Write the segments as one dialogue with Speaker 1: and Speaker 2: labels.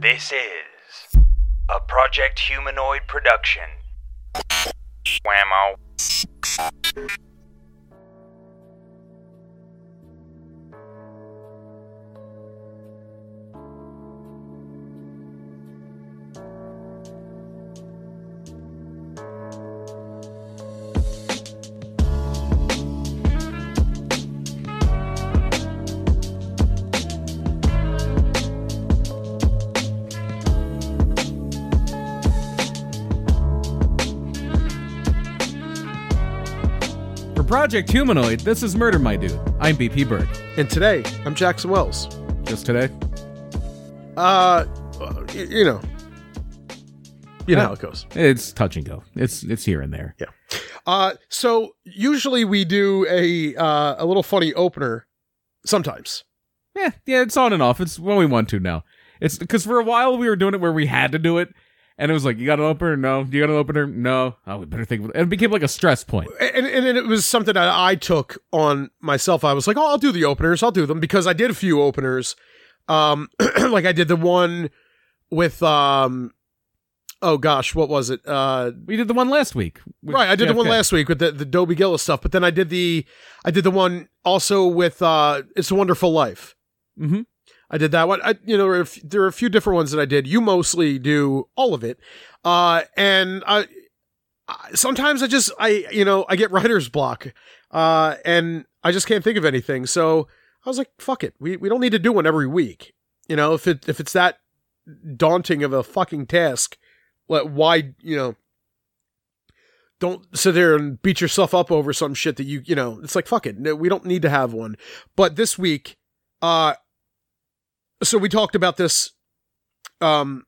Speaker 1: This is a Project Humanoid production. Whammo.
Speaker 2: For Project Humanoid, this is Murder My Dude. I'm BP Burke.
Speaker 3: And today, I'm Jackson Wells.
Speaker 2: Just today,
Speaker 3: Uh, y- you know, you know
Speaker 2: Yeah.
Speaker 3: how it goes.
Speaker 2: it's touch and go. It's it's here and there.
Speaker 3: Uh, so usually we do a uh, a little funny opener. Sometimes,
Speaker 2: Yeah, yeah, it's on and off. It's when we want to now. It's because for a while we were doing it where we had to do it, and it was like, you got an opener? No. You got an opener? No. Oh, we better think. Of it. it became like a stress point.
Speaker 3: and and it was something that I took on myself. I was like, oh, I'll do the openers. I'll do them because I did a few openers. Um, like I did the one with um, oh gosh, what was it? Uh,
Speaker 2: We did the one last week. with
Speaker 3: right i did the one
Speaker 2: JFK.
Speaker 3: last week with the, the dobie gillis stuff but then i did the i did the one also with uh it's a wonderful life
Speaker 2: Mhm.
Speaker 3: i did that one i you know there are, a f- there are a few different ones that i did you mostly do all of it uh and i I- sometimes i just i you know i get writer's block uh and i just can't think of anything so i was like fuck it we we don't need to do one every week you know if it if it's that daunting of a fucking task like why you know don't sit there and beat yourself up over some shit that you you know it's like fuck it no, we don't need to have one but this week uh so we talked about this um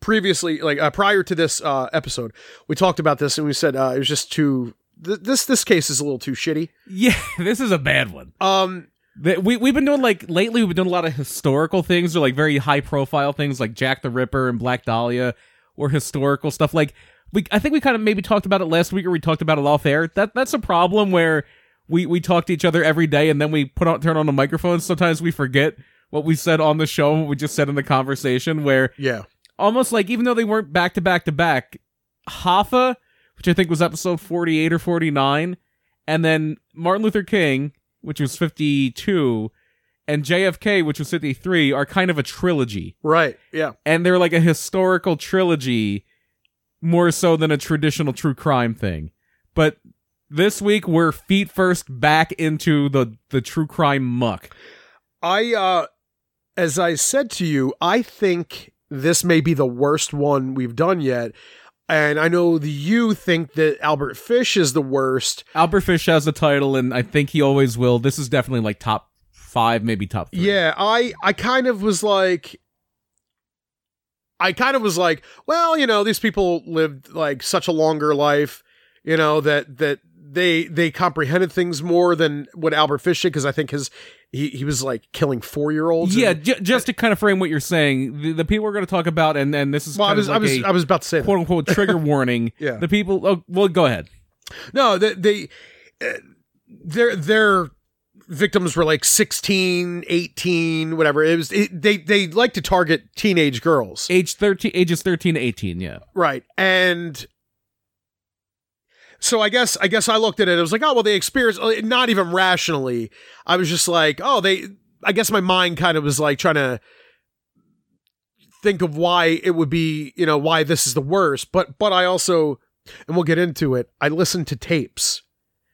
Speaker 3: previously like uh, prior to this uh episode we talked about this and we said uh it was just too th- this this case is a little too shitty
Speaker 2: Yeah, this is a bad one.
Speaker 3: um
Speaker 2: That we we've been doing like lately. We've been doing a lot of historical things, or like very high profile things, like Jack the Ripper and Black Dahlia, or historical stuff. Like we, I think we kind of maybe talked about it last week, or we talked about it off air. That that's a problem where we we talk to each other every day, and then we put on turn on the microphone. Sometimes we forget what we said on the show, and what we just said in the conversation. Where
Speaker 3: yeah
Speaker 2: almost like even though they weren't back to back to back, Hoffa, which I think was episode forty eight or forty nine, and then Martin Luther King, which was fifty two, and JFK, which was fifty three, are kind of a trilogy,
Speaker 3: right yeah
Speaker 2: and they're like a historical trilogy, more so than a traditional true crime thing. But this week we're feet first back into the the true crime muck.
Speaker 3: I uh as I said to you, I think this may be the worst one we've done yet. And I know the you think that Albert Fish is the worst.
Speaker 2: Albert Fish has the title, and I think he always will. This is definitely like top five, maybe top three.
Speaker 3: Yeah, I I kind of was like I kind of was like, well, you know, these people lived like such a longer life, you know, that that they they comprehended things more than what Albert Fish did because I think his he he was like killing 4-year-olds.
Speaker 2: Yeah,
Speaker 3: and-
Speaker 2: ju- just to kind of frame what you're saying, the, the people we're going to talk about, and and this is
Speaker 3: well, I
Speaker 2: kind
Speaker 3: was
Speaker 2: of
Speaker 3: I
Speaker 2: like
Speaker 3: was
Speaker 2: a
Speaker 3: I was about to say that.
Speaker 2: quote unquote trigger warning.
Speaker 3: Yeah.
Speaker 2: The people. Oh, well, go ahead.
Speaker 3: No, they, they uh, their their victims were like 16, 18, whatever. It was it, they they like to target teenage girls.
Speaker 2: Age thirteen, ages thirteen to eighteen. Yeah.
Speaker 3: Right. And so I guess I guess I looked at it. I was like, "Oh, well they experienced uh, not even rationally. I was just like, "Oh, they I guess my mind kind of was like trying to think of why it would be, you know, why this is the worst, but but I also and we'll get into it. I listened to tapes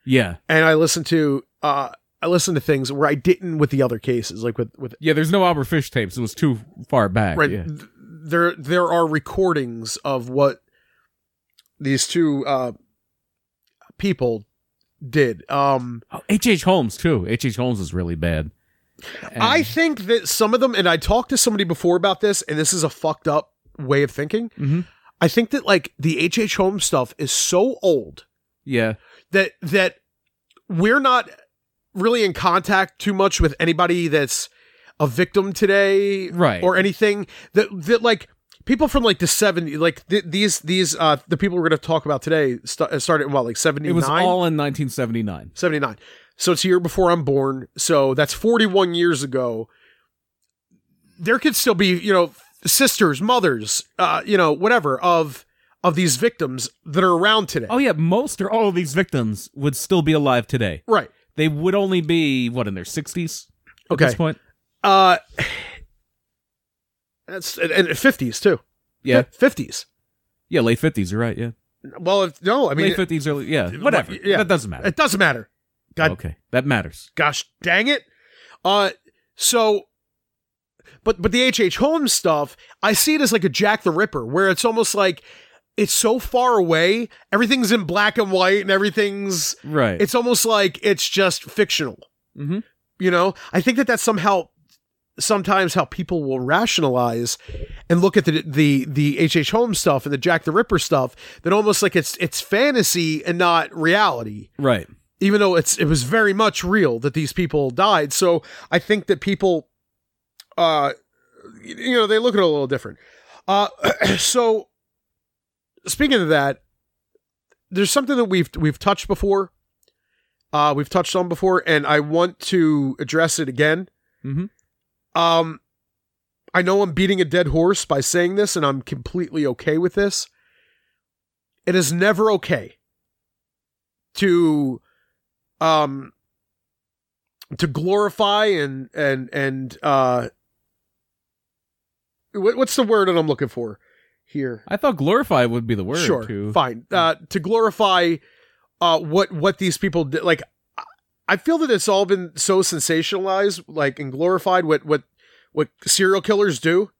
Speaker 2: Yeah.
Speaker 3: and I listened to uh I listened to things where I didn't with the other cases, like with with
Speaker 2: Yeah. There's no Albert Fish tapes. It was too far back.
Speaker 3: right
Speaker 2: Yeah.
Speaker 3: th- there there are recordings of what these two uh people did. Um
Speaker 2: Oh, H. H. Holmes too. H. H. Holmes is really bad. And-
Speaker 3: I think that some of them and I talked to somebody before about this and this is a fucked up way of thinking.
Speaker 2: Mhm.
Speaker 3: I think that like the H.H. H. Holmes stuff is so old
Speaker 2: Yeah.
Speaker 3: that that we're not really in contact too much with anybody that's a victim today
Speaker 2: Right.
Speaker 3: or anything that that like people from like the 70s like th- these these uh the people we're going to talk about today st- started in what like
Speaker 2: It
Speaker 3: 79
Speaker 2: was all in 1979.
Speaker 3: 79 so it's a year before i'm born so that's 41 years ago there could still be you know sisters, mothers, uh, you know, whatever of of these victims that are around today.
Speaker 2: Oh yeah, most or all of these victims would still be alive today.
Speaker 3: Right.
Speaker 2: They would only be what in their sixties at
Speaker 3: Okay.
Speaker 2: this point.
Speaker 3: Uh, that's and fifties too.
Speaker 2: Yeah,
Speaker 3: fifties.
Speaker 2: yeah, late fifties. You're right. Yeah,
Speaker 3: Well, if, no, I mean,
Speaker 2: late fifties, early. Yeah, whatever.
Speaker 3: yeah.
Speaker 2: that doesn't matter.
Speaker 3: it doesn't matter. God
Speaker 2: okay, that matters.
Speaker 3: gosh dang it uh so but but the hh holmes stuff i see it as like a jack the ripper where it's almost like it's so far away everything's in black and white and everything's
Speaker 2: Right.
Speaker 3: it's almost like it's just fictional
Speaker 2: Mhm.
Speaker 3: you know i think that that's somehow sometimes how people will rationalize and look at the the the hh holmes stuff and the jack the ripper stuff that almost like it's it's fantasy and not reality
Speaker 2: right.
Speaker 3: even though it's it was very much real that these people died. So I think that people, uh, y- you know, they look at it a little different. Uh, so speaking of that, there's something that we've we've touched before, uh, we've touched on before, and I want to address it again.
Speaker 2: Mhm.
Speaker 3: Um, I know I'm beating a dead horse by saying this, and I'm completely okay with this. It is never okay to um to glorify and and and uh what, what's the word that i'm looking for here
Speaker 2: I thought glorify would be the word.
Speaker 3: sure
Speaker 2: To,
Speaker 3: fine uh to glorify uh what what these people did like I- i feel that it's all been so sensationalized like and glorified what what what serial killers do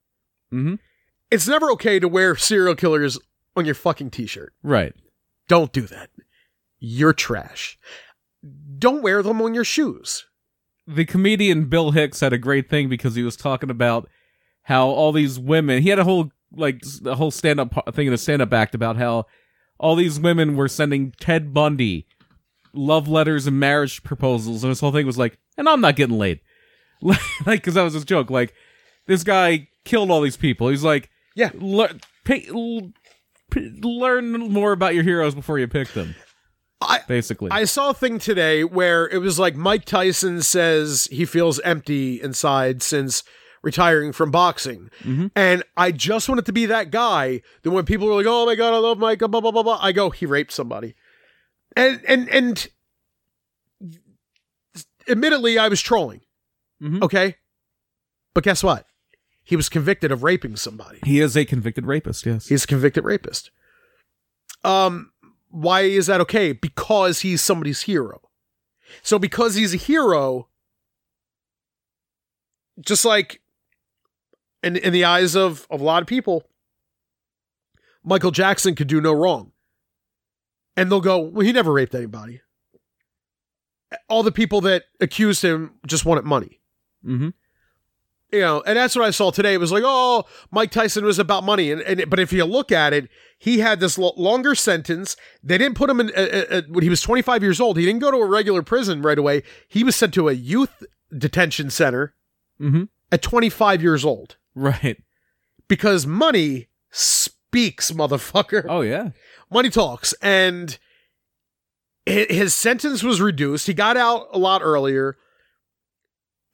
Speaker 2: Mhm.
Speaker 3: it's never okay to wear serial killers on your fucking t-shirt
Speaker 2: Right.
Speaker 3: don't do that. You're trash. Don't wear them on your shoes.
Speaker 2: the comedian Bill Hicks had a great thing because he was talking about how all these women. He had a whole like s- a whole stand up thing in a stand up act about how all these women were sending Ted Bundy love letters and marriage proposals, and this whole thing was like, and I'm not getting laid, like because that was his joke. Like this guy killed all these people. He's like,
Speaker 3: Yeah.
Speaker 2: le- pay, l- p- learn more about your heroes before you pick them.
Speaker 3: I-
Speaker 2: basically
Speaker 3: I saw a thing today where it was like Mike Tyson says he feels empty inside since retiring from boxing.
Speaker 2: Mhm.
Speaker 3: And I just wanted to be that guy that when people are like, oh my God, I love Mike, blah, blah, blah, blah, blah, I go, he raped somebody. And, and, and admittedly, I was trolling.
Speaker 2: Mhm.
Speaker 3: Okay. But guess what? He was convicted of raping somebody.
Speaker 2: he is a convicted rapist. Yes.
Speaker 3: He's a convicted rapist. Um, why is that okay? Because he's somebody's hero. So because he's a hero, just like in in the eyes of, of a lot of people, Michael Jackson could do no wrong. And they'll go, well, he never raped anybody. All the people that accused him just wanted money
Speaker 2: mm-hmm.
Speaker 3: you know, and that's what I saw today. It was like, oh, Mike Tyson was about money, and, and but if you look at it, he had this lo- longer sentence. They didn't put him in uh, uh, uh, when he was 25 years old. He didn't go to a regular prison right away. He was sent to a youth detention center
Speaker 2: Mm-hmm.
Speaker 3: at 25 years old
Speaker 2: Right.
Speaker 3: because money speaks, motherfucker.
Speaker 2: Oh yeah.
Speaker 3: Money talks, and hi- his sentence was reduced. He got out a lot earlier.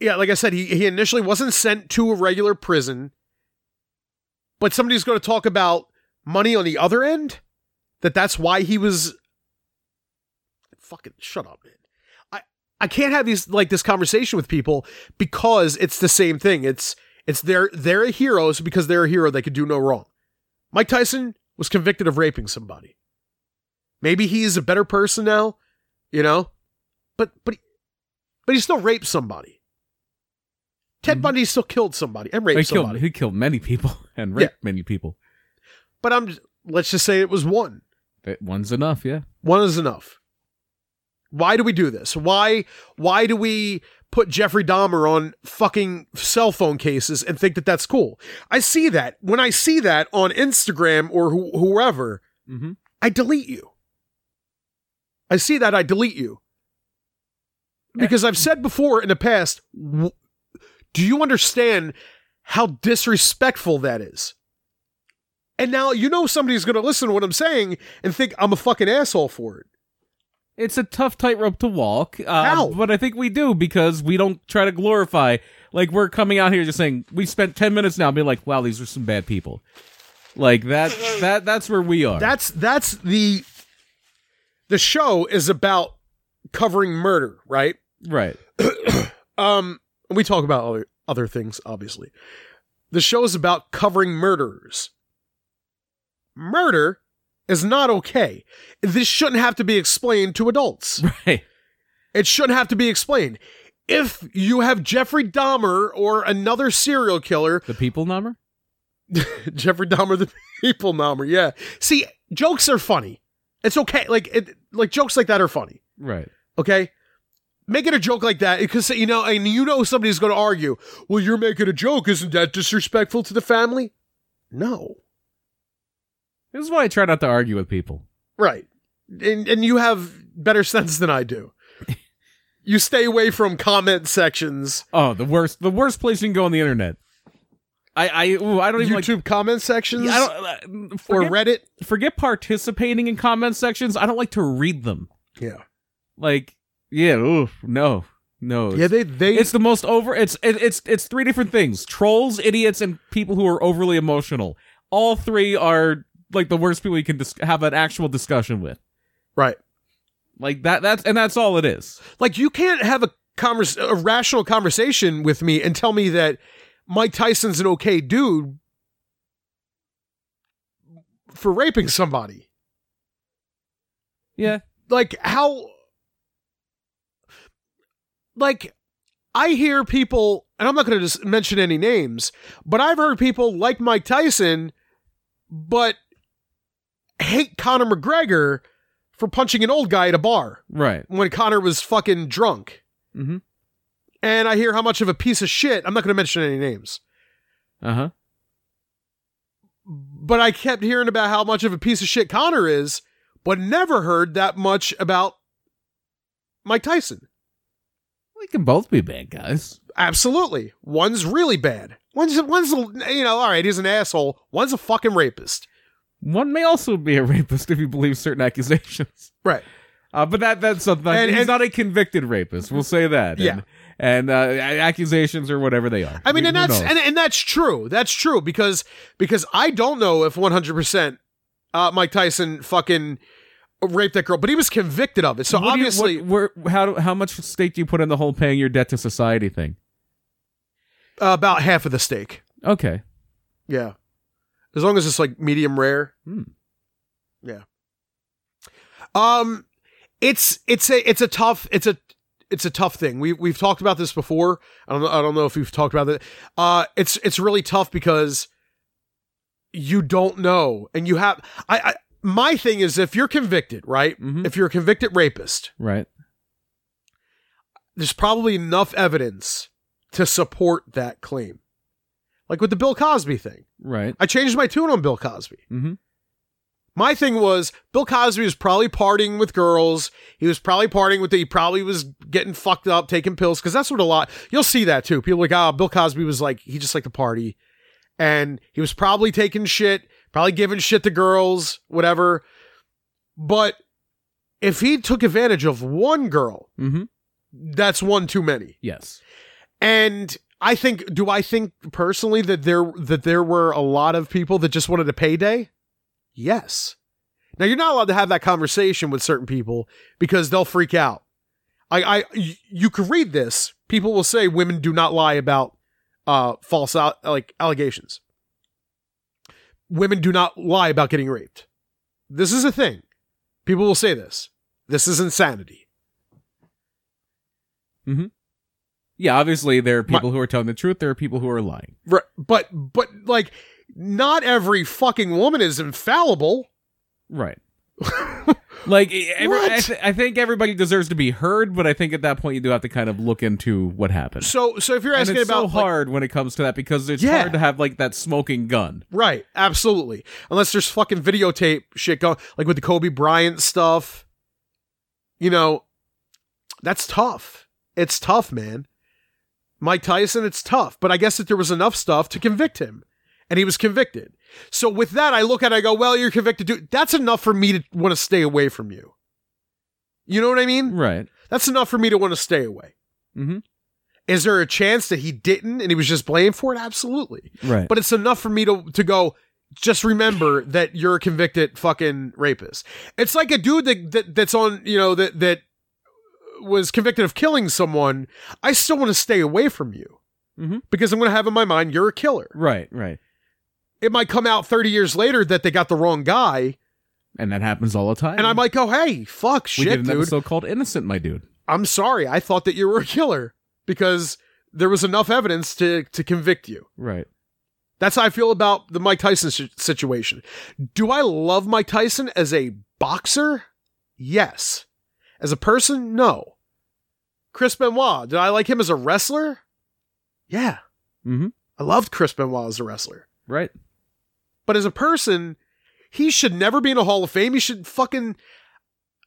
Speaker 3: Yeah, like I said, he he initially wasn't sent to a regular prison, but somebody's going to talk about money on the other end. That that's why he was. Fucking shut up, man. I I can't have these like this conversation with people because it's the same thing. It's it's they're they're a hero, so because they're a hero, they could do no wrong. Mike Tyson was convicted of raping somebody. Maybe he's a better person now, you know, but but but he still raped somebody. Ted
Speaker 2: Mhm.
Speaker 3: Bundy still killed somebody and raped
Speaker 2: He
Speaker 3: somebody.
Speaker 2: killed, he killed many people and raped many people.
Speaker 3: But I'm let's just say it was one.
Speaker 2: That one's enough, yeah.
Speaker 3: One is enough. Why do we do this? Why why do we put Jeffrey Dahmer on fucking cell phone cases and think that that's cool? I see that. When I see that on Instagram or wh- whoever,
Speaker 2: Mm-hmm.
Speaker 3: I delete you. I see that I delete you. Because I've said before in the past, w- do you understand how disrespectful that is? And now you know somebody's going to listen to what I'm saying and think I'm a fucking asshole for it.
Speaker 2: It's a tough tightrope to walk. Uh,
Speaker 3: How?
Speaker 2: But I think we do because we don't try to glorify. Like we're coming out here just saying we spent ten minutes now being like, wow, these are some bad people. Like that. That that's where we are.
Speaker 3: That's that's the the show is about covering murder, right?
Speaker 2: right.
Speaker 3: Um, and we talk about other other things, obviously. The show is about covering murderers. Murder is not okay. This shouldn't have to be explained to adults.
Speaker 2: Right.
Speaker 3: It shouldn't have to be explained. If you have Jeffrey Dahmer or another serial killer,
Speaker 2: The people number.
Speaker 3: Jeffrey Dahmer the people Dahmer, yeah. See, jokes are funny. It's okay. Like it, like jokes like that are funny.
Speaker 2: Right.
Speaker 3: Okay? Making a joke like that, because, you know, and you know somebody's going to argue, well, you're making a joke. Isn't that disrespectful to the family? No.
Speaker 2: This is why I try not to argue with people.
Speaker 3: Right. And, and you have better sense than I do. you stay away from comment sections,
Speaker 2: Oh, the worst. The worst place you can go on the internet. I I ooh, I don't even
Speaker 3: YouTube comment sections,
Speaker 2: like. I don't. Uh,
Speaker 3: or
Speaker 2: forget,
Speaker 3: Reddit.
Speaker 2: forget participating in comment sections. I don't like to read them.
Speaker 3: Yeah.
Speaker 2: Like, yeah, oof, no, no. It's,
Speaker 3: Yeah, they, they,
Speaker 2: it's the most over. It's it, it's it's three different things: trolls, idiots, and people who are overly emotional. All three are like the worst people you can dis- have an actual discussion with.
Speaker 3: right.
Speaker 2: Like that. That's and that's all it is.
Speaker 3: Like, you can't have a convers- a rational conversation with me and tell me that Mike Tyson's an okay dude for raping somebody.
Speaker 2: Yeah.
Speaker 3: like how like i hear people and i'm not going to just mention any names but i've heard people like mike tyson but hate conor mcgregor for punching an old guy at a bar
Speaker 2: Right.
Speaker 3: when conor was fucking drunk
Speaker 2: Mm-hmm.
Speaker 3: and i hear how much of a piece of shit i'm not going to mention any names
Speaker 2: Uh huh.
Speaker 3: but i kept hearing about how much of a piece of shit conor is but never heard that much about mike tyson
Speaker 2: We can both be bad guys. One may also be a rapist if you believe certain accusations.
Speaker 3: Right.
Speaker 2: Uh, but that that's something.
Speaker 3: And-
Speaker 2: he's
Speaker 3: and-
Speaker 2: not a convicted rapist. We'll say that.
Speaker 3: Yeah.
Speaker 2: And, and uh, accusations or whatever they are.
Speaker 3: I mean,
Speaker 2: Who-
Speaker 3: and
Speaker 2: who
Speaker 3: that's
Speaker 2: knows?
Speaker 3: and, and that's true. That's true because because I don't know if one hundred percent uh, Mike Tyson fucking raped that girl, but he was convicted of it. So
Speaker 2: What do you-
Speaker 3: obviously,
Speaker 2: what- where- how how much stake do you put in the whole paying your debt to society thing?
Speaker 3: uh, about half of the stake.
Speaker 2: Okay,
Speaker 3: Yeah. As long as it's like medium rare.
Speaker 2: Hmm.
Speaker 3: Yeah. Um it's it's a it's a tough it's a it's a tough thing. We we've talked about this before. I don't know, I don't know if we've talked about it. Uh it's it's really tough because you don't know and you have I, I my thing is if you're convicted, right?
Speaker 2: Mhm.
Speaker 3: If you're a convicted rapist,
Speaker 2: right.
Speaker 3: there's probably enough evidence to support that claim. Like with the Bill Cosby thing.
Speaker 2: Right.
Speaker 3: I changed my tune on Bill Cosby.
Speaker 2: Mhm.
Speaker 3: My thing was Bill Cosby was probably partying with girls. He was probably partying with. He probably was getting fucked up, taking pills, because that's what a lot. You'll see that too. People are like, oh, Bill Cosby was like he just liked to party, and he was probably taking shit, probably giving shit to girls, whatever. But if he took advantage of one girl,
Speaker 2: Mm-hmm.
Speaker 3: that's one too many.
Speaker 2: Yes.
Speaker 3: And I think, do I think personally that there that there were a lot of people that just wanted a payday? Yes. Now you're not allowed to have that conversation with certain people because they'll freak out. I, I, y- you could read this. People will say women do not lie about uh, false out, like allegations. Women do not lie about getting raped. This is a thing. People will say this. This is insanity.
Speaker 2: Yeah. Obviously, there are people who are telling the truth. There are people who are lying.
Speaker 3: Right, but but like not every fucking woman is infallible.
Speaker 2: Right. like e-, every, I,
Speaker 3: What?
Speaker 2: th- I think everybody deserves to be heard, but I think at that point you do have to kind of look into what happened.
Speaker 3: So so if you're
Speaker 2: and
Speaker 3: asking
Speaker 2: it's
Speaker 3: about
Speaker 2: so
Speaker 3: like-
Speaker 2: hard when it comes to that because it's
Speaker 3: Yeah.
Speaker 2: hard to have like that smoking gun.
Speaker 3: right, absolutely. Unless there's fucking videotape shit going like with the Kobe Bryant stuff. You know, that's tough. It's tough, man. Mike Tyson, it's tough, but I guess that there was enough stuff to convict him. And he was convicted. So with that, I look at it, I go, well, you're convicted, dude. That's enough for me to want to stay away from you. You know what I mean?
Speaker 2: Right.
Speaker 3: That's enough for me to want to stay away.
Speaker 2: Mm-hmm.
Speaker 3: Is there a chance that he didn't and he was just blamed for it? Absolutely.
Speaker 2: Right.
Speaker 3: But it's enough for me to to go. Just remember that you're a convicted fucking rapist. It's like a dude that, that that's on you know that that was convicted of killing someone. I still want to stay away from you
Speaker 2: Mhm.
Speaker 3: because I'm going to have in my mind you're a killer.
Speaker 2: right. Right.
Speaker 3: It might come out 30 years later that they got the wrong guy,
Speaker 2: And that happens all the time.
Speaker 3: and I might go, "Hey, fuck,
Speaker 2: we did
Speaker 3: shit,
Speaker 2: an
Speaker 3: dude.
Speaker 2: episode called "Innocent," my dude.
Speaker 3: I'm sorry. I thought that you were a killer because there was enough evidence to to convict you."
Speaker 2: Right.
Speaker 3: That's how I feel about the Mike Tyson si- situation. Do I love Mike Tyson as a boxer? Yes. As a person, no. Chris Benoit, did I like him as a wrestler? Yeah.
Speaker 2: Mm-hmm.
Speaker 3: I loved Chris Benoit as a wrestler.
Speaker 2: Right.
Speaker 3: But as a person, he should never be in a Hall of Fame. He should fucking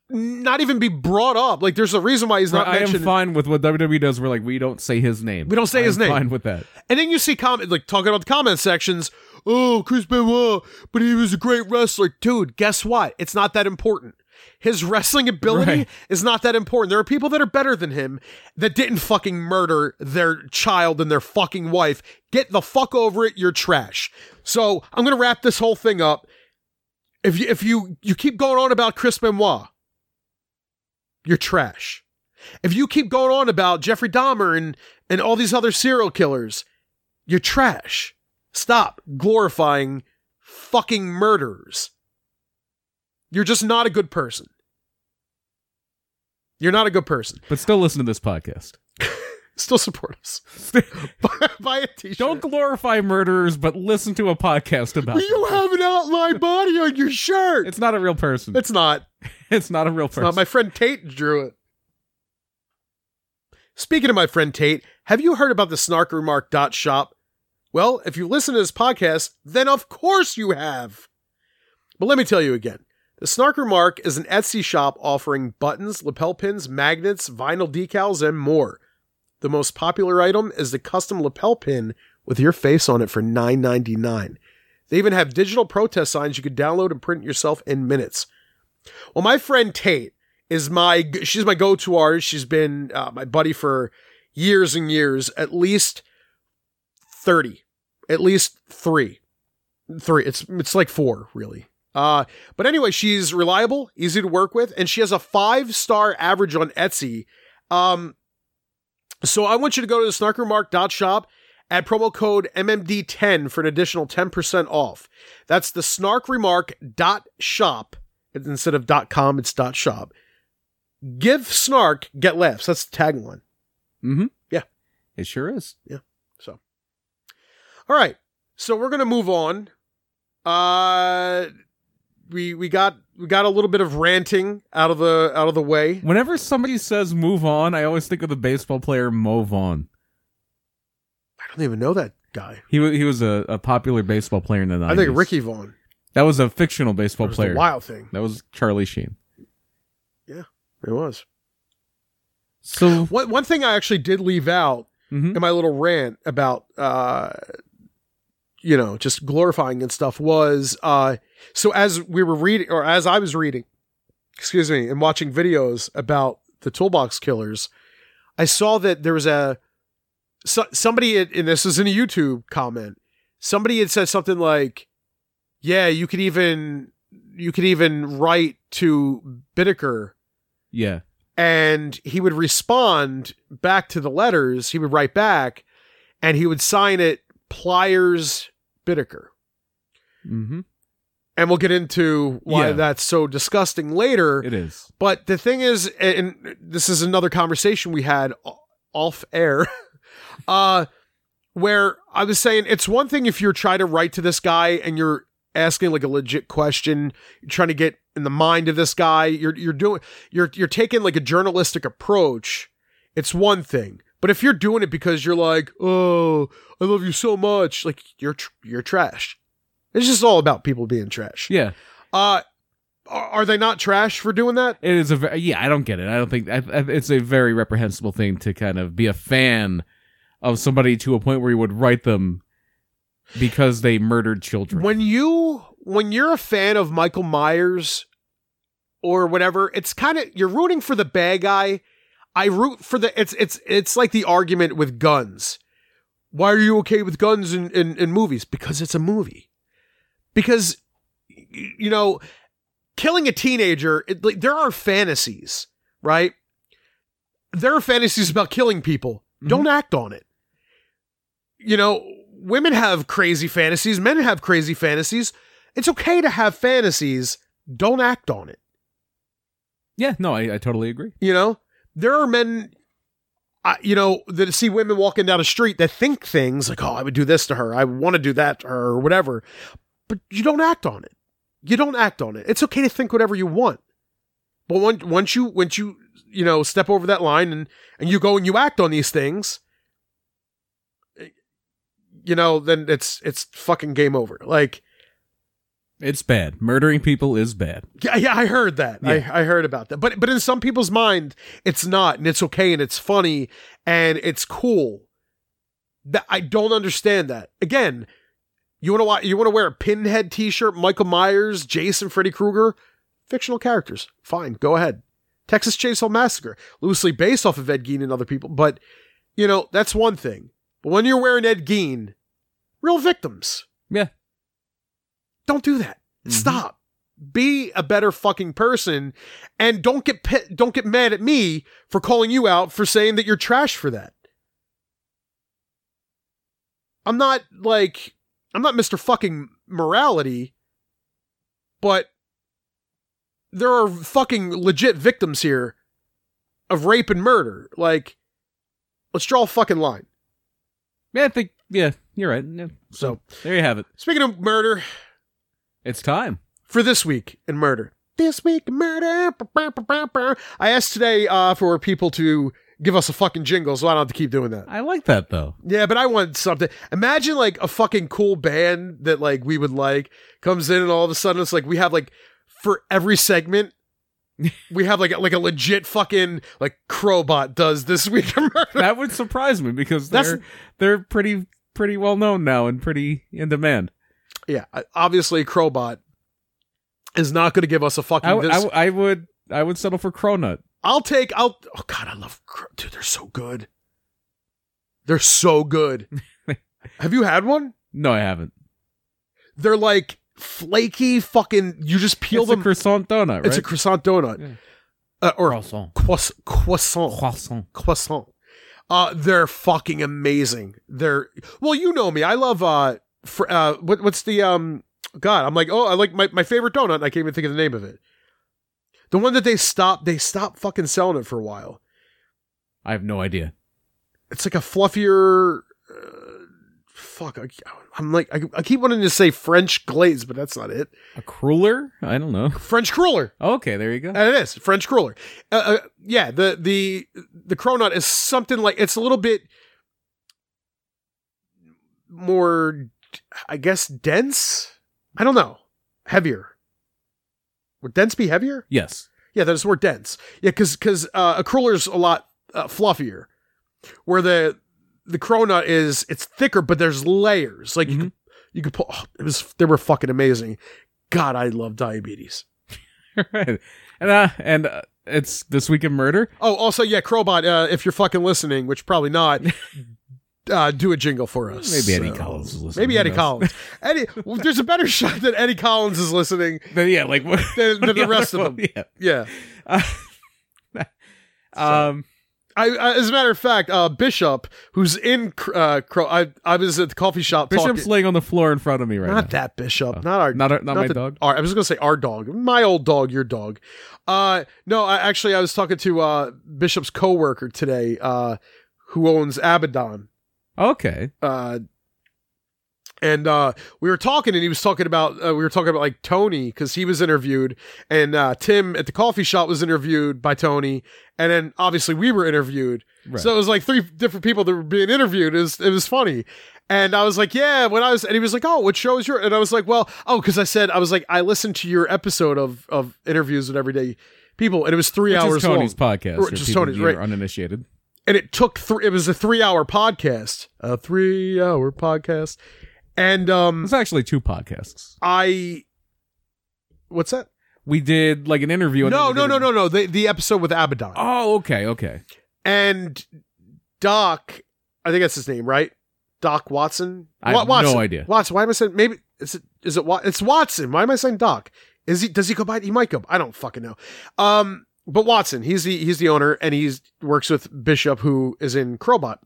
Speaker 3: not even be brought up. Like, there's a reason why he's not
Speaker 2: I am
Speaker 3: mentioned.
Speaker 2: fine with what WWE does. We're like, we don't say his name.
Speaker 3: We don't say
Speaker 2: I
Speaker 3: his
Speaker 2: am
Speaker 3: name.
Speaker 2: Fine with that.
Speaker 3: And then you see comment like talking about the comment sections. Oh, Chris Benoit, but he was a great wrestler, dude. Guess what? It's not that important. His wrestling ability
Speaker 2: Right.
Speaker 3: is not that important. There are people that are better than him that didn't fucking murder their child and their fucking wife. Get the fuck over it. You're trash. So I'm gonna wrap this whole thing up. If you if you you keep going on about Chris Benoit, you're trash. If you keep going on about Jeffrey Dahmer and and all these other serial killers, you're trash. Stop glorifying fucking murderers. You're just not a good person. You're not a good person.
Speaker 2: But still listen to this podcast.
Speaker 3: Still support us. buy, buy a t-shirt.
Speaker 2: Don't glorify murderers, but listen to a podcast about it.
Speaker 3: you have an outline body on your shirt. It's,
Speaker 2: It's not a real person.
Speaker 3: not.
Speaker 2: It's not a real
Speaker 3: It's not.
Speaker 2: person.
Speaker 3: My friend Tate drew it. Speaking of my friend Tate, have you heard about the snarkremark.shop? Well, if you listen to this podcast, then of course you have. But let me tell you again. The Snark Remark is an Etsy shop offering buttons, lapel pins, magnets, vinyl decals, and more. The most popular item is the custom lapel pin with your face on it for $9.99. They even have digital protest signs you could download and print yourself in minutes. Well, my friend Tate is my she's my go-to artist. She's been uh, my buddy for years and years, at least 30, at least 3. 3. It's it's like 4, really. Uh, but anyway, she's reliable, easy to work with, and she has a 5-star average on Etsy. Um, so I want you to go to snarkremark.shop add promo code MMD10 for an additional 10% off. That's the snarkremark.shop. It's Instead of .com, it's .shop. Give snark, get laughs. That's the tagline.
Speaker 2: mm-hmm.
Speaker 3: Yeah.
Speaker 2: It sure is.
Speaker 3: All right. So we're gonna move on. Uh we we got we got a little bit of ranting out of the out of the way.
Speaker 2: Whenever somebody says move on, I always think of the baseball player Mo Vaughn.
Speaker 3: I don't even know that guy.
Speaker 2: He, wa- he was a, a popular baseball player in the 90s.
Speaker 3: I think Ricky Vaughn
Speaker 2: That was a fictional baseball
Speaker 3: was the
Speaker 2: player.
Speaker 3: wild thing.
Speaker 2: That was Charlie Sheen.
Speaker 3: It was.
Speaker 2: So,
Speaker 3: One one thing I actually did leave out
Speaker 2: mhm.
Speaker 3: in my little rant about uh you know just glorifying and stuff was uh so as we were reading or as i was reading excuse me and watching videos about the toolbox killers i saw that there was a so, somebody had- and this was in a youtube comment somebody had said something like yeah you could even you could even write to Bittaker
Speaker 2: yeah.
Speaker 3: and he would respond back to the letters. He would write back, and he would sign it Pliers Bittaker.
Speaker 2: Mm-hmm.
Speaker 3: And we'll get into why
Speaker 2: Yeah.
Speaker 3: that's so disgusting later.
Speaker 2: It is.
Speaker 3: But the thing is, and this is another conversation we had o- off air, uh, where I was saying it's one thing if you're trying to write to this guy and you're asking like a legit question, you're trying to get in the mind of this guy, you're you're doing you're you're taking like a journalistic approach. It's one thing. But if you're doing it because you're like, "Oh, I love you so much," like you're tr- you're trash. It's just all about people being trash.
Speaker 2: Yeah.
Speaker 3: Uh are are they not trash for doing that?
Speaker 2: It is a very, yeah. I don't get it. I don't think I, I, it's a very reprehensible thing to kind of be a fan of somebody to a point where you would write them because they murdered children.
Speaker 3: When you when you're a fan of Michael Myers or whatever. It's kind of you're rooting for the bad guy. I root for the it's it's it's like the argument with guns. Why are you okay with guns in, in, in movies? Because it's a movie. Because y- you know, killing a teenager, it, like, there are fantasies, right? There are fantasies about killing people.
Speaker 2: Mhm.
Speaker 3: Don't act on it. You know, women have crazy fantasies, men have crazy fantasies. It's okay to have fantasies. Don't act on it.
Speaker 2: Yeah, no, I, I totally agree.
Speaker 3: You know, there are men, I, you know, that see women walking down a street that think things like, oh, I would do this to her. I want to do that to her or whatever. But you don't act on it. You don't act on it. It's okay to think whatever you want. But once once you, once you, you know, step over that line and, and you go and you act on these things, eh, you know, then it's, it's fucking game over. Like,
Speaker 2: It's bad. Murdering people is bad.
Speaker 3: yeah, yeah, I heard that.
Speaker 2: Yeah.
Speaker 3: I, I heard about that. But but in some people's mind, it's not, and it's okay, and it's funny, and it's cool. That I don't understand that. Again, you want to you want to wear a pinhead T-shirt, Michael Myers, Jason, Freddy Krueger, fictional characters. Fine, go ahead. Texas Chainsaw Massacre, loosely based off of Ed Gein and other people, but you know that's one thing. But when you're wearing Ed Gein, real victims.
Speaker 2: Yeah.
Speaker 3: Don't do that.
Speaker 2: Mhm.
Speaker 3: Stop. Be a better fucking person, and don't get pit, don't get mad at me for calling you out for saying that you're trash for that. I'm not like I'm not Mr. fucking morality, but there are fucking legit victims here of rape and murder. Like, let's draw a fucking line.
Speaker 2: Mm-hmm. Yeah, I think. Yeah, you're right. Yeah.
Speaker 3: So,
Speaker 2: There you have it.
Speaker 3: speaking of murder,
Speaker 2: It's time.
Speaker 3: for this week in murder. This week in murder. Bah, bah, bah, bah, bah. I asked today uh, for people to give us a fucking jingle, so I don't have to keep doing that.
Speaker 2: I like that though.
Speaker 3: Yeah, but I want something. Imagine like a fucking cool band that like we would like comes in, and all of a sudden it's like we have like for every segment. We have like a, like a legit fucking like Crowbot does this week in murder.
Speaker 2: That would surprise me because
Speaker 3: That's-
Speaker 2: they're they're pretty pretty well known now and pretty in demand.
Speaker 3: Yeah, I- obviously Crowbot is not going to give us a fucking.
Speaker 2: I, w-
Speaker 3: this-
Speaker 2: I, w- I would I would settle for Cronut.
Speaker 3: I'll take. I'll. Oh God, I love. cr- Dude, they're so good. They're so good. Have you had one?
Speaker 2: No, I haven't.
Speaker 3: They're like flaky. Fucking. You just peel
Speaker 2: it's
Speaker 3: them.
Speaker 2: a croissant donut, right?
Speaker 3: It's a croissant donut,
Speaker 2: Yeah.
Speaker 3: uh, or
Speaker 2: croissant.
Speaker 3: croiss- croissant.
Speaker 2: Croissant.
Speaker 3: Croissant. Uh, they're fucking amazing. They're well, you know me. I love uh, fr- uh, what, what's the um? God, I'm like, oh, I like my, my favorite donut. And I can't even think of the name of it. The one that they stopped, they stopped fucking selling it for a while.
Speaker 2: I have no idea.
Speaker 3: it's like a fluffier. Uh, fuck, I, I'm like I, I keep wanting to say French glaze, but that's not it.
Speaker 2: A cruller? I don't know.
Speaker 3: French cruller.
Speaker 2: Okay, there you go.
Speaker 3: And it is French cruller. Uh, uh, yeah, the the the cronut is something like it's a little bit more, I guess, dense. I don't know, heavier. Would dense be heavier?
Speaker 2: Yes.
Speaker 3: Yeah, that is more dense. Yeah, because uh, a crueller's a lot uh, fluffier, where the the cronut is it's thicker, but there's layers. Like you
Speaker 2: Mm-hmm.
Speaker 3: could you could pull. oh, it was they were fucking amazing. God, I love diabetes.
Speaker 2: Right. and uh, and uh, it's this week in murder.
Speaker 3: Oh, also yeah, Crowbot, uh, if you're fucking listening, which probably not. Uh, do a jingle for us.
Speaker 2: Maybe Eddie Collins is listening.
Speaker 3: Maybe
Speaker 2: Who
Speaker 3: Eddie
Speaker 2: knows?
Speaker 3: Collins. Eddie, well, there's a better shot that Eddie Collins is listening
Speaker 2: But yeah, like what,
Speaker 3: than, than the rest of them.
Speaker 2: Yeah.
Speaker 3: Yeah.
Speaker 2: Uh, um.
Speaker 3: I, I, as a matter of fact, uh, Bishop, who's in, Cr- uh, Crow, I, I was at the coffee shop
Speaker 2: Bishop's
Speaker 3: talking.
Speaker 2: laying on the floor in front of me right now.
Speaker 3: not
Speaker 2: Oh.
Speaker 3: that Bishop, not our,
Speaker 2: Not, our, not, my
Speaker 3: the-
Speaker 2: dog.
Speaker 3: Our, I was gonna say our dog, my old dog, your dog. Uh, no, I actually I was talking to uh, Bishop's coworker today, uh, who owns Abaddon,
Speaker 2: Okay.
Speaker 3: uh, and uh, we were talking, and he was talking about uh, we were talking about like Tony because he was interviewed, and uh, Tim at the coffee shop was interviewed by Tony, and then obviously we were interviewed.
Speaker 2: Right.
Speaker 3: So it was like three different people that were being interviewed. It was, it was funny. And I was like, yeah, when I was, and he was like, oh, what show is your? And I was like, well, oh, because I said, I was like, I listened to your episode of, of interviews with everyday people, and it was three
Speaker 2: Which is
Speaker 3: hours long.
Speaker 2: Tony's podcast.
Speaker 3: Or
Speaker 2: for
Speaker 3: just
Speaker 2: people
Speaker 3: Tony's,
Speaker 2: who are
Speaker 3: right.
Speaker 2: Uninitiated.
Speaker 3: and it took three, it was a three hour podcast, a three hour podcast. And um
Speaker 2: It's actually two podcasts.
Speaker 3: I, what's that?
Speaker 2: we did like an interview. and then
Speaker 3: No,
Speaker 2: we
Speaker 3: no,
Speaker 2: did
Speaker 3: no,
Speaker 2: a-
Speaker 3: no, no. The the episode with Abaddon
Speaker 2: Oh, okay, okay.
Speaker 3: and Doc. I think that's his name, right? Doc Watson.
Speaker 2: I
Speaker 3: Wa-
Speaker 2: have
Speaker 3: Watson.
Speaker 2: no idea.
Speaker 3: Watson. Why am I saying maybe? Is it is it Wa- it's Watson? Why am I saying Doc? Is he does he go by? He might go. I don't fucking know. Um, but Watson. He's the he's the owner, and he's works with Bishop, who is in Crowbot.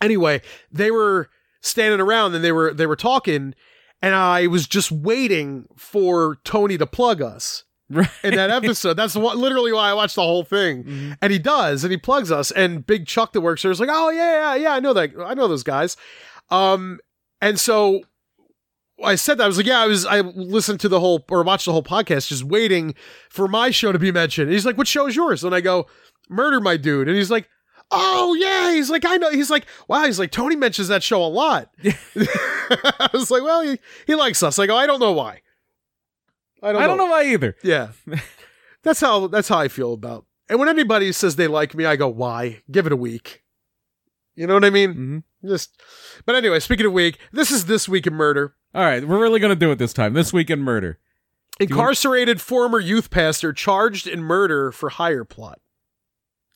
Speaker 3: Anyway, they were standing around, and they were they were talking, and I was just waiting for Tony to plug us
Speaker 2: Right.
Speaker 3: in that episode. That's what, literally why I watched the whole thing.
Speaker 2: Mhm.
Speaker 3: And he does, and he plugs us. And Big Chuck that works there is like, oh yeah, yeah, yeah, I know that, I know those guys. Um, and so I said that I was like, yeah, I was, I listened to the whole or watched the whole podcast, just waiting for my show to be mentioned. And he's like, what show is yours? And I go, Murder My Dude. And he's like. Oh yeah, he's like I know. He's like wow. He's like Tony mentions that show a lot. I was like, well, he, he likes us. I go, I don't know why.
Speaker 2: I don't know why either.
Speaker 3: Yeah. that's how that's how I feel about. And when anybody says they like me, I go, "Why? Give it a week." You know what I mean?
Speaker 2: Mhm.
Speaker 3: Just But anyway, speaking of week, this is this week in murder.
Speaker 2: All right, we're really gonna do it this time. This week in murder.
Speaker 3: Incarcerated former youth pastor charged in murder for hire plot.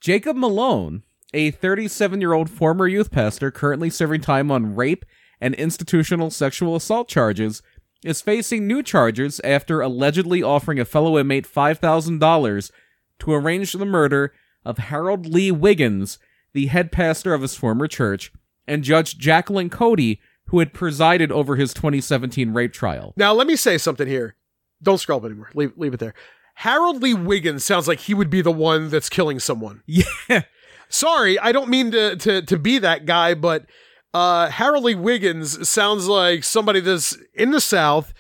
Speaker 2: Jacob Malone, a 37 year old former youth pastor currently serving time on rape and institutional sexual assault charges, is facing new charges after allegedly offering a fellow inmate $5,000 to arrange the murder of Harold Lee Wiggins, the head pastor of his former church, and Judge Jacqueline Cody, who had presided over his 2017 rape trial.
Speaker 3: Now, let me say something here. Don't scroll up anymore. Leave leave it there. Harold Lee Wiggins sounds like he would be the one that's killing someone.
Speaker 2: Yeah.
Speaker 3: Sorry, I don't mean to to to be that guy, but uh Harold Lee Wiggins sounds like somebody that's in the South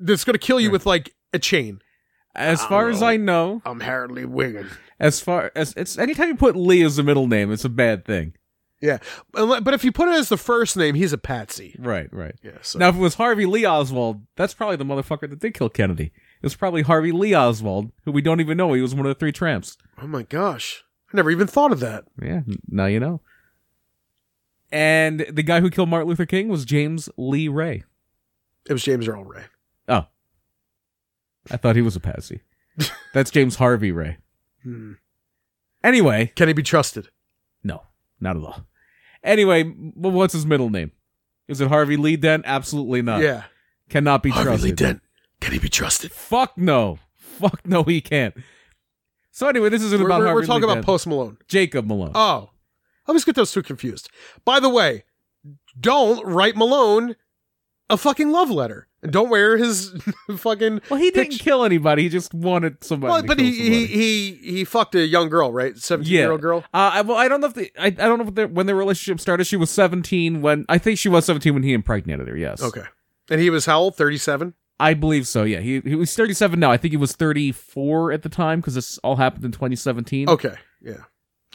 Speaker 3: that's gonna kill you with like a chain.
Speaker 2: As far as I know,
Speaker 3: I'm Harold Lee Wiggins.
Speaker 2: as far as it's anytime you put Lee as the middle name, it's a bad thing.
Speaker 3: Yeah. Unle- But if you put it as the first name, he's a patsy.
Speaker 2: Right, right.
Speaker 3: Yeah, so.
Speaker 2: Now, if it was Harvey Lee Oswald, that's probably the motherfucker that did kill Kennedy. It's probably Harvey Lee Oswald, who we don't even know. He was one of the three tramps.
Speaker 3: oh my gosh. I never even thought of that.
Speaker 2: Yeah, n- now you know. And the guy who killed Martin Luther King was James Lee Ray.
Speaker 3: It was James Earl Ray.
Speaker 2: Oh, I thought he was a patsy. that's James Harvey Ray.
Speaker 3: Hmm.
Speaker 2: Anyway,
Speaker 3: Can he be trusted?
Speaker 2: no, not at all. Anyway, m- what's his middle name? Is it Harvey Lee Dent? Absolutely not.
Speaker 3: yeah.
Speaker 2: Cannot Uh, be
Speaker 3: Harvey Lee
Speaker 2: trusted.
Speaker 3: Dent. Can he be trusted?
Speaker 2: Fuck no. Fuck no, he can't. So anyway, this isn't
Speaker 3: We're,
Speaker 2: about
Speaker 3: we're-
Speaker 2: Harvey
Speaker 3: we're talking
Speaker 2: Lee
Speaker 3: about
Speaker 2: Dent.
Speaker 3: Post Malone.
Speaker 2: Jacob Malone.
Speaker 3: Oh, I always get those two confused. By the way, don't write Malone a fucking love letter, and don't wear his fucking.
Speaker 2: well, he didn't
Speaker 3: Pitch-
Speaker 2: kill anybody. He just wanted somebody.
Speaker 3: Well,
Speaker 2: to
Speaker 3: but
Speaker 2: kill
Speaker 3: he, he
Speaker 2: somebody.
Speaker 3: he he fucked a young girl, right? Seventeen year old girl.
Speaker 2: Uh, I, well, I don't know if the, I, I don't know if the, when their relationship started. She was seventeen when I think she was seventeen when he impregnated her. Yes.
Speaker 3: Okay, and he was how old? Thirty seven.
Speaker 2: I believe so. Yeah. He he was thirty seven now. I think he was thirty four at the time because this all happened in twenty seventeen.
Speaker 3: Okay, yeah.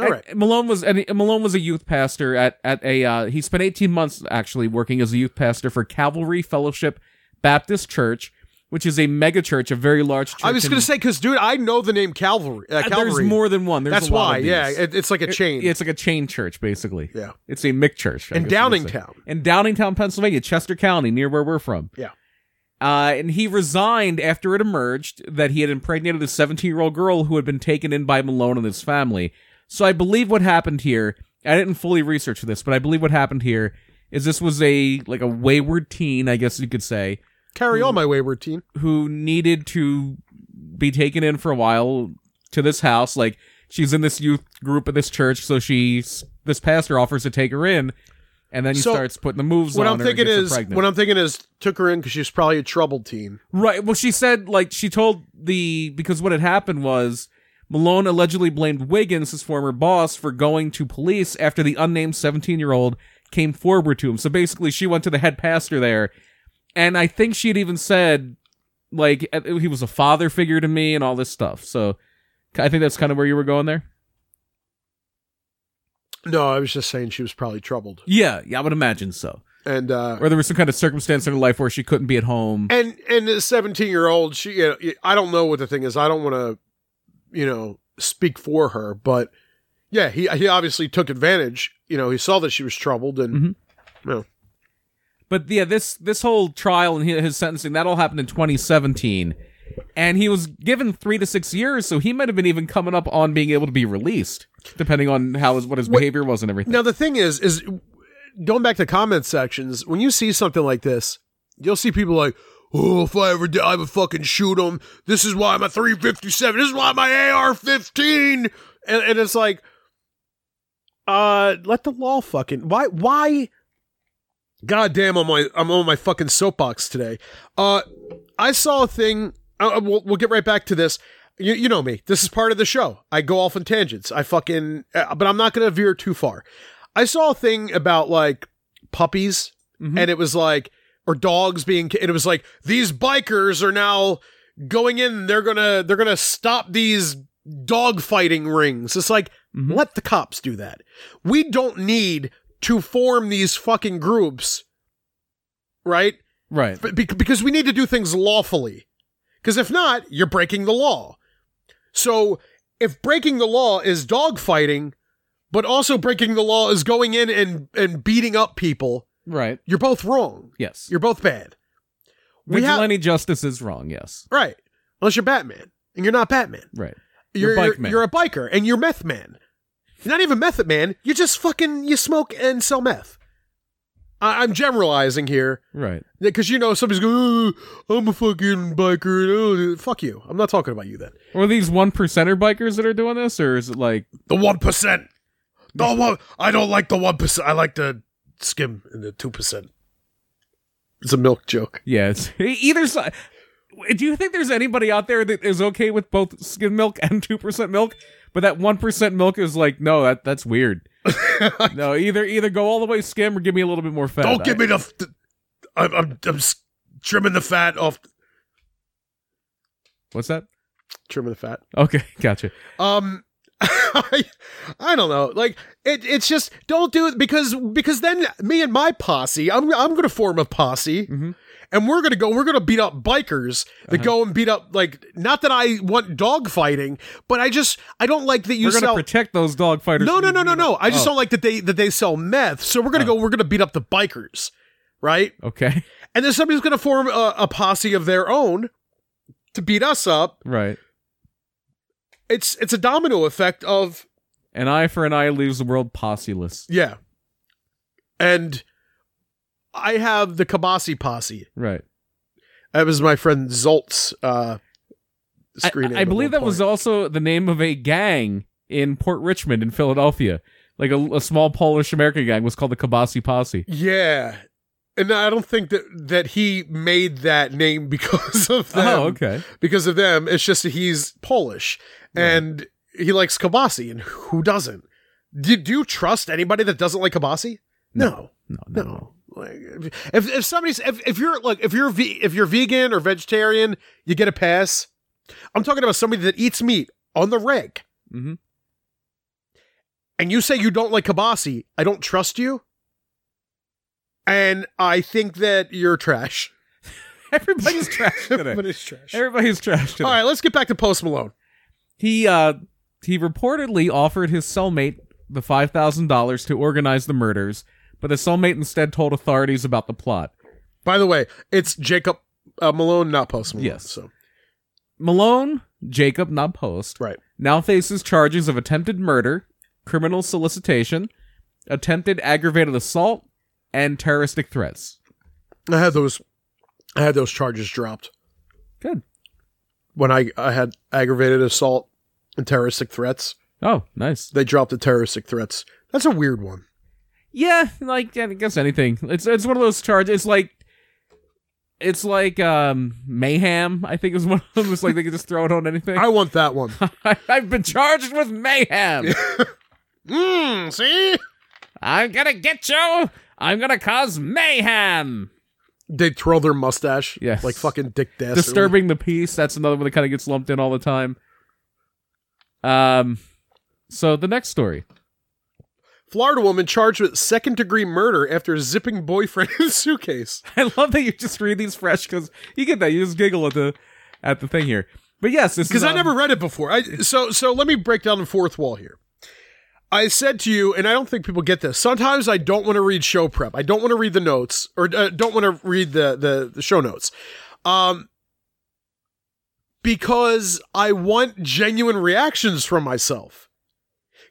Speaker 3: All right.
Speaker 2: And Malone was and Malone was a youth pastor at at a uh, he spent 18 months actually working as a youth pastor for Calvary Fellowship Baptist Church, which is a mega church, a very large church.
Speaker 3: I was
Speaker 2: in-
Speaker 3: gonna say because, dude, I know the name Calvary. Uh,
Speaker 2: Uh,
Speaker 3: Calvary.
Speaker 2: There's more than one. There's
Speaker 3: That's
Speaker 2: a lot
Speaker 3: why.
Speaker 2: of these.
Speaker 3: Yeah, it, it's like a chain.
Speaker 2: Yeah, it's like a chain church basically.
Speaker 3: yeah,
Speaker 2: It's a MIC church. I
Speaker 3: in
Speaker 2: guess you could say.
Speaker 3: Downingtown.
Speaker 2: In Downingtown, Pennsylvania, Chester County, near where we're from.
Speaker 3: Yeah.
Speaker 2: Uh, and he resigned after it emerged that he had impregnated a 17 year old girl who had been taken in by Malone and his family. So I believe what happened here, I didn't fully research this, but I believe what happened here is this was a, like a wayward teen, I guess you could say, Hmm.
Speaker 3: Carry on, my wayward teen.
Speaker 2: who needed to be taken in for a while to this house. Like she's in this youth group at this church, so she's, this pastor offers to take her in. And then he
Speaker 3: So,
Speaker 2: starts putting the moves
Speaker 3: What
Speaker 2: on
Speaker 3: I'm
Speaker 2: her and
Speaker 3: thinking
Speaker 2: gets her
Speaker 3: is,
Speaker 2: pregnant.
Speaker 3: what I'm thinking is, took her in because she was probably a troubled teen.
Speaker 2: Right. Well, she said like she told the because what had happened was Malone allegedly blamed Wiggins, his former boss, for going to police after the unnamed 17-year-old came forward to him. So basically, she went to the head pastor there, and I think she had even said like uh, he was a father figure to me and all this stuff. So I think that's kind of where you were going there.
Speaker 3: No, I was just saying she was probably troubled,
Speaker 2: Yeah, yeah, I would imagine so.
Speaker 3: and uh,
Speaker 2: Or there was some kind of circumstance in her life where she couldn't be at home.
Speaker 3: and and the seventeen year old. She, you know, I don't know what the thing is. I don't want to, you know, speak for her, but yeah, he he obviously took advantage. You know, he saw that she was troubled, and
Speaker 2: Mhm. But yeah, this this whole trial and hi- his sentencing that all happened in 2017, and he was given three to six years, so he might have been even coming up on being able to be released, depending on how his what his behavior was and everything.
Speaker 3: Now the thing is, is going back to comment sections. When you see something like this, you'll see people like, "Oh, if I ever did, I would fucking shoot him. This is why I'm a 357. This is why my AR-15." And, and it's like, uh, let the law fucking why why. God damn, I'm on my I'm on my fucking soapbox today. Uh, I saw a thing. Uh, we'll we'll get right back to this. You, you know me. This is part of the show. I go off on tangents. I fucking, uh, but I'm not gonna veer too far. I saw a thing about like puppies,
Speaker 2: Mhm.
Speaker 3: and it was like or dogs being, and it was like these bikers are now going in. They're gonna they're gonna stop these dog fighting rings. It's like
Speaker 2: Mhm.
Speaker 3: let the cops do that. We don't need to form these fucking groups, right?
Speaker 2: Right.
Speaker 3: But bec- because we need to do things lawfully. Because if not, you're breaking the law. So if breaking the law is dogfighting, but also breaking the law is going in and, and beating up people,
Speaker 2: Right.
Speaker 3: you're both wrong.
Speaker 2: Yes.
Speaker 3: You're both bad. We have-
Speaker 2: Vigilante justice is wrong. Yes.
Speaker 3: right. Unless you're Batman. And you're not Batman.
Speaker 2: Right.
Speaker 3: You're
Speaker 2: You're
Speaker 3: you're,
Speaker 2: bike man.
Speaker 3: you're a biker and you're meth man. You're not even meth man. You just fucking you smoke and sell meth. I, I'm generalizing here.
Speaker 2: Right.
Speaker 3: Because you know somebody's going, oh, I'm a fucking biker. Oh, fuck you. I'm not talking about you then.
Speaker 2: Or these one percenter bikers that are doing this, or is it like
Speaker 3: The one percent. The one. I don't like the one percent. I like the skim and the two percent. It's a milk joke.
Speaker 2: yes, E, either side? Do you think there's anybody out there that is okay with both skim milk and two percent milk, but that one percent milk is like, no, that that's weird. no, either either go all the way skim or give me a little bit more fat.
Speaker 4: Don't give me the. f- the- I'm, I'm, I'm s- trimming the fat off.
Speaker 2: What's that?
Speaker 3: Trimming the fat.
Speaker 2: Okay, gotcha.
Speaker 3: Um, I, I don't know. Like it. It's just don't do it because because then me and my posse. I'm I'm gonna form a posse,
Speaker 2: Mhm.
Speaker 3: and we're gonna go. We're gonna beat up bikers that
Speaker 2: Uh-huh.
Speaker 3: go and beat up like. Not that I want dog fighting, but I just I don't like that you
Speaker 2: We're gonna
Speaker 3: sell.
Speaker 2: protect those dog fighters.
Speaker 3: no,
Speaker 2: from
Speaker 3: no, no, no,
Speaker 2: being-
Speaker 3: no. I just
Speaker 2: Oh, Uh-huh.
Speaker 3: don't like that they that they sell meth. So we're gonna go. We're gonna beat up the bikers, right?
Speaker 2: Okay,
Speaker 3: And then somebody's gonna form a, a posse of their own to beat us up.
Speaker 2: right.
Speaker 3: It's it's a domino effect of
Speaker 2: An eye for an eye leaves the world posseless.
Speaker 3: Yeah. And I have the Kabasi posse.
Speaker 2: Right.
Speaker 3: That was my friend Zolt's uh
Speaker 2: I-
Speaker 3: screen. name
Speaker 2: I, I
Speaker 3: at
Speaker 2: believe
Speaker 3: one
Speaker 2: that was
Speaker 3: point.
Speaker 2: also the name of a gang in Port Richmond in Philadelphia. Like a, a small Polish American gang was called the Kabasi Posse.
Speaker 3: Yeah. And I don't think that that he made that name because of them.
Speaker 2: Oh, okay.
Speaker 3: Because of them. It's just that he's Polish and he likes Kabasi and who doesn't? Do, do you trust anybody that doesn't like Kabasi? no.
Speaker 2: No, no.
Speaker 3: No. Like, if if somebody's if, if you're like if you're ve- if you're vegan or vegetarian, you get a pass. I'm talking about somebody that eats meat on the reg,
Speaker 2: Mhm.
Speaker 3: and you say you don't like kibasi. I don't trust you, and I think that you're trash.
Speaker 2: Everybody's trash today.
Speaker 3: it's trash. All
Speaker 2: Everybody's trash today.
Speaker 3: right, let's get back to Post Malone.
Speaker 2: He uh he reportedly offered his cellmate the five thousand dollars to organize the murders, but the cellmate instead told authorities about the plot.
Speaker 3: By the way, it's Jacob uh, Malone, not Post Malone.
Speaker 2: Yes.
Speaker 3: So
Speaker 2: Malone, Jacob, not Post,
Speaker 3: right.
Speaker 2: now faces charges of attempted murder, criminal solicitation, attempted aggravated assault, and terroristic threats.
Speaker 3: I had those. I had those charges dropped.
Speaker 2: Good.
Speaker 3: when I, I had aggravated assault and terroristic threats.
Speaker 2: Oh, nice.
Speaker 3: They dropped the terroristic threats. That's a weird one.
Speaker 2: Yeah, like yeah, I guess anything. It's it's one of those charges. It's like it's like um mayhem. I think is one of them. It's like they can just throw it on anything.
Speaker 3: I want that one.
Speaker 2: I, I've been charged with mayhem. Hmm,
Speaker 3: Mmm, see?
Speaker 2: I'm gonna get you. I'm gonna cause mayhem.
Speaker 3: They twirl their mustache.
Speaker 2: Yes.
Speaker 3: Like fucking Dick Dastardly.
Speaker 2: Disturbing the peace. That's another one that kind of gets lumped in all the time. Um, so the next story.
Speaker 3: Florida woman charged with second degree murder after zipping boyfriend in suitcase.
Speaker 2: I love that you just read these fresh because you get that you just giggle at the at the thing here. But yes, this is,
Speaker 3: Because I
Speaker 2: um,
Speaker 3: never read it before. I so so let me break down the fourth wall here. I said to you, and I don't think people get this. Sometimes I don't want to read show prep. I don't want to read the notes, or uh, don't want to read the, the the show notes. Um, because I want genuine reactions from myself.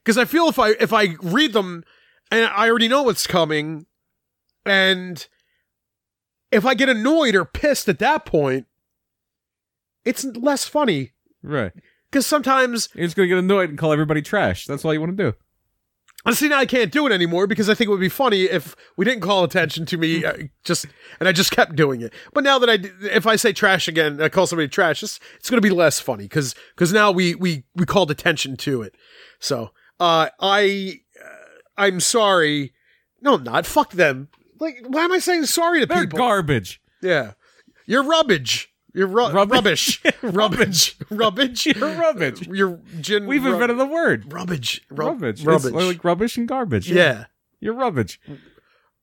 Speaker 3: Because I feel if I if I read them and I already know what's coming, and if I get annoyed or pissed at that point, it's less funny.
Speaker 2: Right.
Speaker 3: Because sometimes
Speaker 2: You're just gonna get annoyed and call everybody trash. That's all you want to do.
Speaker 3: I see now I can't do it anymore because I think it would be funny if we didn't call attention to me uh, just and I just kept doing it. But now that I d- if I say trash again, and I call somebody trash, it's, it's going to be less funny cuz cuz now we we we called attention to it. So, uh I uh, I'm sorry. No, I'm not. Fuck them. Like why am I saying sorry to
Speaker 2: They're
Speaker 3: people?
Speaker 2: garbage.
Speaker 3: yeah. You're rubbish. You're ru-
Speaker 2: Rubbish.
Speaker 3: rubbish. rubbish. rubbish.
Speaker 2: You're rubbish.
Speaker 3: You're gin-
Speaker 2: We've
Speaker 3: rub-
Speaker 2: invented the word.
Speaker 3: rubbish. Ru-
Speaker 2: Rubbish.
Speaker 3: Rubbish.
Speaker 2: It's like rubbish and garbage.
Speaker 3: yeah.
Speaker 2: You're rubbish.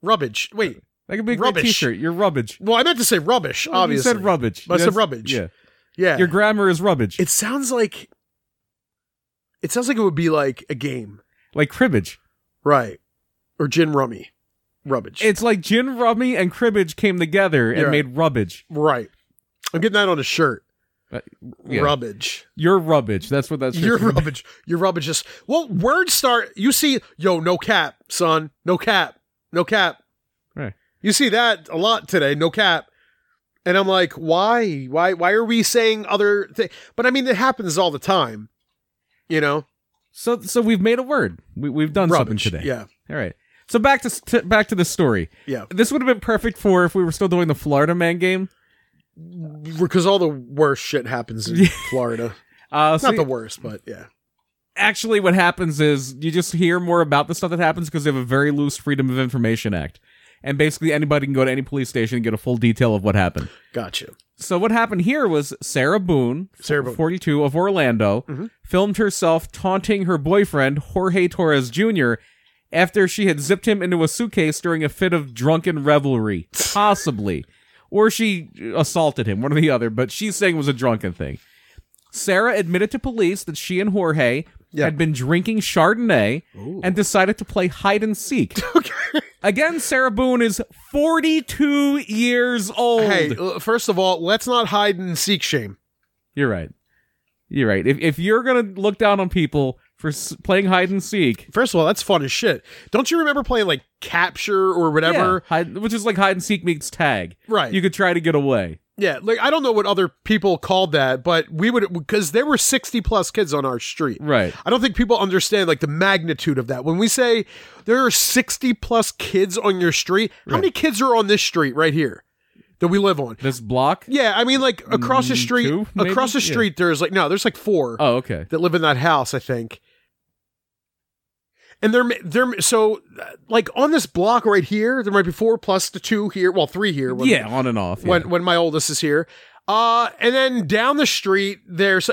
Speaker 3: Rubbish. Wait.
Speaker 2: That could be a great
Speaker 3: Rubbish.
Speaker 2: t-shirt. You're rubbish.
Speaker 3: Well, I meant to say rubbish, obviously.
Speaker 2: Oh, You said rubbish.
Speaker 3: I said
Speaker 2: That's-
Speaker 3: rubbish.
Speaker 2: Yeah.
Speaker 3: Yeah.
Speaker 2: Your grammar is rubbish.
Speaker 3: it sounds like it sounds like it would be like a game,
Speaker 2: like cribbage.
Speaker 3: right? Or gin rummy, rubbish,
Speaker 2: It's like gin rummy and cribbage came together and
Speaker 3: You're right.
Speaker 2: made rubbish.
Speaker 3: right? I'm getting that on a shirt.
Speaker 2: Uh, yeah.
Speaker 3: Rubbish.
Speaker 2: You're rubbish. That's what that's.
Speaker 3: You're rubbish. You're rubbish. Just well, words start. You see, yo, no cap, son. No cap. No cap.
Speaker 2: Right.
Speaker 3: You see that a lot today. No cap. And I'm like, why? Why? Why are we saying other things? But I mean, it happens all the time. You know,
Speaker 2: So so we've made a word. We, we've done
Speaker 3: rubbish.
Speaker 2: something today.
Speaker 3: Yeah.
Speaker 2: All right. So back to, to back to the story.
Speaker 3: Yeah.
Speaker 2: This would have been perfect for if we were still doing the Florida Man game.
Speaker 3: because all the worst shit happens in
Speaker 2: Yeah.
Speaker 3: Florida.
Speaker 2: Uh,
Speaker 3: It's
Speaker 2: so
Speaker 3: not the worst, but yeah,
Speaker 2: actually, what happens is you just hear more about the stuff that happens because they have a very loose Freedom of Information Act, and basically anybody can go to any police station and get a full detail of what happened.
Speaker 3: gotcha.
Speaker 2: So what happened here was Sarah Boone,
Speaker 3: Sarah Boone.
Speaker 2: 42 of Orlando,
Speaker 3: Mhm.
Speaker 2: filmed herself taunting her boyfriend Jorge Torres Jr. after she had zipped him into a suitcase during a fit of drunken revelry, possibly, or she assaulted him, one or the other, but she's saying it was a drunken thing. Sarah admitted to police that she and Jorge
Speaker 3: Yeah.
Speaker 2: had been drinking Chardonnay and decided to play hide and seek. Again, Sarah Boone is 42 years old.
Speaker 3: Hey, l- first of all, let's not hide and seek shame.
Speaker 2: You're right. You're right. If if you're gonna look down on people for s- playing hide and seek,
Speaker 3: First of all, that's fun as shit. Don't you remember playing like capture or whatever?
Speaker 2: yeah, hide, which is like hide and seek meets tag,
Speaker 3: Right.
Speaker 2: you could try to get away.
Speaker 3: yeah, like I don't know what other people called that, but we would because there were sixty plus kids on our street.
Speaker 2: Right.
Speaker 3: I don't think people understand like the magnitude of that. When we say there are sixty plus kids on your street, how many kids are on this street right here that we live on?
Speaker 2: This block.
Speaker 3: Yeah, I mean, like across the
Speaker 2: Mm,
Speaker 3: street,
Speaker 2: two, maybe?
Speaker 3: across the
Speaker 2: Yeah.
Speaker 3: street, there's like no, there's like four
Speaker 2: Oh, okay.
Speaker 3: that live in that house, I think. And they're they're so uh, like on this block right here, there might be four plus the two here, well three here. When,
Speaker 2: yeah, on and off. yeah.
Speaker 3: when when my oldest is here, uh, and then down the street there's.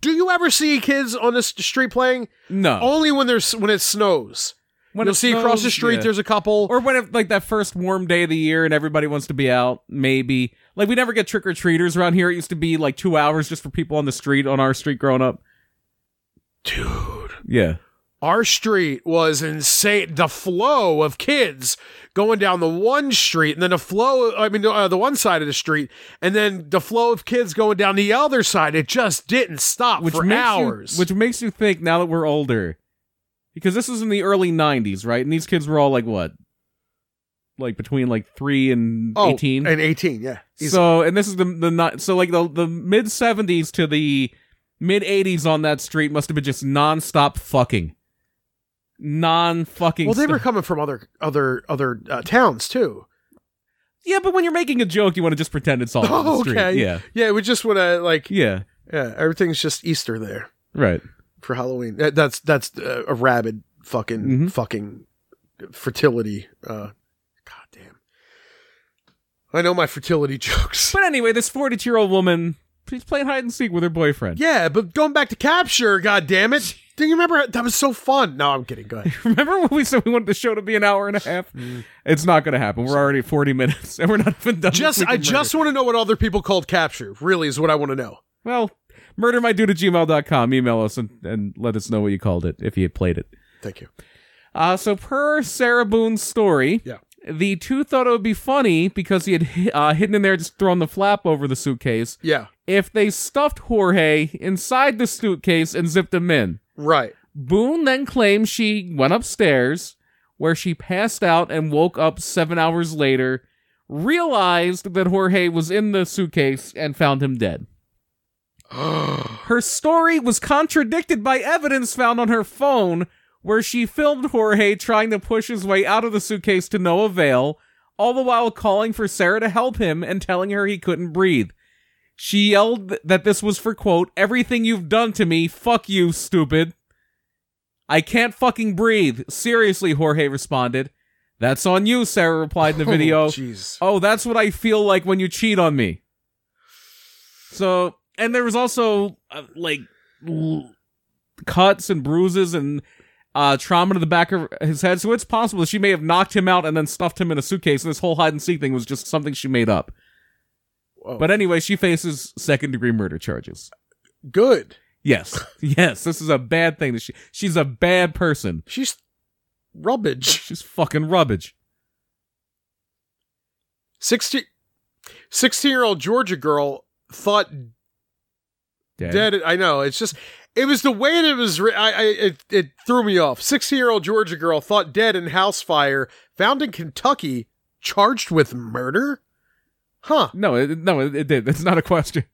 Speaker 3: Do you ever see kids on this street playing?
Speaker 2: no,
Speaker 3: Only when there's when it snows.
Speaker 2: when
Speaker 3: Oh, You'll
Speaker 2: it
Speaker 3: see across the
Speaker 2: snows,
Speaker 3: street
Speaker 2: yeah.
Speaker 3: there's a couple.
Speaker 2: or when it, like that first warm day of the year and everybody wants to be out. Maybe like we never get trick or treaters around here. It used to be like two hours just for people on the street on our street growing up.
Speaker 3: Dude,
Speaker 2: Yeah.
Speaker 3: our street was insane. The flow of kids going down the one street, and then the flow, I mean, uh, the one side of the street, and then the flow of kids going down the other side. It just didn't stop
Speaker 2: which
Speaker 3: Uh, for
Speaker 2: makes you-
Speaker 3: hours.
Speaker 2: which makes you think now that we're older, because this was in the early '90s, right? And these kids were all like what, like between like three and
Speaker 3: oh,
Speaker 2: eighteen.
Speaker 3: And 18, yeah. Easy.
Speaker 2: so, and this is the the not so like the the mid '70s to the mid '80s on that street must have been just nonstop fucking, non fucking.
Speaker 3: well, they were coming from other other other uh, towns too.
Speaker 2: yeah, but when you're making a joke, you want to just pretend it's all on the
Speaker 3: Oh,
Speaker 2: street.
Speaker 3: okay.
Speaker 2: Yeah,
Speaker 3: Yeah, we just want to like
Speaker 2: yeah,
Speaker 3: yeah, everything's just Easter there
Speaker 2: right.
Speaker 3: for Halloween. That, that's that's uh, a rabid fucking
Speaker 2: Mhm.
Speaker 3: fucking fertility. Uh, God damn. I know my fertility jokes.
Speaker 2: But anyway, this 42 year old woman, she's playing hide and seek with her boyfriend.
Speaker 3: Yeah, but going back to capture, god damn it. Do you remember how- that was so fun? No, I'm kidding. Go ahead.
Speaker 2: Remember when we said we wanted the show to be an hour and a half?
Speaker 3: Mm.
Speaker 2: It's not going to happen. We're already at 40 minutes and we're not even done. with
Speaker 3: Just
Speaker 2: Week in
Speaker 3: I
Speaker 2: Murder.
Speaker 3: just want to know what other people called capture. Really is what I want to know.
Speaker 2: Well, murdermydude at gmail.com. Email us and, and let us know what you called it if you played it.
Speaker 3: Thank you.
Speaker 2: Uh, so, per Sarah Boone's story,
Speaker 3: Yeah.
Speaker 2: the two thought it would be funny because he had hi- uh, hidden in there just thrown the flap over the suitcase
Speaker 3: Yeah.
Speaker 2: if they stuffed Jorge inside the suitcase and zipped him in.
Speaker 3: Right.
Speaker 2: Boone then claims she went upstairs, where she passed out and woke up seven hours later, realized that Jorge was in the suitcase, and found him dead. Her story was contradicted by evidence found on her phone, where she filmed Jorge trying to push his way out of the suitcase to no avail, all the while calling for Sarah to help him and telling her he couldn't breathe. She yelled that this was for, quote, everything you've done to me, fuck you, stupid. I can't fucking breathe. Seriously, Jorge responded. That's on you, Sarah replied in the video.
Speaker 3: Oh, Jeez.
Speaker 2: Oh, that's what I feel like when you cheat on me. So, and there was also uh, like l- cuts and bruises and uh, trauma to the back of his head. So it's possible that she may have knocked him out and then stuffed him in a suitcase. And this whole hide and seek thing was just something she made up.
Speaker 3: Whoa.
Speaker 2: But anyway, she faces second degree murder charges.
Speaker 3: good.
Speaker 2: Yes, yes, this is a bad thing. That she she's a bad person.
Speaker 3: She's rubbish.
Speaker 2: She's fucking rubbish.
Speaker 3: 16 year old Georgia girl thought
Speaker 2: Dead.
Speaker 3: dead. I know. It's just it was the way that it was. Re- I, I it, it threw me off. Sixteen year old Georgia girl thought dead in house fire, found in Kentucky, charged with murder. Huh.
Speaker 2: No, it, no, it, it did. That's not a question.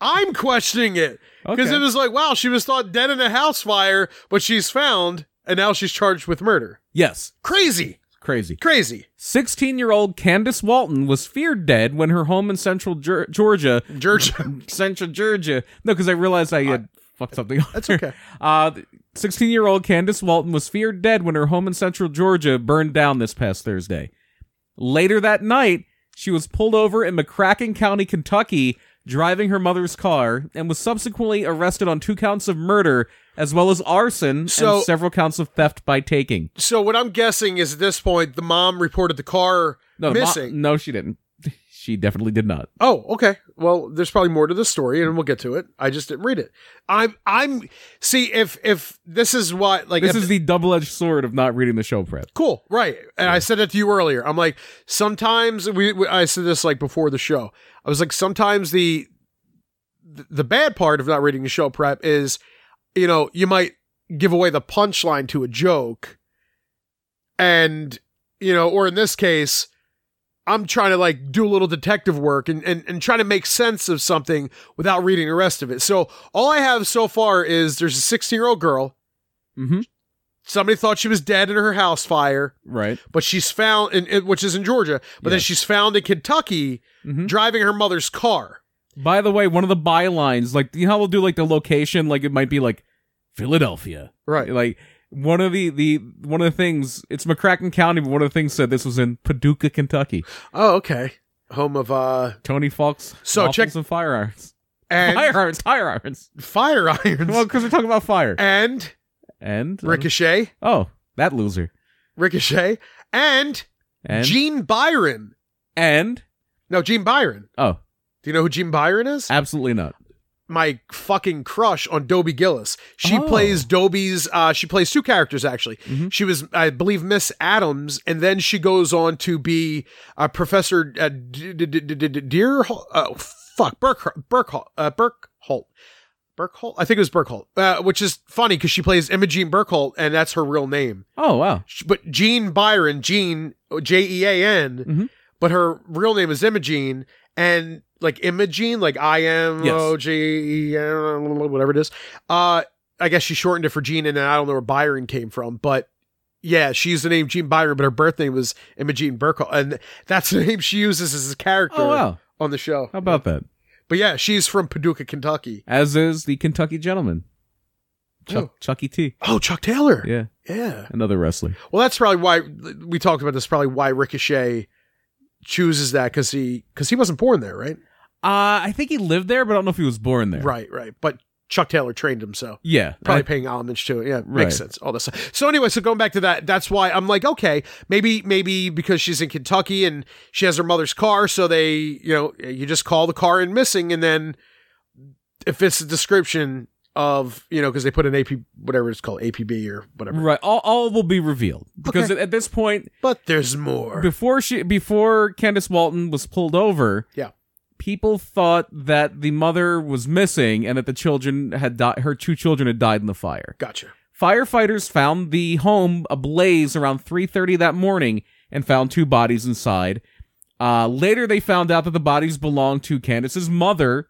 Speaker 3: I'm questioning it because
Speaker 2: Okay.
Speaker 3: it was like, wow, she was thought dead in a house fire, but she's found and now she's charged with murder.
Speaker 2: yes,
Speaker 3: Crazy,
Speaker 2: crazy.
Speaker 3: crazy.
Speaker 2: 16 year old Candace Walton was feared dead when her home in central Ger- Georgia,
Speaker 3: Georgia.
Speaker 2: central Georgia, no, because I realized I had fucked something up.
Speaker 3: That's okay.
Speaker 2: Uh, 16 year old Candace Walton was feared dead when her home in central Georgia burned down this past Thursday. Later that night, she was pulled over in McCracken County, Kentucky, driving her mother's car, and was subsequently arrested on two counts of murder, as well as arson
Speaker 3: So-
Speaker 2: and several counts of theft by taking.
Speaker 3: So what I'm guessing is at this point the mom reported the car
Speaker 2: No, the mo-
Speaker 3: missing.
Speaker 2: no, she didn't. She definitely did not.
Speaker 3: Oh, okay. Well, there's probably more to this story, and we'll get to it. I just didn't read it. I'm, I'm. See, if if this is what like
Speaker 2: This
Speaker 3: if-
Speaker 2: is the double edged sword of not reading the show prep.
Speaker 3: cool, right? And I said that to you earlier. I'm like, sometimes we, we. I said this like before the show. I was like, sometimes the the bad part of not reading the show prep is, you know, you might give away the punchline to a joke, and you know, or in this case, I'm trying to like do a little detective work and, and, and try to make sense of something without reading the rest of it. So all I have so far is there's a 16 year old girl. Mm-hmm.
Speaker 2: Mhm.
Speaker 3: Somebody thought she was dead in her house fire,
Speaker 2: Right.
Speaker 3: but she's found, in, in- which is in Georgia, but then
Speaker 2: Yes.
Speaker 3: she's found in Kentucky
Speaker 2: Mhm.
Speaker 3: driving her mother's car.
Speaker 2: By the way, one of the bylines, like, you know how we'll do, like, the location? Like, it might be, like, Philadelphia.
Speaker 3: Right.
Speaker 2: Like, one of the, the one of the things, it's McCracken County, but one of the things said this was in Paducah, Kentucky.
Speaker 3: Oh, okay. Home of, uh,
Speaker 2: Tony Fox,
Speaker 3: So
Speaker 2: waffles
Speaker 3: check-
Speaker 2: and fire irons.
Speaker 3: and
Speaker 2: Fire irons, tire irons.
Speaker 3: fire irons.
Speaker 2: Well, um, because we're talking about fire.
Speaker 3: and
Speaker 2: And,
Speaker 3: Ricochet.
Speaker 2: oh, that loser.
Speaker 3: Ricochet. And,
Speaker 2: And,
Speaker 3: Gene Byron.
Speaker 2: and,
Speaker 3: No, Gene Byron.
Speaker 2: oh,
Speaker 3: Do you know who Gene Byron is?
Speaker 2: absolutely not.
Speaker 3: my fucking crush on Dobie Gillis. She
Speaker 2: Oh.
Speaker 3: plays Dobie's. Uh, she plays two characters actually.
Speaker 2: Mhm.
Speaker 3: She was, I believe, Miss Adams, and then she goes on to be uh, Professor uh, D- D- D- D- D- D- Deer. Oh fuck, Burke Burke uh, Burkholt. Burkholt, I think it was Burkholt, uh, which is funny because she plays Imogene Burkholt, and that's her real name.
Speaker 2: Oh, wow.
Speaker 3: Sh- But Jean Byron, Jean J E A N,
Speaker 2: Mhm.
Speaker 3: but her real name is Imogene, and like Imogene, like I M O G E N, whatever it is. Uh, I guess she shortened it for Jean, and then I don't know where Byron came from, but yeah, she used the name Jean Byron, but her birth name was Imogene Burkle, and that's the name she uses as a character
Speaker 2: Oh, wow.
Speaker 3: on the show.
Speaker 2: How about that?
Speaker 3: But yeah, she's from Paducah, Kentucky.
Speaker 2: As is the Kentucky gentleman, Chuck,
Speaker 3: Oh.
Speaker 2: Chucky T.
Speaker 3: Oh, Chuck Taylor.
Speaker 2: Yeah,
Speaker 3: yeah.
Speaker 2: another wrestler.
Speaker 3: Well, that's probably why we talked about this. Probably why Ricochet chooses that because he because he wasn't born there, right?
Speaker 2: Uh, I think he lived there, but I don't know if he was born there.
Speaker 3: Right, right. But Chuck Taylor trained him, so
Speaker 2: Yeah.
Speaker 3: probably
Speaker 2: I-
Speaker 3: paying homage to it. Yeah,
Speaker 2: Right.
Speaker 3: makes sense. All this. Stuff. So anyway, so going back to that, that's why I'm like, okay, maybe maybe because she's in Kentucky and she has her mother's car, so they you know you just call the car in missing, and then if it's a description of you know because they put an AP whatever it's called APB or whatever,
Speaker 2: right. All, all will be revealed because at, at this point,
Speaker 3: but there's more.
Speaker 2: before she, before Candace Walton was pulled over,
Speaker 3: Yeah.
Speaker 2: people thought that the mother was missing and that the children had died. Her two children had died in the fire.
Speaker 3: Gotcha.
Speaker 2: Firefighters found the home ablaze around 3:30 that morning and found two bodies inside. Uh, later, they found out that the bodies belonged to Candace's mother,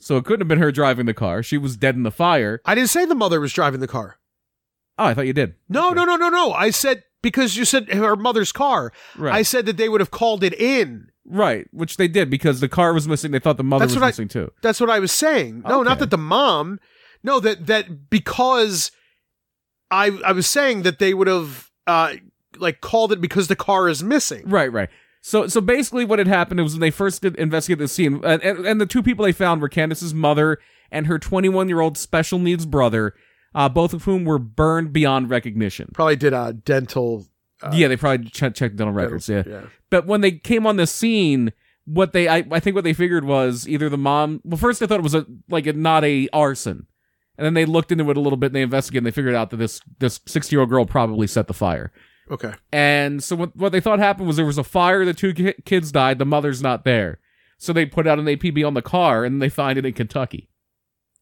Speaker 2: so it couldn't have been her driving the car. She was dead in the fire.
Speaker 3: I didn't say the mother was driving the car.
Speaker 2: Oh, I thought you did.
Speaker 3: No, no, no, no, no. I said because you said her mother's car.
Speaker 2: Right,
Speaker 3: I said that they would have called it in.
Speaker 2: right, which they did because the car was missing. They thought the mother
Speaker 3: That's
Speaker 2: was
Speaker 3: what I-
Speaker 2: missing too.
Speaker 3: That's what I was saying. No, not
Speaker 2: Okay.
Speaker 3: that the mom. No, that that because I I was saying that they would have uh like called it because the car is missing.
Speaker 2: Right, right. So, so basically, what had happened was when they first did investigate the scene, and, and, and the two people they found were Candace's mother and her 21 year old special needs brother, uh, both of whom were burned beyond recognition.
Speaker 3: Probably did a dental. Uh,
Speaker 2: yeah, they probably che- checked dental records. Yeah. but when they came on the scene, what they I, I think what they figured was either the mom. Well, first they thought it was a like a, not a arson, and then they looked into it a little bit and they investigated. and They figured out that this this 60 year old girl probably set the fire.
Speaker 3: Okay.
Speaker 2: And so what, what they thought happened was there was a fire, the two ki- kids died, the mother's not there. So they put out an APB on the car and they find it in Kentucky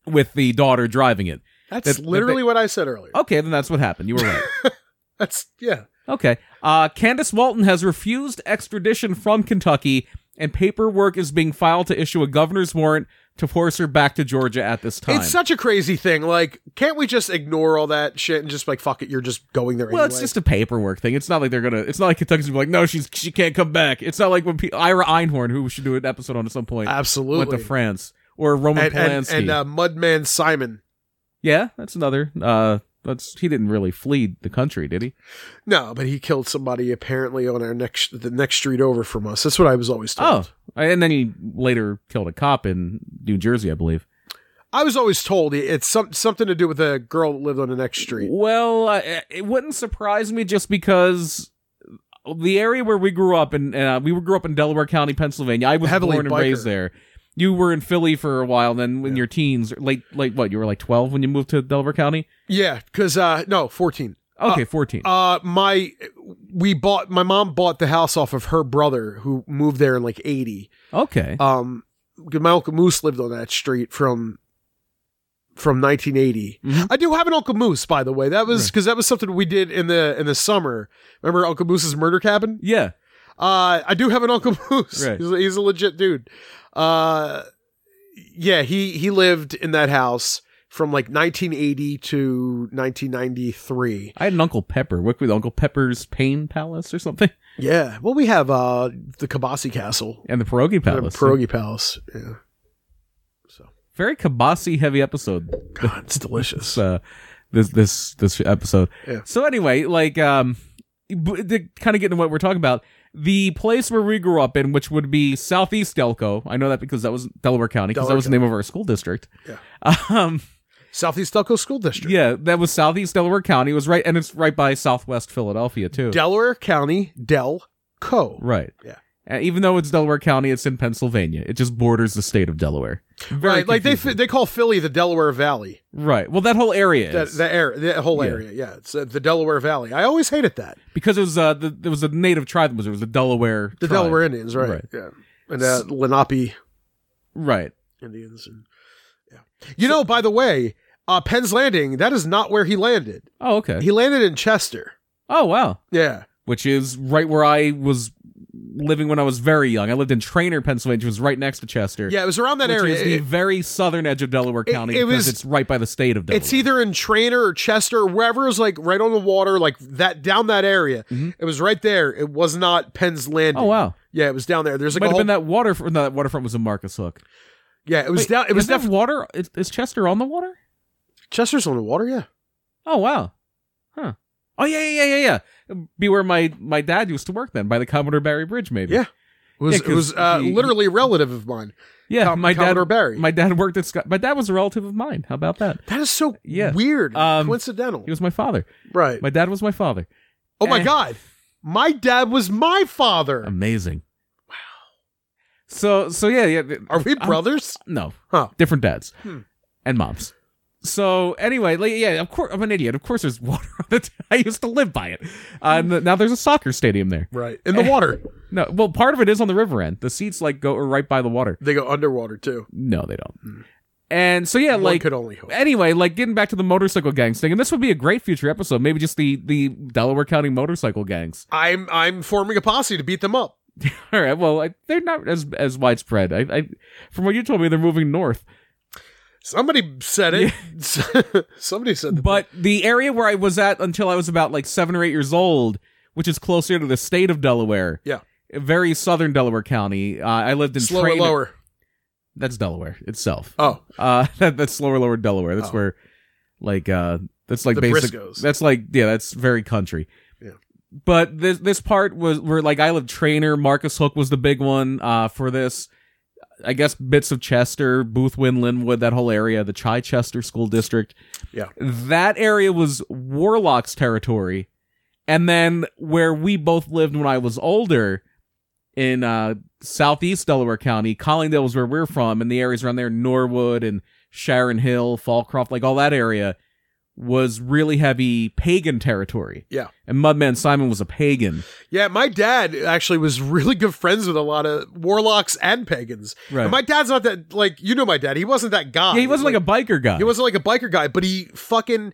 Speaker 2: with the daughter driving it.
Speaker 3: That's
Speaker 2: That- that
Speaker 3: literally
Speaker 2: they-
Speaker 3: what I said earlier.
Speaker 2: Okay, then that's what happened. You were right.
Speaker 3: That's yeah.
Speaker 2: okay. Uh, Candace Walton has refused extradition from Kentucky and paperwork is being filed to issue a governor's warrant to force her back to Georgia at this time.
Speaker 3: It's such a crazy thing. Like, can't we just ignore all that shit and just like fuck it? You're just going there.
Speaker 2: well,
Speaker 3: anyway.
Speaker 2: it's just a paperwork thing. It's not like they're gonna. It's not like Kentucky's gonna be like, no, she's she can't come back. It's not like when pe- Ira Einhorn, who we should do an episode on at some point,
Speaker 3: absolutely
Speaker 2: went to France or Roman
Speaker 3: and, and,
Speaker 2: Polanski.
Speaker 3: and uh, Mudman Simon.
Speaker 2: yeah, that's another. Uh, that's he didn't really flee the country, did he?
Speaker 3: No, but he killed somebody apparently on our next the next street over from us. That's what I was always told.
Speaker 2: Oh, and then he later killed a cop in New Jersey, I believe.
Speaker 3: I was always told it- it's some, something to do with a girl that lived on the next street.
Speaker 2: Well, I, it wouldn't surprise me just because the area where we grew up in uh, we grew up in Delaware County, Pennsylvania. I was
Speaker 3: Heavily
Speaker 2: born and
Speaker 3: biker.
Speaker 2: raised there. You were in Philly for a while, and then when
Speaker 3: Yeah.
Speaker 2: your teens, late, late, what? You were like twelve when you moved to Delaware County.
Speaker 3: Yeah, because uh, no, fourteen.
Speaker 2: Okay, fourteen.
Speaker 3: Uh, my we bought my mom bought the house off of her brother who moved there in like eighty.
Speaker 2: okay,
Speaker 3: Um, 'cause my uncle Moose lived on that street from from 1980.
Speaker 2: Mhm.
Speaker 3: I do have an Uncle Moose, by the way. That was
Speaker 2: Right.
Speaker 3: because that was something we did in the in the summer. Remember Uncle Moose's murder cabin?
Speaker 2: yeah,
Speaker 3: Uh, I do have an Uncle Moose.
Speaker 2: Right.
Speaker 3: He's, a- he's a legit dude. Uh, yeah, he he lived in that house from like 1980 to 1993.
Speaker 2: I had an Uncle Pepper. What with Uncle Pepper's Pain Palace or something?
Speaker 3: Yeah. Well, we have uh the Kabasi Castle,
Speaker 2: And the Pierogi
Speaker 3: the
Speaker 2: Palace.
Speaker 3: Pierogi Palace. Yeah.
Speaker 2: Very kabasi heavy episode.
Speaker 3: God, it's delicious.
Speaker 2: This uh, this this this episode.
Speaker 3: Yeah.
Speaker 2: So anyway, like um, b- to kind of get into what we're talking about, the place where we grew up in, which would be Southeast Delco. I know that because that was Delaware County, because that
Speaker 3: Delaware
Speaker 2: was the name of our school district.
Speaker 3: Yeah.
Speaker 2: Um.
Speaker 3: Southeast Delco School District.
Speaker 2: Yeah, that was Southeast Delaware County. It was right, and it's right by Southwest Philadelphia too.
Speaker 3: Delaware County, Del Co.
Speaker 2: right.
Speaker 3: Yeah.
Speaker 2: Uh, even though it's Delaware County, it's in Pennsylvania. It just borders the state of Delaware. Very
Speaker 3: right, like they
Speaker 2: confusing.
Speaker 3: fi- they call Philly the Delaware Valley.
Speaker 2: Right. Well, that whole area
Speaker 3: That
Speaker 2: is.
Speaker 3: the area, the whole
Speaker 2: Yeah.
Speaker 3: area. Yeah, it's uh, the Delaware Valley. I always hated that.
Speaker 2: because it was uh, the, there was a native tribe that was there It was the Delaware
Speaker 3: The
Speaker 2: tribe.
Speaker 3: Delaware Indians, right?
Speaker 2: Right.
Speaker 3: Yeah, and uh, Lenape
Speaker 2: right
Speaker 3: Indians. And, yeah, you know. By the way, uh, Penn's Landing. That is not where he landed.
Speaker 2: oh okay
Speaker 3: He landed in Chester.
Speaker 2: oh wow
Speaker 3: Yeah,
Speaker 2: which is right where I was living when I was very young I lived in Trainer Pennsylvania which was right next to Chester
Speaker 3: yeah. It was around that
Speaker 2: which
Speaker 3: area.
Speaker 2: is the
Speaker 3: It-
Speaker 2: very southern edge of Delaware
Speaker 3: it-
Speaker 2: County
Speaker 3: it
Speaker 2: because
Speaker 3: was-
Speaker 2: it's right by the state of Delaware
Speaker 3: it's either in Trainer or Chester or wherever is like right on the water, like that down that area.
Speaker 2: Mhm.
Speaker 3: It was right there. It was not Penn's Landing.
Speaker 2: oh wow
Speaker 3: Yeah, it was down there. There's
Speaker 2: it
Speaker 3: like
Speaker 2: might
Speaker 3: a
Speaker 2: have
Speaker 3: whole,
Speaker 2: been that water no, that waterfront was in Marcus Hook
Speaker 3: yeah. It was
Speaker 2: Wait,
Speaker 3: down. It was
Speaker 2: is that
Speaker 3: definitely
Speaker 2: water is, is Chester on the water
Speaker 3: Chester's on the water. Yeah.
Speaker 2: oh wow huh oh yeah yeah yeah yeah yeah be where my my dad used to work then by the Commodore Barry Bridge maybe
Speaker 3: Yeah. It was
Speaker 2: Yeah,
Speaker 3: it
Speaker 2: 'cause
Speaker 3: was uh,
Speaker 2: he-
Speaker 3: literally a relative of mine.
Speaker 2: yeah
Speaker 3: Com-
Speaker 2: my dad
Speaker 3: Commodore Barry.
Speaker 2: my dad worked at Scott my dad was a relative of mine how about that
Speaker 3: That is so
Speaker 2: Yeah.
Speaker 3: weird,
Speaker 2: Um,
Speaker 3: coincidental,
Speaker 2: He was my father.
Speaker 3: right?
Speaker 2: My dad was my father.
Speaker 3: oh my
Speaker 2: eh. Um,
Speaker 3: god, my dad was my father.
Speaker 2: Amazing. Wow. So so yeah yeah. th-
Speaker 3: Are we
Speaker 2: I'm- um,
Speaker 3: brothers?
Speaker 2: no.
Speaker 3: Huh.
Speaker 2: Different dads
Speaker 3: Hmm.
Speaker 2: and moms. So anyway, like, yeah, of course I'm an idiot. Of course there's water on the. T- I used to live by it. Uh, and now there's a soccer stadium there.
Speaker 3: Right. In the
Speaker 2: eh.
Speaker 3: water.
Speaker 2: No, well, part of it is on the river end. The seats like go right by the water.
Speaker 3: They go underwater too.
Speaker 2: No, they don't. And so yeah,
Speaker 3: One
Speaker 2: like
Speaker 3: Hmm.
Speaker 2: eh.
Speaker 3: could only hope.
Speaker 2: anyway, like getting back to the motorcycle gangs thing, and this would be a great future episode. Maybe just the the Delaware County motorcycle gangs.
Speaker 3: I'm I'm forming a posse to beat them up.
Speaker 2: All right, well, I, they're not as as widespread. I, I from what you told me, they're moving north.
Speaker 3: Somebody said it. Somebody said the
Speaker 2: But the area where I was at until I was about like seven or eight years old, which is closer to the state of Delaware.
Speaker 3: Yeah.
Speaker 2: Very southern Delaware County. Uh, I lived in
Speaker 3: slower
Speaker 2: Train-
Speaker 3: lower.
Speaker 2: That's Delaware itself.
Speaker 3: Oh,
Speaker 2: Uh, that, that's lower, lower Delaware. That's
Speaker 3: Oh.
Speaker 2: where, like, uh, that's like
Speaker 3: The
Speaker 2: basic. eh.
Speaker 3: Briscoes.
Speaker 2: That's like, yeah, that's very country.
Speaker 3: Yeah.
Speaker 2: But this this part was where like I love Trainer, Marcus Hook was the big one uh, for this. I guess bits of Chester, Boothwyn, Linwood, that whole area, the Chichester School District.
Speaker 3: Yeah.
Speaker 2: that area was Warlock's territory, and then where we both lived when I was older, in uh, southeast Delaware County, Collingdale was where we're from, and the areas around there, Norwood and Sharon Hill, Fallcroft, like all that area, was really heavy pagan territory.
Speaker 3: Yeah.
Speaker 2: And Mudman Simon was a pagan.
Speaker 3: yeah. My dad actually was really good friends with a lot of warlocks and pagans.
Speaker 2: Right.
Speaker 3: And my dad's not that like you know my dad. He wasn't that guy.
Speaker 2: yeah, he wasn't like, a biker guy.
Speaker 3: he wasn't like a biker guy, but he fucking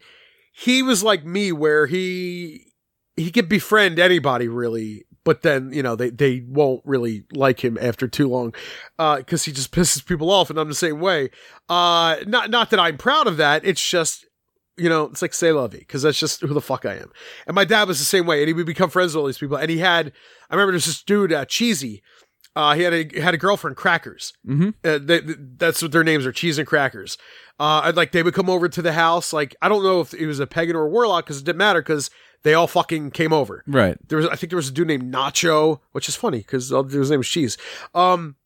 Speaker 3: he was like me where he he could befriend anybody really, but then you know they they won't really like him after too long because he just pisses people off, and I'm the same way. Uh, not not that I'm proud of that. It's just. You know, it's like say lovey, because that's just who the fuck I am. And my dad was the same way, and he would become friends with all these people. And he had, I remember there's this dude, uh, Cheesy. Uh, he had a had a girlfriend, Crackers,
Speaker 2: hmm
Speaker 3: uh, they, th- that's what their names are cheese and crackers uh and, like they would come over to the house like i don't know if it was a pagan or a warlock because it didn't matter because they all fucking came over
Speaker 2: Right.
Speaker 3: there was i think there was a dude named nacho which is funny because his name was cheese um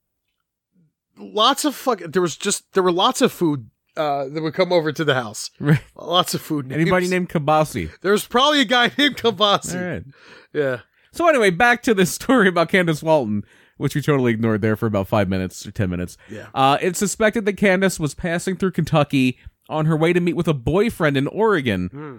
Speaker 3: lots of fuck there was just there were lots of food uh that would come over to the house
Speaker 2: Right.
Speaker 3: lots of food names.
Speaker 2: Anybody named Kabasi?
Speaker 3: there was probably a guy named
Speaker 2: All
Speaker 3: kabasi
Speaker 2: right.
Speaker 3: yeah
Speaker 2: So anyway, back to this story about Candace Walton, which we totally ignored there for about five minutes or ten minutes.
Speaker 3: Yeah.
Speaker 2: Uh, it's suspected that Candace was passing through Kentucky on her way to meet with a boyfriend in Oregon
Speaker 3: Hmm.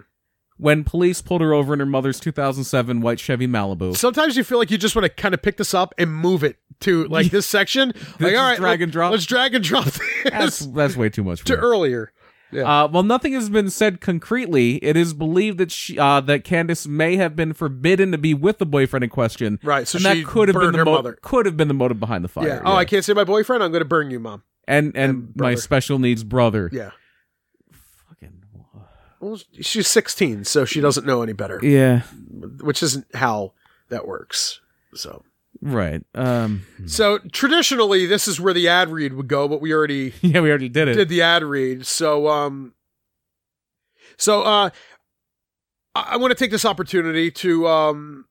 Speaker 2: when police pulled her over in her mother's 2007 white Chevy Malibu.
Speaker 3: Sometimes you feel like you just want to kind of pick this up and move it to like this section. Like,
Speaker 2: Just
Speaker 3: all right,
Speaker 2: drag
Speaker 3: let-
Speaker 2: and drop.
Speaker 3: Let's drag and drop
Speaker 2: That's
Speaker 3: this
Speaker 2: that's way too much. For
Speaker 3: to
Speaker 2: her.
Speaker 3: earlier.
Speaker 2: Uh, while nothing has been said concretely, it is believed that she, uh, that Candace may have been forbidden to be with the boyfriend in question.
Speaker 3: Right, so
Speaker 2: and
Speaker 3: she
Speaker 2: that could have been
Speaker 3: burned
Speaker 2: the
Speaker 3: her
Speaker 2: mo-
Speaker 3: mother.
Speaker 2: could have been the motive behind the fire.
Speaker 3: yeah. Oh, I can't say my boyfriend. I'm going to burn you, mom.
Speaker 2: and and,
Speaker 3: and
Speaker 2: my
Speaker 3: brother.
Speaker 2: special needs brother.
Speaker 3: Yeah.
Speaker 2: Fucking-
Speaker 3: Well, she's 16, so she doesn't know any better,
Speaker 2: yeah.
Speaker 3: which isn't how that works. So,
Speaker 2: Right. Um.
Speaker 3: so traditionally, this is where the ad read would go, but we already
Speaker 2: Yeah, we already did it.
Speaker 3: did the ad read. So um so uh I, I want to take this opportunity to um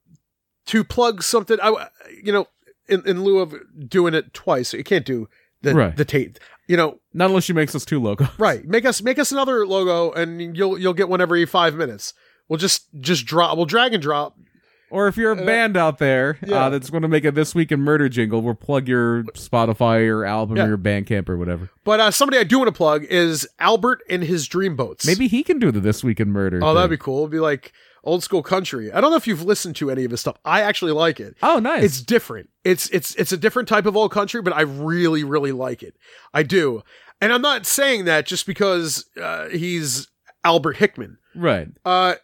Speaker 3: to plug something I you know in, in lieu of doing it twice. You can't do the
Speaker 2: Right.
Speaker 3: the tape. You know,
Speaker 2: Not unless she makes us two loco.
Speaker 3: right. Make us make us another logo and you'll you'll get one every 5 minutes. We'll just just drop we'll drag and drop
Speaker 2: Or if you're a
Speaker 3: Uh,
Speaker 2: band out there
Speaker 3: yeah.
Speaker 2: uh, that's going to make a This Week in Murder jingle, we'll plug your Spotify or album
Speaker 3: Yeah.
Speaker 2: or your Bandcamp or whatever.
Speaker 3: But uh somebody I do want to plug is Albert and his dreamboats.
Speaker 2: Maybe he can do the This Week in Murder.
Speaker 3: Oh, that'd
Speaker 2: thing.
Speaker 3: be cool. It'd be like old school country. I don't know if you've listened to any of his stuff. I actually like it.
Speaker 2: Oh, nice.
Speaker 3: it's different. It's it's it's a different type of old country, but I really really like it. I do, and I'm not saying that just because uh, he's Albert Hickman.
Speaker 2: right.
Speaker 3: Uh,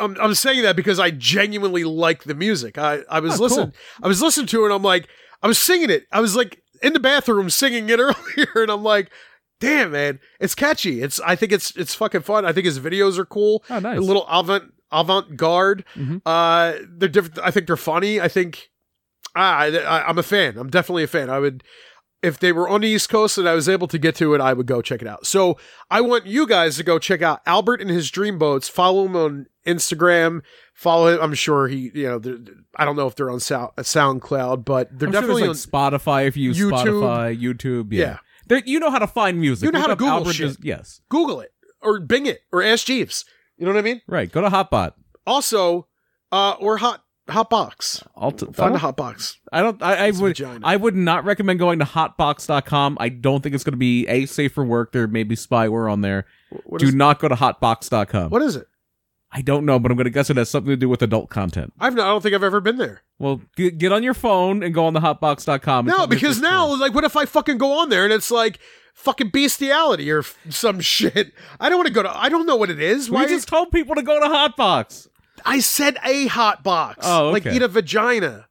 Speaker 3: I'm I'm saying that because I genuinely like the music. I I was
Speaker 2: Oh, cool.
Speaker 3: listening. I was listening to it. and I'm like I was singing it. I was like in the bathroom singing it earlier, and I'm like. Damn man, it's catchy. It's I think it's it's fucking fun. I think his videos are cool
Speaker 2: Oh, nice.
Speaker 3: a little avant avant garde.
Speaker 2: Mhm.
Speaker 3: Uh, they're different. I think they're funny. I think I, I I'm a fan. I'm definitely a fan. I would if they were on the East Coast and I was able to get to it, I would go check it out. So I want you guys to go check out Albert and his Dreamboats. Follow him on Instagram. Follow him. I'm sure he, you know, they're- I don't know if they're on Sou- uh, SoundCloud, but they're
Speaker 2: I'm sure there's,
Speaker 3: definitely on.
Speaker 2: like Spotify if you use
Speaker 3: YouTube.
Speaker 2: Spotify, YouTube. Yeah.
Speaker 3: Yeah.
Speaker 2: There, you know how to find music.
Speaker 3: You know
Speaker 2: Look
Speaker 3: how to
Speaker 2: up
Speaker 3: Google
Speaker 2: Albert
Speaker 3: shit.
Speaker 2: Is- yes.
Speaker 3: Google it or Bing it or ask Jeeves. You know what I mean?
Speaker 2: Right. Go to Hotbot.
Speaker 3: Also, uh, or hot Hotbox.
Speaker 2: I'll t-
Speaker 3: Find a
Speaker 2: I'll-
Speaker 3: Hotbox.
Speaker 2: I don't. I, I
Speaker 3: It's
Speaker 2: would.
Speaker 3: vagina.
Speaker 2: I would not recommend going to hotbox.com. I don't think it's going to be a safe for work. There may be spyware on there.
Speaker 3: What
Speaker 2: Do
Speaker 3: is,
Speaker 2: not go to hotbox.com.
Speaker 3: what is it?
Speaker 2: I don't know, but I'm going to guess it has something to do with adult content.
Speaker 3: I've not, I don't think I've ever been there.
Speaker 2: Well, g- get on your phone and go on the hotbox.com. and
Speaker 3: No,
Speaker 2: tell me if
Speaker 3: because
Speaker 2: it's
Speaker 3: now,
Speaker 2: true.
Speaker 3: like, what if I fucking go on there and it's like fucking bestiality or f- some shit? I don't want to go to. I don't know what it is. Why?
Speaker 2: we just told people to go to Hotbox.
Speaker 3: I said a hot box.
Speaker 2: Oh,
Speaker 3: like
Speaker 2: okay.
Speaker 3: eat a vagina.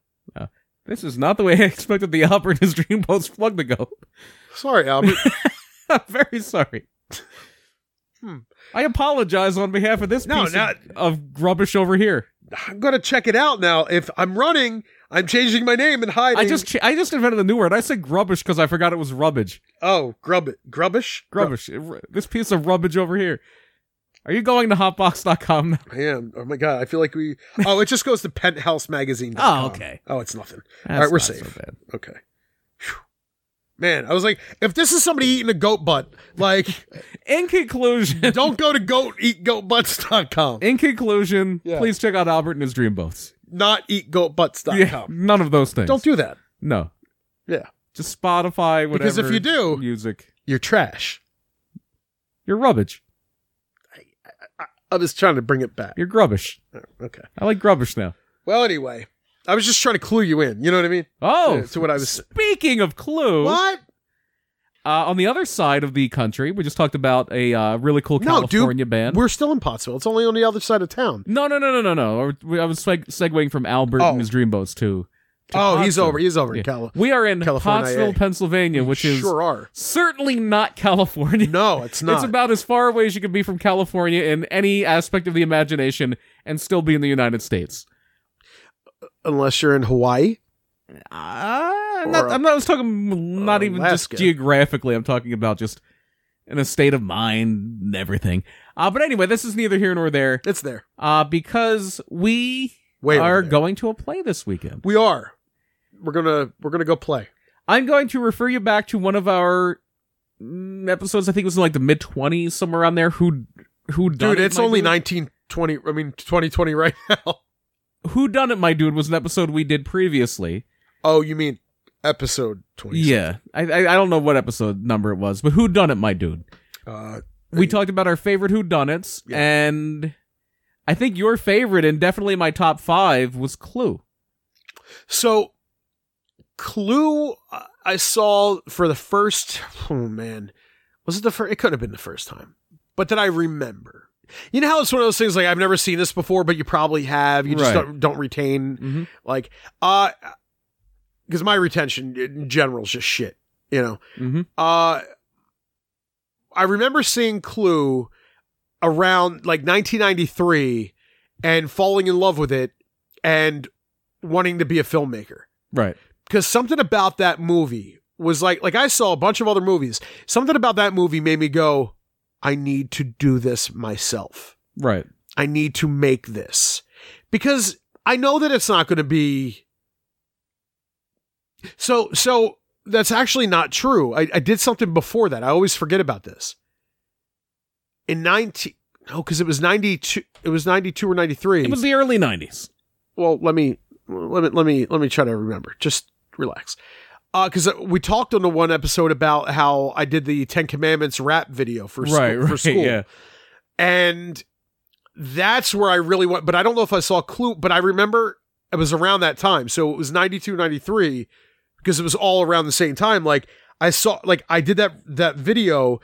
Speaker 2: This is not the way I expected the Albert and his dream post plug to go.
Speaker 3: Sorry, Albert.
Speaker 2: I'm very sorry.
Speaker 3: Hmm.
Speaker 2: I apologize on behalf of this
Speaker 4: No,
Speaker 2: piece
Speaker 4: not-
Speaker 2: of, of rubbish over here.
Speaker 3: I'm gonna check it out now. If I'm running, I'm changing my name and hiding.
Speaker 2: I just ch- I just invented a new word. I said grubbish because I forgot it was rubbage.
Speaker 3: oh grub it grubbish
Speaker 2: Grubbish. It- r- This piece of rubbage over here. Are you going to hotbox.com? now?
Speaker 3: I am. Oh my god, I feel like we. Oh, it just goes to Penthouse Magazine.
Speaker 2: Oh, okay.
Speaker 3: Oh, it's nothing.
Speaker 2: That's
Speaker 3: right, we're
Speaker 2: not so
Speaker 3: safe.
Speaker 2: bad.
Speaker 3: Okay. Phew. Man, I was like, if this is somebody eating a goat butt, like,
Speaker 2: In conclusion,
Speaker 3: don't go to goateatgoatbutts.com.
Speaker 2: in conclusion,
Speaker 3: Yeah.
Speaker 2: please check out Albert and his dream boats.
Speaker 3: Not eatgoatbutts.com.
Speaker 2: Yeah, none of those things.
Speaker 3: Don't do that.
Speaker 2: no.
Speaker 3: Yeah.
Speaker 2: Just Spotify, whatever.
Speaker 3: Because if you do-
Speaker 2: music,
Speaker 3: You're trash.
Speaker 2: you're rubbish.
Speaker 3: I was trying to bring it back.
Speaker 2: You're grubbish.
Speaker 3: Okay.
Speaker 2: I like grubbish now.
Speaker 3: Well, anyway, I was just trying to clue you in. You know what I mean?
Speaker 2: Oh,
Speaker 3: Uh, to what I was-
Speaker 2: Speaking of Clue,
Speaker 3: What?
Speaker 2: Uh, on the other side of the country, we just talked about a uh, really cool
Speaker 3: No, dude,
Speaker 2: California band.
Speaker 3: We're still in Pottsville. It's only on the other side of town.
Speaker 2: No, no, no, no, no, no. We- I was seg- segueing from Albert
Speaker 3: Oh.
Speaker 2: and his Dreamboats to. to
Speaker 3: Oh, he's
Speaker 2: Pottsville.
Speaker 3: over. He's over
Speaker 2: Yeah.
Speaker 3: in Cali.
Speaker 2: We are in
Speaker 3: California,
Speaker 2: Pottsville,
Speaker 3: yeah.
Speaker 2: Pennsylvania, which is
Speaker 3: sure are.
Speaker 2: certainly not California.
Speaker 3: No, it's not.
Speaker 2: It's about as far away as you can be from California in any aspect of the imagination and still be in the United States.
Speaker 3: unless you're in Hawaii.
Speaker 2: Uh, I'm,
Speaker 3: Or
Speaker 2: not,
Speaker 3: a-
Speaker 2: I'm not. I was talking not even just
Speaker 3: Alaska.
Speaker 2: geographically. I'm talking about just in a state of mind and everything. Uh, but anyway, this is neither here nor there
Speaker 3: It's there.
Speaker 2: uh, because we
Speaker 3: Way over
Speaker 2: are
Speaker 3: there.
Speaker 2: going to a play this weekend.
Speaker 3: We are. We're gonna we're gonna go play.
Speaker 2: I'm going to refer you back to one of our mm, episodes. I think it was in, like the mid 20s, somewhere around there. Who who done
Speaker 3: Dude,
Speaker 2: it,
Speaker 3: it's
Speaker 2: my
Speaker 3: only
Speaker 2: dude?
Speaker 3: nineteen twenty I mean twenty twenty right now.
Speaker 2: Who done it, my dude? Was an episode we did previously.
Speaker 3: Oh, you mean episode twenty.
Speaker 2: Yeah, I, I I don't know what episode number it was, but who done it, my dude?
Speaker 3: Uh
Speaker 2: we talked about our favorite whodunits,
Speaker 3: Yeah.
Speaker 2: and I think your favorite and definitely my top five was Clue.
Speaker 3: so Clue uh, I saw for the first oh man. Was it the first it couldn't have been the first time. But that I remember. You know how it's one of those things like I've never seen this before, but you probably have. You just
Speaker 2: Right.
Speaker 3: don't, don't retain
Speaker 2: Mm-hmm.
Speaker 3: like uh because my retention in general is just shit, you know.
Speaker 2: Mm-hmm.
Speaker 3: uh I remember seeing Clue around like 1993 and falling in love with it and wanting to be a filmmaker
Speaker 2: Right.
Speaker 3: cuz something about that movie was like like I saw a bunch of other movies something about that movie made me go I need to do this myself.
Speaker 2: Right.
Speaker 3: I need to make this because I know that it's not going to be. So, so that's actually not true. I, I did something before that. I always forget about this. In 19, no, because it was 92, it was 92 or 93.
Speaker 2: It was the early '90s.
Speaker 3: well, let me, let me, let me, let me try to remember. Just relax. Uh, because we talked on the one episode about how I did the Ten Commandments rap video for
Speaker 2: right.
Speaker 3: school,
Speaker 2: Right.
Speaker 3: for school
Speaker 2: Yeah.
Speaker 3: and that's where I really went. But I don't know if I saw Clue, but I remember it was around that time. So it was 92, 93, because it was all around the same time. Like I saw, like I did that, that video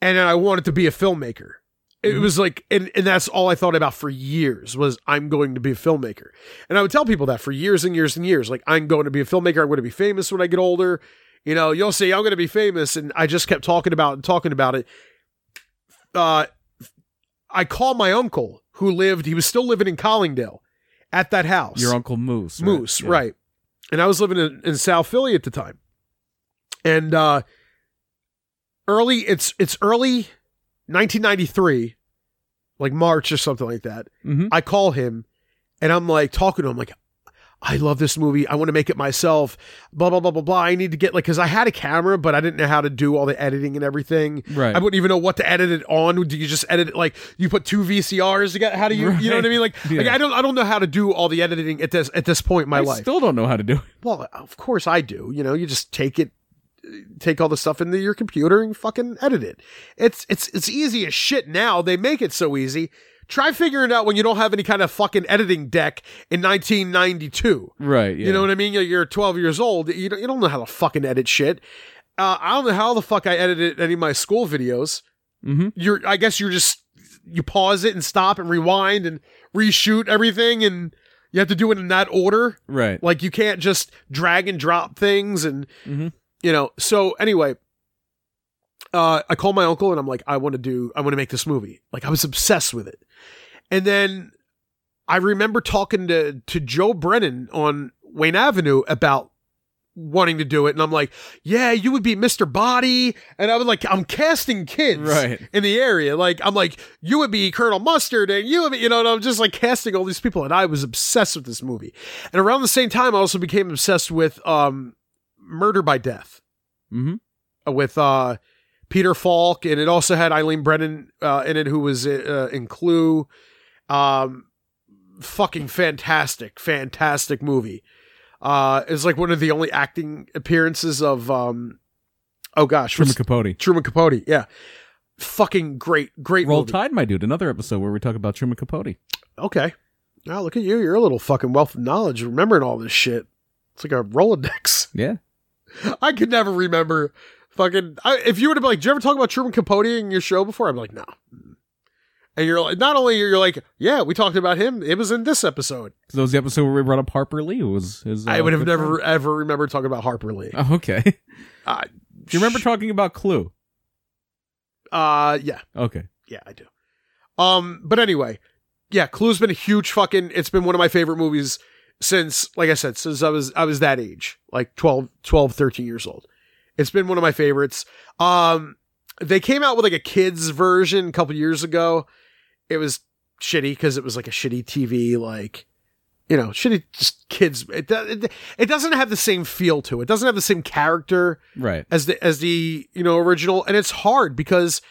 Speaker 3: and then I wanted to be a filmmaker. It
Speaker 2: Mhm.
Speaker 3: was like, and, and that's all I thought about for years was I'm going to be a filmmaker. And I would tell people that for years and years and years, like I'm going to be a filmmaker. I'm going to be famous when I get older. You know, you'll see I'm going to be famous. And I just kept talking about it and talking about it. Uh, I called my uncle who lived, he was still living in Collingdale at that house.
Speaker 2: Your uncle Moose. Right?
Speaker 3: Moose,
Speaker 2: Yeah.
Speaker 3: right. And I was living in, in South Philly at the time. And uh early it's it's early 1993 like March or something like that.
Speaker 2: Mhm.
Speaker 3: I call him and I'm like talking to him like I love this movie. I want to make it myself. Blah blah blah blah blah. I need to get like cuz I had a camera but I didn't know how to do all the editing and everything.
Speaker 2: Right.
Speaker 3: I wouldn't even know what to edit it on. Do you just edit it like you put two VCRs together? How do you you know what I mean? Like,
Speaker 2: Right.
Speaker 3: like,
Speaker 2: Yeah.
Speaker 3: I don't I don't know how to do all the editing at this at this point in my
Speaker 2: I
Speaker 3: life.
Speaker 2: still don't know how to do it.
Speaker 3: well, of course I do. You know, you just take it take all the stuff into your computer and fucking edit it. It's it's it's easy as shit now. They make it so easy. Try figuring it out when you don't have any kind of fucking editing deck in 1992.
Speaker 2: Right. Yeah.
Speaker 3: You know what I mean? You're- You're 12 years old. You don't, you don't know how to fucking edit shit. Uh, I don't know how the fuck I edited any of my school videos.
Speaker 2: Mm-hmm.
Speaker 3: You're, I guess you're just, you pause it and stop and rewind and reshoot everything and you have to do it in that order.
Speaker 2: Right.
Speaker 3: Like you can't just drag and drop things and
Speaker 2: Mhm.
Speaker 3: you know. So anyway, uh, I call my uncle and I'm like, I want to do, I want to make this movie. Like I was obsessed with it, and then I remember talking to to Joe Brennan on Wayne Avenue about wanting to do it, and I'm like, yeah, you would be Mr. Body, and I was like, I'm casting kids,
Speaker 2: Right.
Speaker 3: in the area. Like I'm like, you would be Colonel Mustard and you would be, you know, and I'm just like casting all these people and I was obsessed with this movie. And around the same time I also became obsessed with um Murder by Death
Speaker 2: Mm-hmm.
Speaker 3: with uh Peter Falk and it also had Eileen Brennan uh in it who was uh, in Clue. Um fucking fantastic, fantastic movie. Uh it's like one of the only acting appearances of um oh gosh,
Speaker 2: Truman
Speaker 3: what's-
Speaker 2: Capote.
Speaker 3: Truman Capote, yeah. Fucking great, great
Speaker 2: Roll
Speaker 3: movie.
Speaker 2: Tide, my dude. Another episode where we talk about Truman Capote.
Speaker 3: Okay. Now look at you. You're a little fucking wealth of knowledge remembering all this shit. It's like a Rolodex.
Speaker 2: Yeah.
Speaker 3: I could never remember fucking. I, if you would have been like, did you ever talk about Truman Capote in your show before? I'm like, no. And you're like, not only you're like, yeah, we talked about him. It was in this episode.
Speaker 2: So that was the episode where we brought up Harper Lee. who Was his, uh,
Speaker 3: I would have
Speaker 2: good
Speaker 3: never ever remembered talking about Harper Lee.
Speaker 2: friend. Oh, okay. Do
Speaker 3: Uh,
Speaker 2: you remember talking about Clue?
Speaker 3: Uh, yeah.
Speaker 2: Okay.
Speaker 3: Yeah, I do. Um, but anyway, yeah, Clue's been a huge fucking it's been one of my favorite movies since like I said, since I was I was that age, like 12 12 13 years old. It's been one of my favorites. Um they came out with like a kids version a couple years ago. It was shitty cuz it was like a shitty TV like you know, shitty just kids it, do- it it doesn't have the same feel to it. It doesn't have the same character
Speaker 2: Right.
Speaker 3: as the as the you know original and it's hard because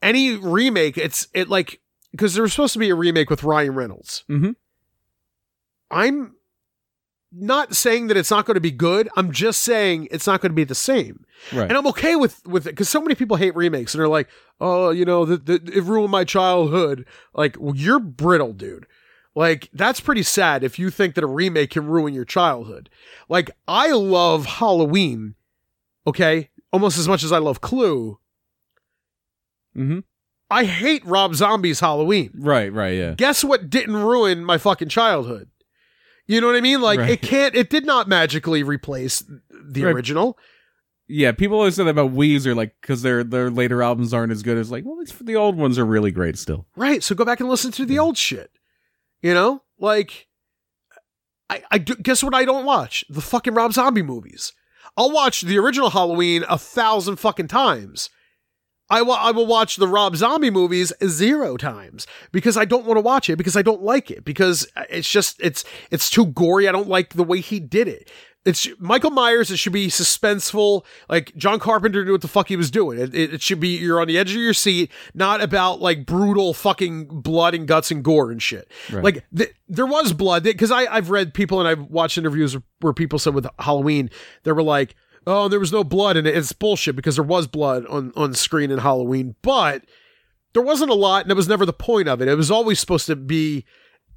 Speaker 3: any remake it's it like because there was supposed to be a remake with Ryan Reynolds.
Speaker 2: Mhm.
Speaker 3: I'm not saying that it's not going to be good. I'm just saying it's not going to be the same.
Speaker 2: Right.
Speaker 3: And I'm okay with with it because so many people hate remakes and they're like, oh, you know, the, the, it ruined my childhood. Like, well, you're brittle, dude. Like, that's pretty sad if you think that a remake can ruin your childhood. Like, I love Halloween, okay, almost as much as I love Clue.
Speaker 2: Mm-hmm.
Speaker 3: I hate Rob Zombie's Halloween
Speaker 2: Right. Right. Yeah.
Speaker 3: guess what didn't ruin my fucking childhood? You know what I mean? Like
Speaker 2: Right.
Speaker 3: it can't it did not magically replace the
Speaker 2: Right.
Speaker 3: original.
Speaker 2: Yeah. People always say that about Weezer, like because their their later albums aren't as good as like. Well, it's, the old ones are really great still.
Speaker 3: Right. So go back and listen to the old shit. You know? Like I I do, guess what I don't watch? The fucking Rob Zombie movies. I'll watch the original Halloween a thousand fucking times. I wa- I will watch the Rob Zombie movies zero times because I don't want to watch it because I don't like it because uh, it's just it's it's too gory. I don't like the way he did it. It's Michael Myers. It should be suspenseful. Like John Carpenter knew what the fuck he was doing. It, it, it should be you're on the edge of your seat, not about like brutal fucking blood and guts and gore and shit.
Speaker 2: Right.
Speaker 3: Like th- there was blood because I I've read people and I've watched interviews where people said with Halloween they were like oh there was no blood in it. It's bullshit because there was blood on on screen in Halloween, but there wasn't a lot and it was never the point of it. It was always supposed to be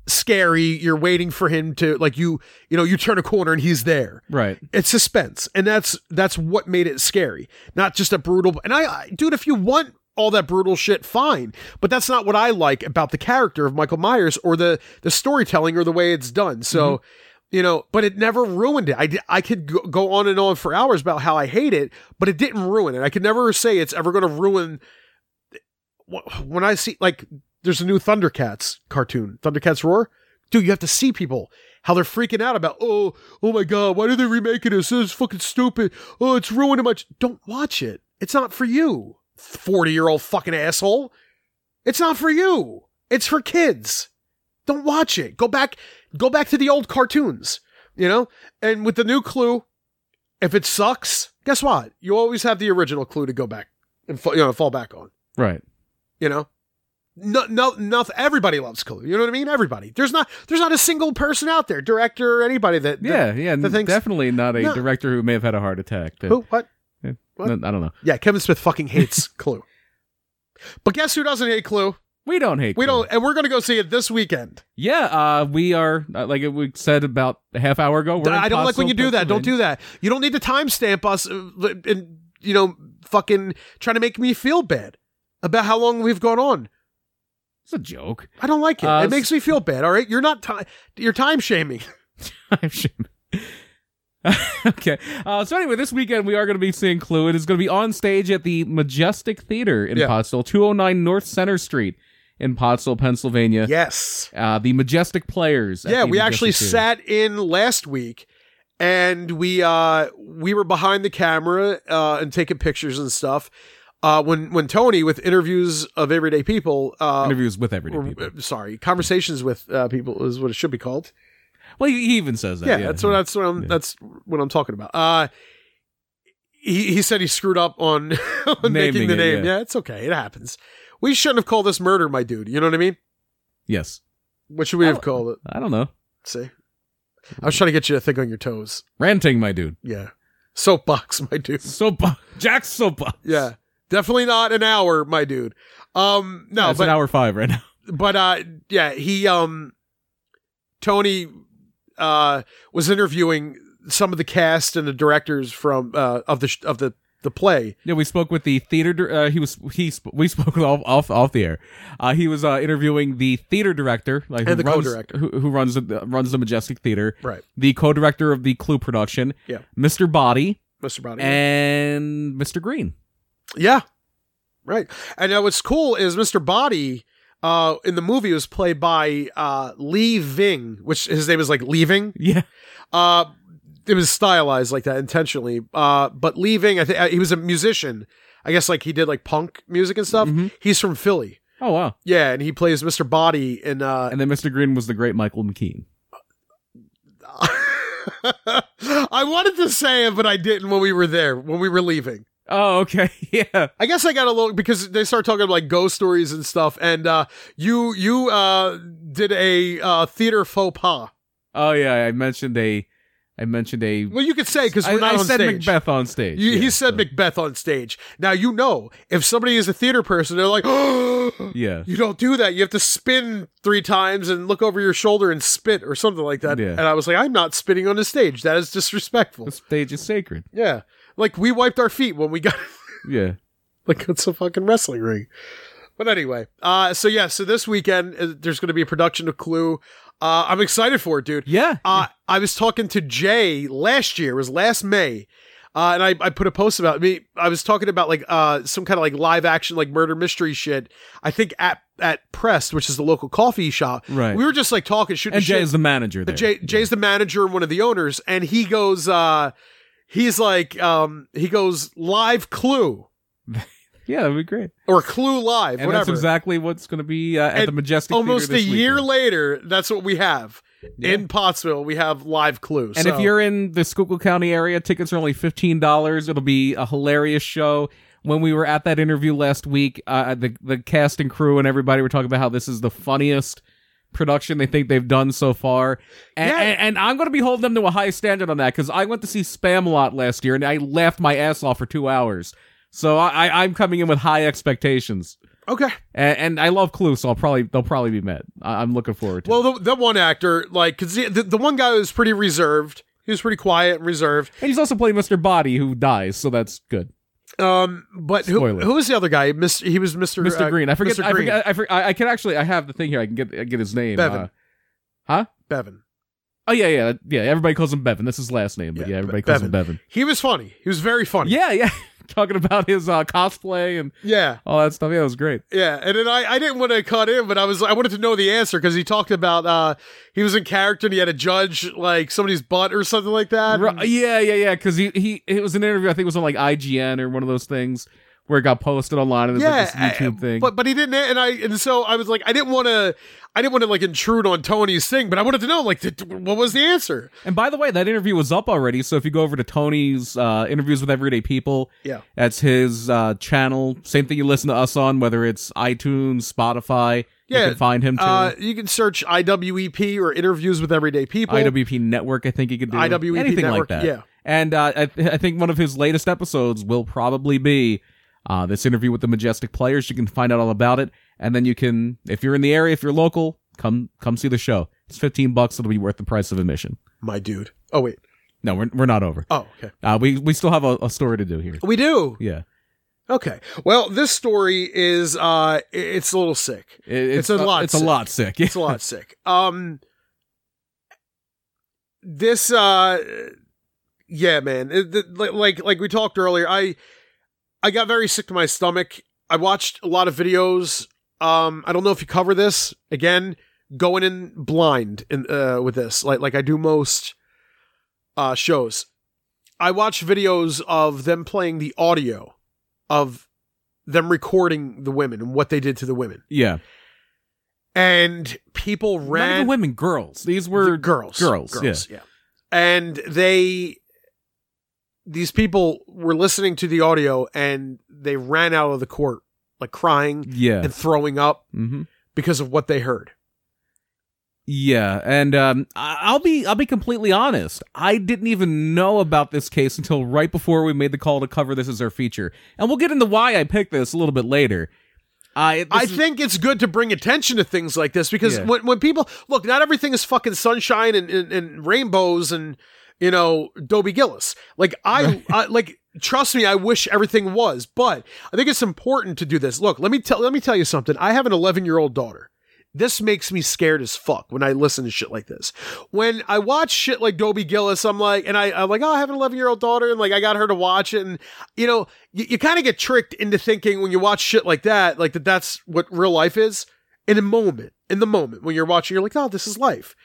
Speaker 3: scary. You're waiting for him to like you you know you turn a corner and he's there
Speaker 2: Right.
Speaker 3: it's suspense and that's that's what made it scary not just a brutal and I, I dude if you want all that brutal shit fine but that's not what i like about the character of michael myers or the the storytelling or the way it's done so you know but it never ruined it i di- i could go, go on and on for hours about how i hate it but it didn't ruin it i could never say it's ever going to ruin wh- when i see like there's a new thundercats cartoon thundercats roar dude you have to see people how they're freaking out about oh oh my god why are they remaking this this is fucking stupid oh it's ruining much don't watch it it's not for you 40 year old fucking asshole it's not for you it's for kids don't watch it go back go back to the old cartoons you know and with the new clue if it sucks guess what you always have the original clue to go back and fa- you know fall back on
Speaker 2: Right.
Speaker 3: you know no no no everybody loves clue you know what i mean everybody there's not there's not a single person out there director or anybody that that-
Speaker 2: Yeah. Yeah.
Speaker 3: the
Speaker 2: n-
Speaker 3: things-
Speaker 2: definitely not a
Speaker 3: No.
Speaker 2: director who may have had a heart attack. that-
Speaker 3: who what
Speaker 2: Yeah.
Speaker 3: What?
Speaker 2: I don't know.
Speaker 3: Yeah, Kevin Smith fucking hates Clue. But guess who doesn't hate Clue?
Speaker 2: We don't hate.
Speaker 3: We
Speaker 2: Clue.
Speaker 3: don't, and we're gonna go see it this weekend.
Speaker 2: Yeah, uh, we are uh, like we said about a half hour ago. We're in
Speaker 3: I don't like when you
Speaker 2: Pottsville,
Speaker 3: do that. Don't do
Speaker 2: Pennsylvania.
Speaker 3: that. You don't need to timestamp us uh, and you know fucking trying to make me feel bad about how long we've gone on.
Speaker 2: It's a joke.
Speaker 3: I don't like it.
Speaker 2: Uh,
Speaker 3: it makes me feel bad. All right, you're not time. You're time shaming.
Speaker 2: I'm sure. okay. Uh, so anyway, this weekend we are going to be seeing Clue. It is going to be on stage at the Majestic Theater in
Speaker 3: Yeah.
Speaker 2: Pottsville, 209 North Center Street in Pottsville, Pennsylvania.
Speaker 3: Yes.
Speaker 2: Uh, the Majestic Players. at
Speaker 3: Yeah,
Speaker 2: the
Speaker 3: we actually
Speaker 2: Majestic Theater.
Speaker 3: sat in last week and we uh we were behind the camera uh and taking pictures and stuff. Uh when when Tony with interviews of everyday people uh
Speaker 2: interviews with everyday
Speaker 3: or,
Speaker 2: people.
Speaker 3: uh, sorry, conversations with uh people is what it should be called.
Speaker 2: Well, he he even says that.
Speaker 3: yeah,
Speaker 2: Yeah,
Speaker 3: that's what that's what I'm
Speaker 2: Yeah.
Speaker 3: that's what I'm talking about. Uh he, he said he screwed up on, on making
Speaker 2: Naming
Speaker 3: the
Speaker 2: it,
Speaker 3: name.
Speaker 2: yeah.
Speaker 3: yeah, it's okay. It happens. We shouldn't have called this murder, my dude. You know what I mean?
Speaker 2: Yes.
Speaker 3: What should we
Speaker 2: I
Speaker 3: have
Speaker 2: don't-
Speaker 3: called it?
Speaker 2: I don't know.
Speaker 3: See, I
Speaker 2: Mm.
Speaker 3: was trying to get you to think on your toes.
Speaker 2: Ranting, my dude.
Speaker 3: Yeah. Soapbox, my dude.
Speaker 2: Soapbox. Jack's soapbox.
Speaker 3: Yeah. Definitely not an hour, my dude. Um no,
Speaker 2: it's
Speaker 3: but
Speaker 2: an hour five right now.
Speaker 3: but uh yeah, he um Tony uh was interviewing some of the cast and the directors from uh of the sh- of the the play.
Speaker 2: Yeah, we spoke with the theater. dir- Uh, he was he. Sp- we spoke off off off the air. Uh, he was uh, interviewing the theater director, like
Speaker 3: And
Speaker 2: who
Speaker 3: the
Speaker 2: runs,
Speaker 3: co-director.
Speaker 2: who, who runs the runs the Majestic Theater,
Speaker 3: Right.
Speaker 2: the co-director of the Clue production,
Speaker 3: Yeah.
Speaker 2: Mr. Body
Speaker 3: Mr. Browning.
Speaker 2: and Mr. Green.
Speaker 3: yeah. Right. And uh, what's cool is Mr. Body uh in the movie was played by uh Lee Ving, which his name is like Leaving.
Speaker 2: Yeah,
Speaker 3: Uh, it was stylized like that intentionally. Uh, but leaving, I think he was a musician. I guess like he did like punk music and stuff.
Speaker 2: Mhm.
Speaker 3: He's from Philly.
Speaker 2: Oh wow!
Speaker 3: Yeah, and he plays Mr. Body in uh
Speaker 2: And then Mr. Green was the great Michael McKean.
Speaker 3: I wanted to say it, but I didn't when we were there, when we were leaving.
Speaker 2: Oh okay, yeah.
Speaker 3: I guess I got a little because they start talking about like ghost stories and stuff, and uh you you uh did a uh theater faux pas.
Speaker 2: Oh yeah, I mentioned a, I mentioned a.
Speaker 3: Well you could say because
Speaker 2: I-
Speaker 3: we're not
Speaker 2: I
Speaker 3: on
Speaker 2: said
Speaker 3: stage.
Speaker 2: Macbeth on stage.
Speaker 3: You,
Speaker 2: yeah,
Speaker 3: he said
Speaker 2: so-
Speaker 3: Macbeth on stage. Now you know if somebody is a theater person, they're like, "Oh,
Speaker 2: Yeah.
Speaker 3: you don't do that. You have to spin three times and look over your shoulder and spit or something like that."
Speaker 2: Yeah.
Speaker 3: And I was like, "I'm not spitting on the stage. That is disrespectful."
Speaker 2: The stage is sacred.
Speaker 3: yeah, like we wiped our feet when we got
Speaker 2: Yeah.
Speaker 3: like it's a fucking wrestling ring. But anyway, uh, so yeah, so this weekend uh, there's going to be a production of Clue. Uh, I'm excited for it, dude.
Speaker 2: Yeah.
Speaker 3: Uh, I was talking to Jay last year. It was last May. Uh, and I, I put a post about me. I was talking about like uh, some kind of like live action like murder mystery shit. I think at at Prest, which is the local coffee shop.
Speaker 2: Right.
Speaker 3: We were just like talking shooting
Speaker 2: and Jay
Speaker 3: shit.
Speaker 2: is the manager there.
Speaker 3: Jay, Jay's the manager and one of the owners, and he goes, uh, he's like, um, he goes live Clue
Speaker 2: yeah, that'd be great.
Speaker 3: or Clue live,
Speaker 2: and
Speaker 3: whatever.
Speaker 2: that's exactly what's going to be uh, at
Speaker 3: And
Speaker 2: the Majestic
Speaker 3: Almost
Speaker 2: Theater this
Speaker 3: a year
Speaker 2: weekend.
Speaker 3: later, that's what we have
Speaker 2: Yeah.
Speaker 3: in Pottsville. We have live Clue.
Speaker 2: And if you're in the Schuylkill County area, tickets are only fifteen dollars. It'll be a hilarious show. When we were at that interview last week, uh, the the cast and crew and everybody were talking about how this is the funniest production they think they've done so far. And,
Speaker 3: Yeah.
Speaker 2: and, and I'm going to be holding them to a high standard on that because I went to see Spamalot last year and I laughed my ass off for two hours. So I, I, I'm coming in with high expectations.
Speaker 3: okay.
Speaker 2: And, and I love Clue, so I'll probably they'll probably be met. I, I'm looking forward to. it.
Speaker 3: Well, the, the one actor, like, because the, the, the one guy was pretty reserved. He was pretty quiet and reserved.
Speaker 2: And he's also playing Mr. Body, who dies, so that's good.
Speaker 3: Um, but who,
Speaker 2: Spoiler.
Speaker 3: who was the other guy? Mr. He was Mr.
Speaker 2: Mr.
Speaker 3: uh,
Speaker 2: Green, I forget.
Speaker 3: Mr.
Speaker 2: I
Speaker 3: Green.
Speaker 2: forget. I, forget- I, I can actually. I have the thing here. I can get I get his name.
Speaker 3: Bevan.
Speaker 2: Uh, huh?
Speaker 3: Bevan.
Speaker 2: Oh yeah, yeah, yeah. Everybody calls him Bevan. That's his last name, but
Speaker 3: Yeah,
Speaker 2: yeah, everybody
Speaker 3: Be-
Speaker 2: calls him Bevan.
Speaker 3: He was funny. He was very funny.
Speaker 2: Yeah, yeah. Talking about his uh, cosplay and
Speaker 3: Yeah.
Speaker 2: all that stuff. Yeah, it was great.
Speaker 3: Yeah. And then I, I didn't want to cut in, but I was I wanted to know the answer because he talked about uh he was in character and he had a judge like somebody's butt or something like that.
Speaker 2: Ru- yeah, yeah, yeah. Because he he it was an interview. I think it was on like IGN or one of those things where it got posted online and it was like,
Speaker 3: I-
Speaker 2: this YouTube thing.
Speaker 3: But but he didn't, and I and so I was like, I didn't want to, I didn't want to like intrude on Tony's thing, but I wanted to know like th- what was the answer?
Speaker 2: And by the way, that interview was up already. So if you go over to Tony's uh, interviews with everyday people,
Speaker 3: Yeah.
Speaker 2: that's his uh, channel. Same thing you listen to us on, whether it's iTunes, Spotify.
Speaker 3: Yeah,
Speaker 2: you can find him too.
Speaker 3: Uh, you can search IWEP or interviews with everyday people.
Speaker 2: IWP Network, I think you could do
Speaker 3: IWEP
Speaker 2: anything
Speaker 3: network.
Speaker 2: like that.
Speaker 3: Yeah.
Speaker 2: And uh, I, I think one of his latest episodes will probably be uh, this interview with the Majestic Players. You can find out all about it, and then you can, if you're in the area, if you're local, come come see the show. It's fifteen bucks. It'll be worth the price of admission.
Speaker 3: My dude. Oh wait.
Speaker 2: No, we're we're not over.
Speaker 3: Oh, okay.
Speaker 2: Uh, we we still have a, a story to do here.
Speaker 3: We do.
Speaker 2: Yeah,
Speaker 3: Okay. Well, this story is uh it's a little sick.
Speaker 2: It- it's,
Speaker 3: a lot
Speaker 2: It's
Speaker 3: sick.
Speaker 2: a lot sick. Yeah.
Speaker 3: It's a lot sick. Um this uh yeah, man. It- the- like- like like we talked earlier, I I got very sick to my stomach. I watched a lot of videos. Um I don't know if you cover this. Again, going in blind in uh with this. Like like I do most uh shows. I watch videos of them playing the audio of them recording the women and what they did to the women.
Speaker 2: yeah.
Speaker 3: And people
Speaker 2: Not even
Speaker 3: ran
Speaker 2: women, girls. These
Speaker 3: the
Speaker 2: were
Speaker 3: girls.
Speaker 2: girls,
Speaker 3: Yeah. And they these people were listening to the audio and they ran out of the court like crying
Speaker 2: yeah.
Speaker 3: and throwing up
Speaker 2: hmm
Speaker 3: because of what they heard.
Speaker 2: Yeah, and um, I- I'll be I'll be completely honest. I didn't even know about this case until right before we made the call to cover this as our feature, and we'll get into why I picked this a little bit later. I
Speaker 3: I
Speaker 2: this is-
Speaker 3: think it's good to bring attention to things like this because
Speaker 2: Yeah.
Speaker 3: when, when people look, not everything is fucking sunshine and, and, and rainbows and you know Dobie Gillis. Like I, I like trust me, I wish everything was, but I think it's important to do this. Look, let me tell let me tell you something. I have an 11 year old daughter. This makes me scared as fuck when I listen to shit like this. When I watch shit like Dobie Gillis, I'm like, and I, I'm like, oh, I have an 11 year old daughter, and like I got her to watch it, and you know, you, you kind of get tricked into thinking when you watch shit like that, like that that's what real life is. In a moment, in the moment when you're watching, you're like, oh, this is life.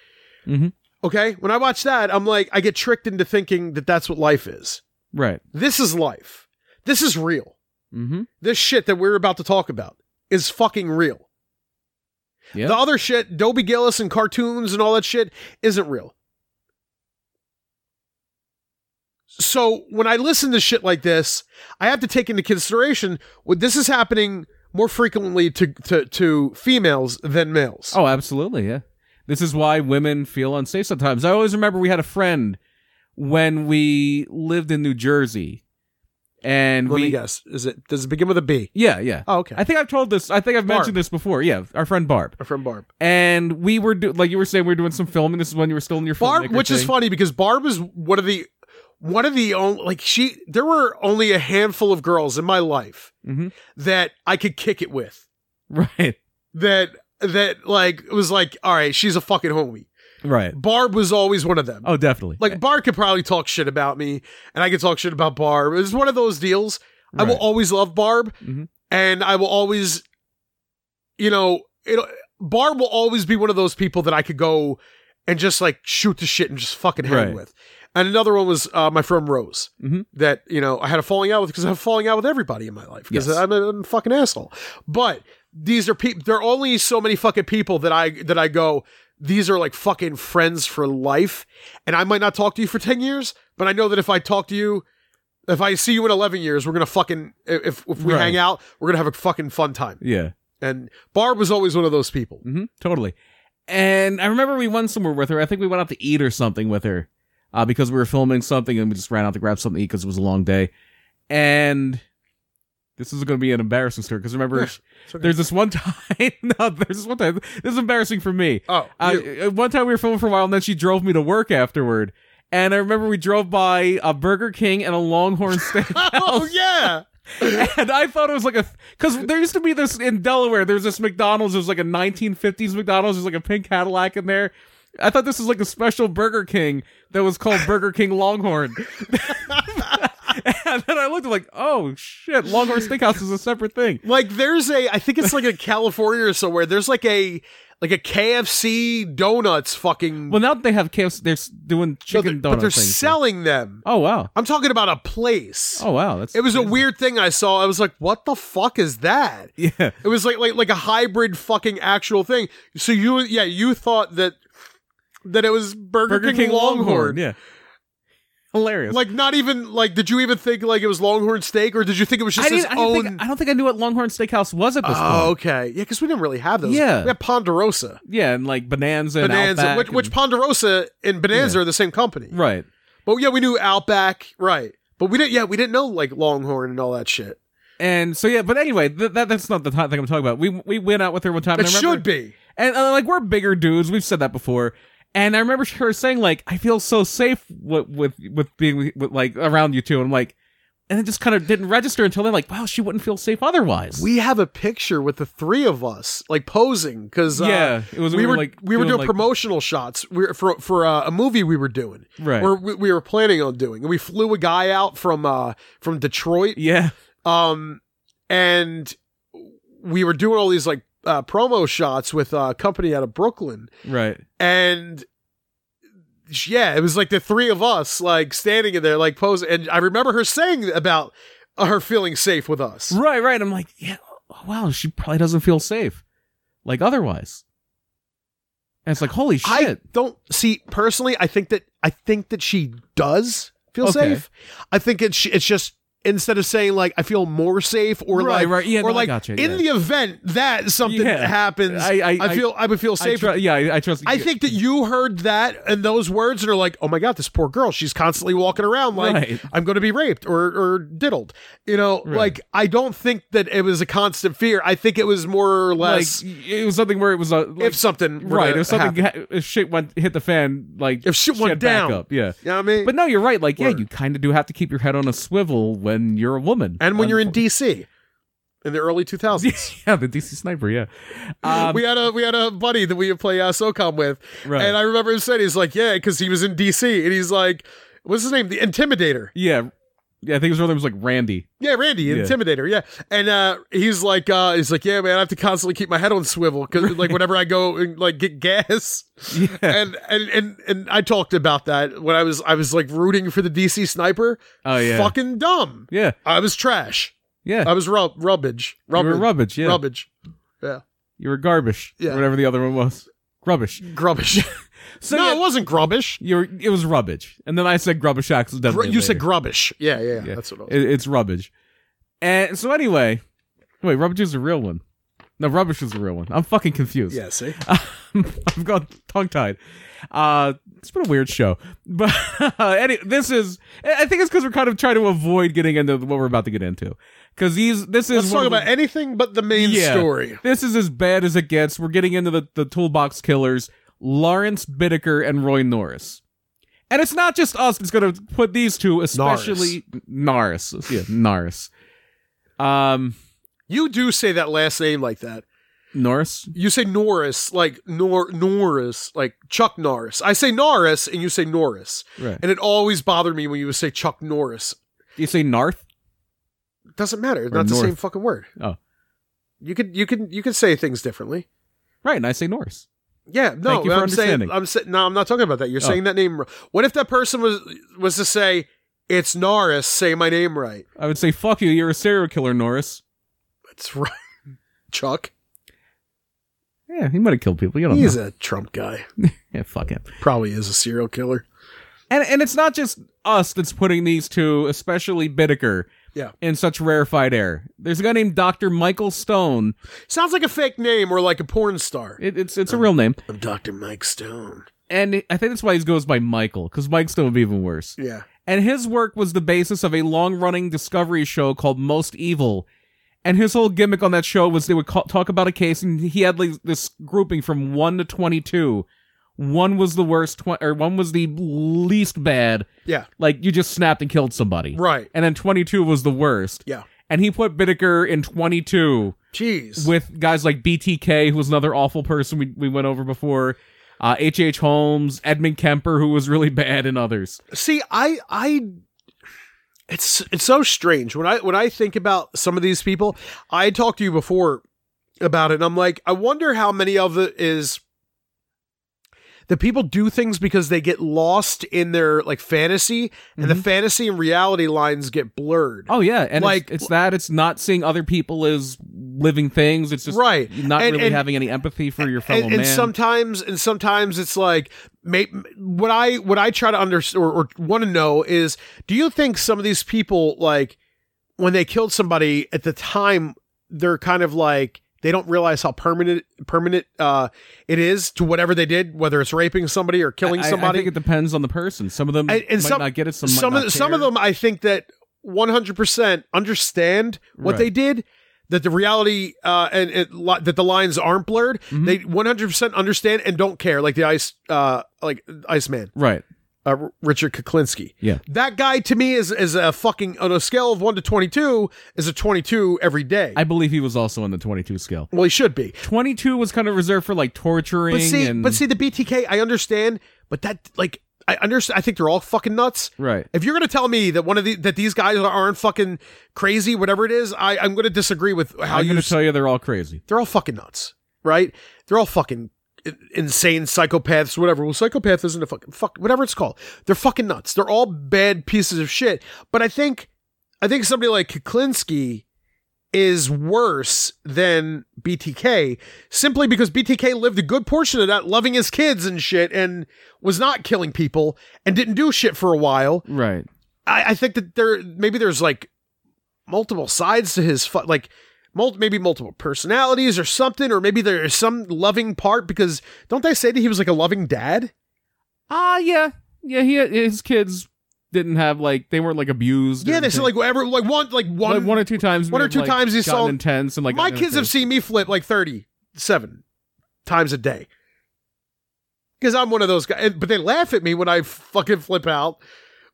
Speaker 2: Mhm.
Speaker 3: Okay. When I watch that, I'm like, I get tricked into thinking that that's what life is.
Speaker 2: right.
Speaker 3: This is life. This is real.
Speaker 2: Mm-hmm.
Speaker 3: This shit that we're about to talk about is fucking real.
Speaker 2: Yeah.
Speaker 3: The other shit, Dobie Gillis and cartoons and all that shit, isn't real. So when I listen to shit like this, I have to take into consideration what this is happening more frequently to to, to females than males.
Speaker 2: Oh, absolutely, yeah. This is why women feel unsafe sometimes. I always remember we had a friend when we lived in New Jersey, and
Speaker 3: let
Speaker 2: we
Speaker 3: me guess. Is it does it begin with a B?
Speaker 2: yeah yeah.
Speaker 3: Oh, okay.
Speaker 2: I think I've told this. I think I've
Speaker 3: Barb.
Speaker 2: mentioned this before. Yeah, our friend Barb.
Speaker 3: From Barb.
Speaker 2: and we were do- like you were saying we were doing some filming. This is when you were still in your
Speaker 3: Barb,
Speaker 2: filmmaker
Speaker 3: which is
Speaker 2: thing.
Speaker 3: funny because Barb is one of the one of the only like she there were only a handful of girls in my life
Speaker 2: Mhm.
Speaker 3: that I could kick it with.
Speaker 2: Mm-hmm. right?
Speaker 3: That that like it was like, all right, she's a fucking homie.
Speaker 2: Right.
Speaker 3: Barb was always one of them.
Speaker 2: Oh, definitely.
Speaker 3: Like Barb could probably talk shit about me, and I could talk shit about Barb. It was one of those deals. I will
Speaker 2: Right.
Speaker 3: always love Barb,
Speaker 2: Mhm.
Speaker 3: and I will always, you know, it. Barb will always be one of those people that I could go and just like shoot the shit and just fucking hang
Speaker 2: Right.
Speaker 3: with. And another one was uh, my friend Rose
Speaker 2: Mhm.
Speaker 3: that you know I had a falling out with because I'm falling out with everybody in my life because
Speaker 2: Yes.
Speaker 3: I'm, a, I'm a fucking asshole. But these are people. There are only so many fucking people that I that I go. These are like fucking friends for life, and I might not talk to you for ten years, but I know that if I talk to you, if I see you in eleven years, we're gonna fucking if if we
Speaker 2: Right.
Speaker 3: hang out, we're gonna have a fucking fun time.
Speaker 2: yeah.
Speaker 3: And Barb was always one of those people.
Speaker 2: hmm Totally. And I remember we went somewhere with her. I think we went out to eat or something with her uh, because we were filming something and we just ran out to grab something to eat because it was a long day. And this is going to be an embarrassing story because remember,
Speaker 3: Yeah, okay.
Speaker 2: there's this one time. no, there's this one time. This is embarrassing for me.
Speaker 3: Oh,
Speaker 2: Uh,
Speaker 3: you.
Speaker 2: uh, one time we were filming for a while, and then she drove me to work afterward. And I remember we drove by a Burger King and a Longhorn Steakhouse.
Speaker 3: oh yeah.
Speaker 2: and I thought it was like a because there used to be this in Delaware. There's this McDonald's. There's like a 1950s McDonald's. There's like a pink Cadillac in there. I thought this was like a special Burger King that was called Burger King Longhorn. and then I looked like, oh shit, Longhorn Steakhouse is a separate thing.
Speaker 3: Like there's a I think it's like in California or somewhere. There's like a like a KFC donuts fucking
Speaker 2: Well, now that they have KFC, they're s- doing
Speaker 3: No,
Speaker 2: chicken
Speaker 3: they're-
Speaker 2: donut
Speaker 3: but they're
Speaker 2: things.
Speaker 3: selling them.
Speaker 2: oh wow,
Speaker 3: I'm talking about a place.
Speaker 2: oh wow, that's
Speaker 3: it was a weird thing I saw. I was like, "What the fuck is that?"
Speaker 2: yeah.
Speaker 3: It was like like like a hybrid fucking actual thing. So you yeah, you thought that that it was Burger,
Speaker 2: Burger King, Longhorn. Yeah. Hilarious.
Speaker 3: Like not even like did you even think like it was Longhorn steak or did you think it was just
Speaker 2: I,
Speaker 3: his
Speaker 2: didn't, I, didn't
Speaker 3: own
Speaker 2: think, I don't think I knew what Longhorn Steakhouse was at this
Speaker 3: Oh,
Speaker 2: point.
Speaker 3: okay. Yeah, cuz we didn't really have those.
Speaker 2: Yeah.
Speaker 3: We had Ponderosa.
Speaker 2: Yeah, and like Bonanza, and
Speaker 3: Bonanza,
Speaker 2: Outback
Speaker 3: which, which
Speaker 2: and-
Speaker 3: Ponderosa and Bonanza are the same company.
Speaker 2: right.
Speaker 3: But yeah, we knew Outback, right? But we didn't. Yeah, we didn't know like Longhorn and all that shit.
Speaker 2: And so yeah, but anyway, th- that that's not the ti- thing I'm talking about. We we went out with her one time.
Speaker 3: It
Speaker 2: and I remember-
Speaker 3: should be.
Speaker 2: and uh, like we're bigger dudes. We've said that before. And I remember her saying like, "I feel so safe with with, with being with, with, like around you two. And I'm like, and it just kind of didn't register until then. Like, wow, she wouldn't feel safe otherwise.
Speaker 3: We have a picture with the three of us like posing because uh,
Speaker 2: yeah, it was
Speaker 3: we were
Speaker 2: like
Speaker 3: we were doing
Speaker 2: like-
Speaker 3: promotional shots we were, for for uh, a movie we were doing
Speaker 2: right.
Speaker 3: or we, we were planning on doing, and we flew a guy out from uh from Detroit,
Speaker 2: yeah,
Speaker 3: um, and we were doing all these like uh, promo shots with uh, a company out of Brooklyn,
Speaker 2: right.
Speaker 3: and yeah, it was like the three of us like standing in there like posing, and I remember her saying about her feeling safe with us.
Speaker 2: Right, right. I'm like, yeah, oh, wow, she probably doesn't feel safe. Like otherwise. And it's like, holy shit.
Speaker 3: I don't see personally. I think that I think that she does feel
Speaker 2: Okay.
Speaker 3: safe. I think it's it's just instead of saying like I feel more safe or
Speaker 2: Right,
Speaker 3: like
Speaker 2: right. Yeah,
Speaker 3: or
Speaker 2: no, I
Speaker 3: like
Speaker 2: gotcha,
Speaker 3: in
Speaker 2: yeah.
Speaker 3: the event that something
Speaker 2: Yeah.
Speaker 3: happens, I,
Speaker 2: I- I- I-
Speaker 3: feel I would feel
Speaker 2: I
Speaker 3: safe.
Speaker 2: tru- yeah, I, I trust
Speaker 3: I think that you heard that and those words and are like, oh my god, this poor girl. She's constantly walking around like
Speaker 2: Right.
Speaker 3: I'm going to be raped or or diddled. You know,
Speaker 2: Right.
Speaker 3: like I don't think that it was a constant fear. I think it was more or
Speaker 2: like
Speaker 3: less
Speaker 2: it was something where it was a like,
Speaker 3: if something were
Speaker 2: right
Speaker 3: to
Speaker 2: if something
Speaker 3: happen.
Speaker 2: ha- if shit went hit the fan like
Speaker 3: If shit
Speaker 2: she
Speaker 3: went
Speaker 2: had back
Speaker 3: down.
Speaker 2: up, yeah.
Speaker 3: You know what I mean?
Speaker 2: But no, you're right. Like, yeah,
Speaker 3: Word.
Speaker 2: you kind of do have to keep your head on a swivel when you're a woman,
Speaker 3: and when you're in
Speaker 2: Unfo-
Speaker 3: DC in the early 2000s.
Speaker 2: yeah, the DC sniper, yeah, um,
Speaker 3: we had a we had a buddy that we would play uh, SOCOM with,
Speaker 2: Right.
Speaker 3: and I remember him saying he's like, yeah, because he was in DC, and he's like, what's his name? The Intimidator.
Speaker 2: yeah, yeah. I think his other name was like Randy.
Speaker 3: Yeah, Randy,
Speaker 2: Yeah.
Speaker 3: Intimidator. Yeah, and uh, he's like, uh, he's like, yeah, man, I have to constantly keep my head on swivel because like whenever I go and like get gas,
Speaker 2: Yeah.
Speaker 3: and, and and and I talked about that when I was I was like rooting for the DC sniper.
Speaker 2: Oh yeah,
Speaker 3: fucking dumb.
Speaker 2: yeah,
Speaker 3: I was trash.
Speaker 2: yeah.
Speaker 3: I was rub- rubbish.
Speaker 2: you were
Speaker 3: Rubbish.
Speaker 2: rubbish. Yeah,
Speaker 3: Rubbish. Yeah.
Speaker 2: you were garbage.
Speaker 3: Yeah.
Speaker 2: or whatever the other one was, rubbish.
Speaker 3: Grubbish.
Speaker 2: So
Speaker 3: no,
Speaker 2: yeah,
Speaker 3: it wasn't grubbish.
Speaker 2: you were, it was rubbish, and then I said grubbish
Speaker 3: Gr-
Speaker 2: accidentally.
Speaker 3: you said
Speaker 2: later.
Speaker 3: grubbish. Yeah, yeah, yeah,
Speaker 2: Yeah.
Speaker 3: that's what it was.
Speaker 2: It- it's rubbish, and so anyway, wait, rubbish is a real one. No, rubbish is a real one. I'm fucking confused.
Speaker 3: yeah, see?
Speaker 2: I've got tongue tied. Uh, it's been a weird show, but uh, any, this is. I I think it's because we're kind of trying to avoid getting into what we're about to get into. Because these, this is
Speaker 3: Let's
Speaker 2: one
Speaker 3: talk
Speaker 2: of the-
Speaker 3: about anything but the main
Speaker 2: Yeah.
Speaker 3: story.
Speaker 2: this is as bad as it gets. We're getting into the, the toolbox killers, Lawrence Bittaker and Roy Norris. And it's not just us that's going to put these two, especially Norris. Yeah, Norris. Um,
Speaker 3: You do say that last name like that.
Speaker 2: Norris?
Speaker 3: You say Norris, like Nor Norris, like Chuck Norris. I say Norris and you say Norris.
Speaker 2: Right.
Speaker 3: And it always bothered me when you would say Chuck Norris.
Speaker 2: You say Narth?
Speaker 3: It doesn't matter. It's
Speaker 2: Or
Speaker 3: not the
Speaker 2: North.
Speaker 3: same fucking word.
Speaker 2: Oh.
Speaker 3: You could you can you could say things differently.
Speaker 2: Right, and I say Norris.
Speaker 3: Yeah, no,
Speaker 2: Thank you for
Speaker 3: I'm
Speaker 2: understanding.
Speaker 3: saying I'm sa- no, I'm not talking about that. You're
Speaker 2: Oh.
Speaker 3: saying that name. wr- What if that person was was to say it's Norris? Say my name right.
Speaker 2: I would say, fuck you, you're a serial killer, Norris.
Speaker 3: That's right, Chuck.
Speaker 2: Yeah, he might have killed people. You don't
Speaker 3: He's
Speaker 2: know.
Speaker 3: a Trump guy.
Speaker 2: Yeah, fuck him.
Speaker 3: Probably is a serial killer.
Speaker 2: And and it's not just us that's putting these two, especially Bittaker,
Speaker 3: Yeah.
Speaker 2: in such rarefied air. There's a guy named Dr. Michael Stone.
Speaker 3: Sounds like a fake name or like a porn star.
Speaker 2: It, it's it's a real name.
Speaker 3: I'm Dr. Mike Stone.
Speaker 2: and I think that's why he goes by Michael, because Mike's still would be even worse.
Speaker 3: Yeah,
Speaker 2: And his work was the basis of a long-running Discovery show called Most Evil, and his whole gimmick on that show was they would ca- talk about a case, and he had like, this grouping from one to twenty-two. One was the worst, tw- or one was the least bad.
Speaker 3: Yeah.
Speaker 2: like you just snapped and killed somebody,
Speaker 3: right.
Speaker 2: and then twenty-two was the worst.
Speaker 3: Yeah.
Speaker 2: And he put Bittaker in 22
Speaker 3: Jeez.
Speaker 2: with guys like BTK, who was another awful person we, we went over before, uh, H.H. Holmes, Edmund Kemper, who was really bad, and others.
Speaker 3: See, I, I, it's it's so strange when I when I think about some of these people. I talked to you before about it, and I'm like, I wonder how many of it is that people do things because they get lost in their like fantasy, and the fantasy and reality lines get blurred.
Speaker 2: Mm-hmm. Oh, yeah. And
Speaker 3: Like-
Speaker 2: it's, it's that, it's not seeing other people as living things. It's just
Speaker 3: right,
Speaker 2: not
Speaker 3: And-
Speaker 2: really
Speaker 3: and-
Speaker 2: having any empathy for your fellow
Speaker 3: and, and
Speaker 2: man.
Speaker 3: sometimes and sometimes it's like may, what i what i try to understand or, or want to know is do you think some of these people like when they killed somebody at the time they're kind of like They don't realize how permanent permanent uh, it is to whatever they did, whether it's raping somebody or killing
Speaker 2: I- I- I,
Speaker 3: somebody.
Speaker 2: think it depends on the person. Some of them
Speaker 3: And- and
Speaker 2: might
Speaker 3: some-
Speaker 2: not get it. Some might
Speaker 3: some of
Speaker 2: not
Speaker 3: some of
Speaker 2: care.
Speaker 3: them I think that 100% understand what
Speaker 2: Right.
Speaker 3: they did that the reality uh, and it, li- that the lines aren't blurred
Speaker 2: Mhm.
Speaker 3: they 100% understand and don't care like the ice uh like Iceman
Speaker 2: right?
Speaker 3: uh, R- Richard Kuklinski
Speaker 2: Yeah.
Speaker 3: that guy to me is is a fucking on a scale of 1 to 22 is a 22 every day
Speaker 2: I believe he was also on the 22 scale.
Speaker 3: well he should be
Speaker 2: 22 was kind of reserved for like torturing.
Speaker 3: but see
Speaker 2: and,
Speaker 3: but see the BTK I understand but that like I understand I think they're all fucking nuts
Speaker 2: right?
Speaker 3: If you're gonna tell me that one of the that these guys aren't fucking crazy, whatever it is, I, I'm gonna disagree with how
Speaker 2: I'm
Speaker 3: you.
Speaker 2: going
Speaker 3: s-
Speaker 2: to tell you they're all crazy.
Speaker 3: they're all fucking nuts, right? They're all fucking i- insane psychopaths, whatever. Well, psychopath isn't a fucking fuck, whatever it's called. They're fucking nuts. They're all bad pieces of shit. But I think, I think somebody like Kuklinski is worse than BTK simply because BTK lived a good portion of that loving his kids and shit and was not killing people and didn't do shit for a while.
Speaker 2: Right.
Speaker 3: I, I think that there maybe there's like multiple sides to his fu- like mul- maybe multiple personalities or something or maybe there is some loving part because don't they say that he was like a loving dad
Speaker 2: Ah, yeah, yeah. He his kids didn't have like they weren't like abused. or
Speaker 3: yeah they said
Speaker 2: anything.
Speaker 3: like whatever like one like one,
Speaker 2: Like, one or two times.
Speaker 3: one
Speaker 2: may
Speaker 3: or
Speaker 2: have,
Speaker 3: two
Speaker 2: like,
Speaker 3: times he
Speaker 2: gotten
Speaker 3: saw-
Speaker 2: intense and like
Speaker 3: my
Speaker 2: gotten
Speaker 3: kids have
Speaker 2: into-
Speaker 3: seen me flip like 37 times a day because i'm one of those guys and, but they laugh at me when i fucking flip out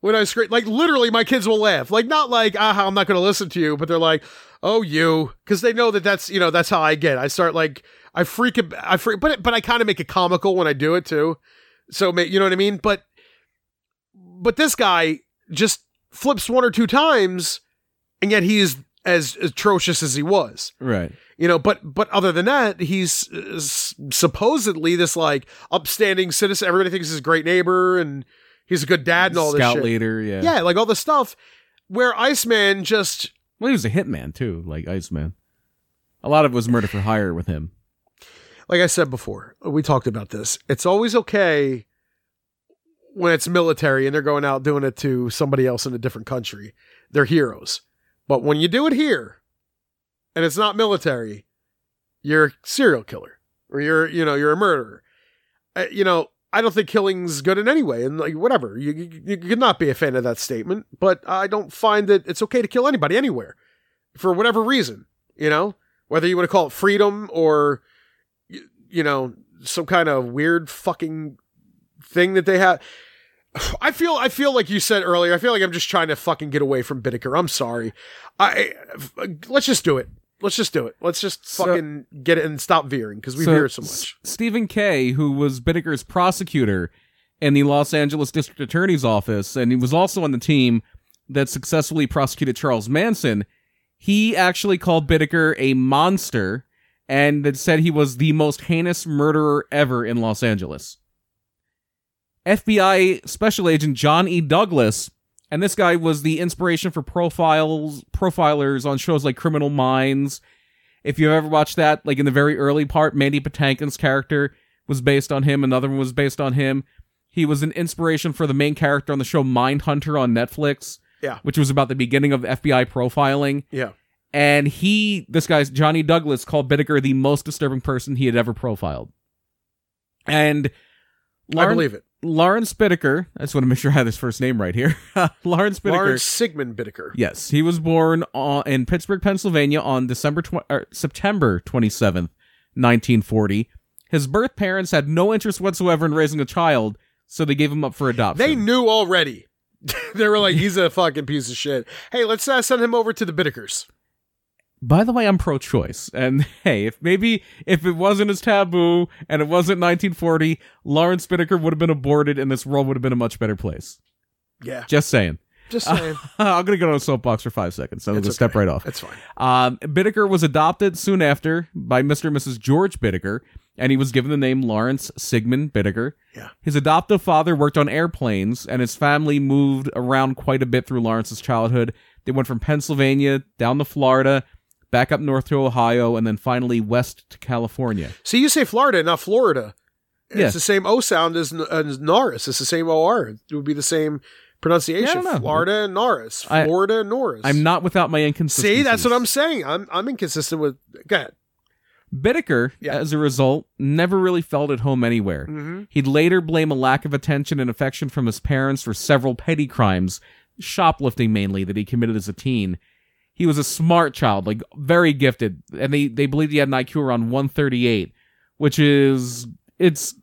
Speaker 3: when i scream like literally my kids will laugh like not like aha i'm not gonna listen to you but they're like oh you because they know that that's you know that's how i get i start like i freak ab- i freak but but i kind of make it comical when i do it too so ma- you know what i mean but but this guy just flips one or two times and yet he is as atrocious as he was
Speaker 2: Right.
Speaker 3: you know but but other than that he's uh, s- supposedly this like upstanding citizen everybody thinks he's a great neighbor and he's a good dad and all this
Speaker 2: Scout
Speaker 3: shit
Speaker 2: leader. Yeah.
Speaker 3: yeah like all this stuff where iceman just
Speaker 2: Well, he was a hitman too, like Iceman. A lot of it was murder for hire with him.
Speaker 3: like i said before we talked about this it's always okay when it's military and they're going out doing it to somebody else in a different country they're heroes but when you do it here and it's not military you're a serial killer or you're you know you're a murderer uh, you know i don't think killing's good in any way and like whatever you, you, you could not be a fan of that statement but i don't find that it's okay to kill anybody anywhere for whatever reason you know whether you want to call it freedom or you, you know some kind of weird fucking thing that they have I feel I feel like you said earlier. I feel like I'm just trying to fucking get away from Bittaker. I'm sorry. I f- let's just do it. Let's just do it. Let's just
Speaker 2: So-
Speaker 3: fucking get it and stop veering because we
Speaker 2: So,
Speaker 3: veer so
Speaker 2: S-
Speaker 3: much.
Speaker 2: Stephen Kay, who was Bittaker's prosecutor in the Los Angeles District Attorney's Office, and he was also on the team that successfully prosecuted Charles Manson, he actually called Bittaker a monster and that said he was the most heinous murderer ever in Los Angeles. FBI Special Agent John E. Douglas, and this guy was the inspiration for profiles profilers on shows like Criminal Minds if you've ever watched that, like in the very early part, Mandy Patinkin's character was based on him. Another one was based on him. He was an inspiration for the main character on the show Mindhunter on Netflix.
Speaker 3: Yeah.
Speaker 2: Which was about the beginning of FBI profiling.
Speaker 3: Yeah.
Speaker 2: And he, this guy's Johnny Douglas, called Bittaker the most disturbing person he had ever profiled. And
Speaker 3: I
Speaker 2: Lauren,
Speaker 3: believe it.
Speaker 2: Lawrence Bittaker, I just want to make sure I have his first name right here. Lawrence Bittaker.
Speaker 3: Lawrence Sigmund Bittaker.
Speaker 2: Yes, he was born on, in Pittsburgh, Pennsylvania, on December tw- er, September twenty seventh, nineteen forty. His birth parents had no interest whatsoever in raising a child, so they gave him up for adoption.
Speaker 3: They knew already. they were like, he's a fucking piece of shit. Hey, let's uh, send him over to the Bittakers.
Speaker 2: By the way, I'm pro-choice, and hey, if maybe if it wasn't as taboo and it wasn't 1940, Lawrence Spinnaker would have been aborted, and this world would have been a much better place.
Speaker 3: Yeah.
Speaker 2: Just saying.
Speaker 3: Just saying.
Speaker 2: I'm gonna go on a soapbox for five seconds. So I'm
Speaker 3: It's
Speaker 2: gonna Ah, oh, step
Speaker 3: okay.
Speaker 2: right off.
Speaker 3: That's fine.
Speaker 2: Um, Bittaker was adopted soon after by Mr. and Mrs. George Bittaker, and he was given the name Lawrence Sigmund Bittaker.
Speaker 3: Yeah.
Speaker 2: His adoptive father worked on airplanes, and his family moved around quite a bit through Lawrence's childhood. They went from Pennsylvania down to Florida, back up north to Ohio, and then finally west to California.
Speaker 3: So you say Florida, not Florida. It's
Speaker 2: Yeah.
Speaker 3: the same O sound as, N- as Norris. It's the same OR. It would be the same
Speaker 2: Yeah, I
Speaker 3: pronunciation.
Speaker 2: don't know.
Speaker 3: Florida and Norris.
Speaker 2: I-
Speaker 3: Florida and Norris.
Speaker 2: I'm not without my inconsistencies.
Speaker 3: See, that's what I'm saying. I'm I'm inconsistent with. Go ahead.
Speaker 2: Bittaker,
Speaker 3: Yeah.
Speaker 2: as a result, never really felt at home anywhere.
Speaker 3: Mm-hmm.
Speaker 2: He'd later blame a lack of attention and affection from his parents for several petty crimes, shoplifting mainly, that he committed as a teen. He was a smart child, like very gifted, and they, they believed he had an IQ around 138, which is it's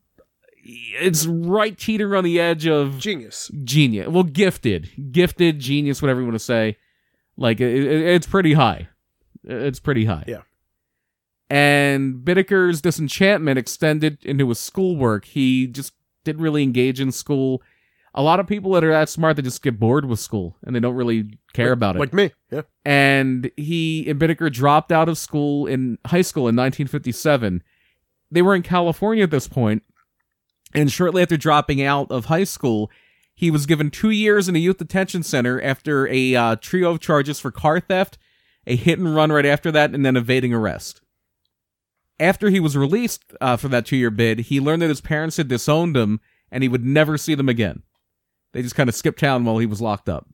Speaker 2: it's right teeter on the edge of
Speaker 3: Genius.
Speaker 2: genius. Well, gifted, gifted, genius, whatever you want to say. Like it, it- it's pretty high. It's pretty high.
Speaker 3: Yeah.
Speaker 2: And Bittaker's disenchantment extended into his schoolwork. He just didn't really engage in school. A lot of people that are that smart, they just get bored with school and they don't really care about it
Speaker 3: Like me. Yeah.
Speaker 2: and he and Bittaker dropped out of school in high school in 1957. They were in California at this point, and shortly after dropping out of high school, he was given two years in a youth detention center after a uh, trio of charges for car theft, a hit and run right after that, and then evading arrest. After he was released uh, for that two year bid, he learned that his parents had disowned him and he would never see them again. They just kind of skipped town while he was locked up.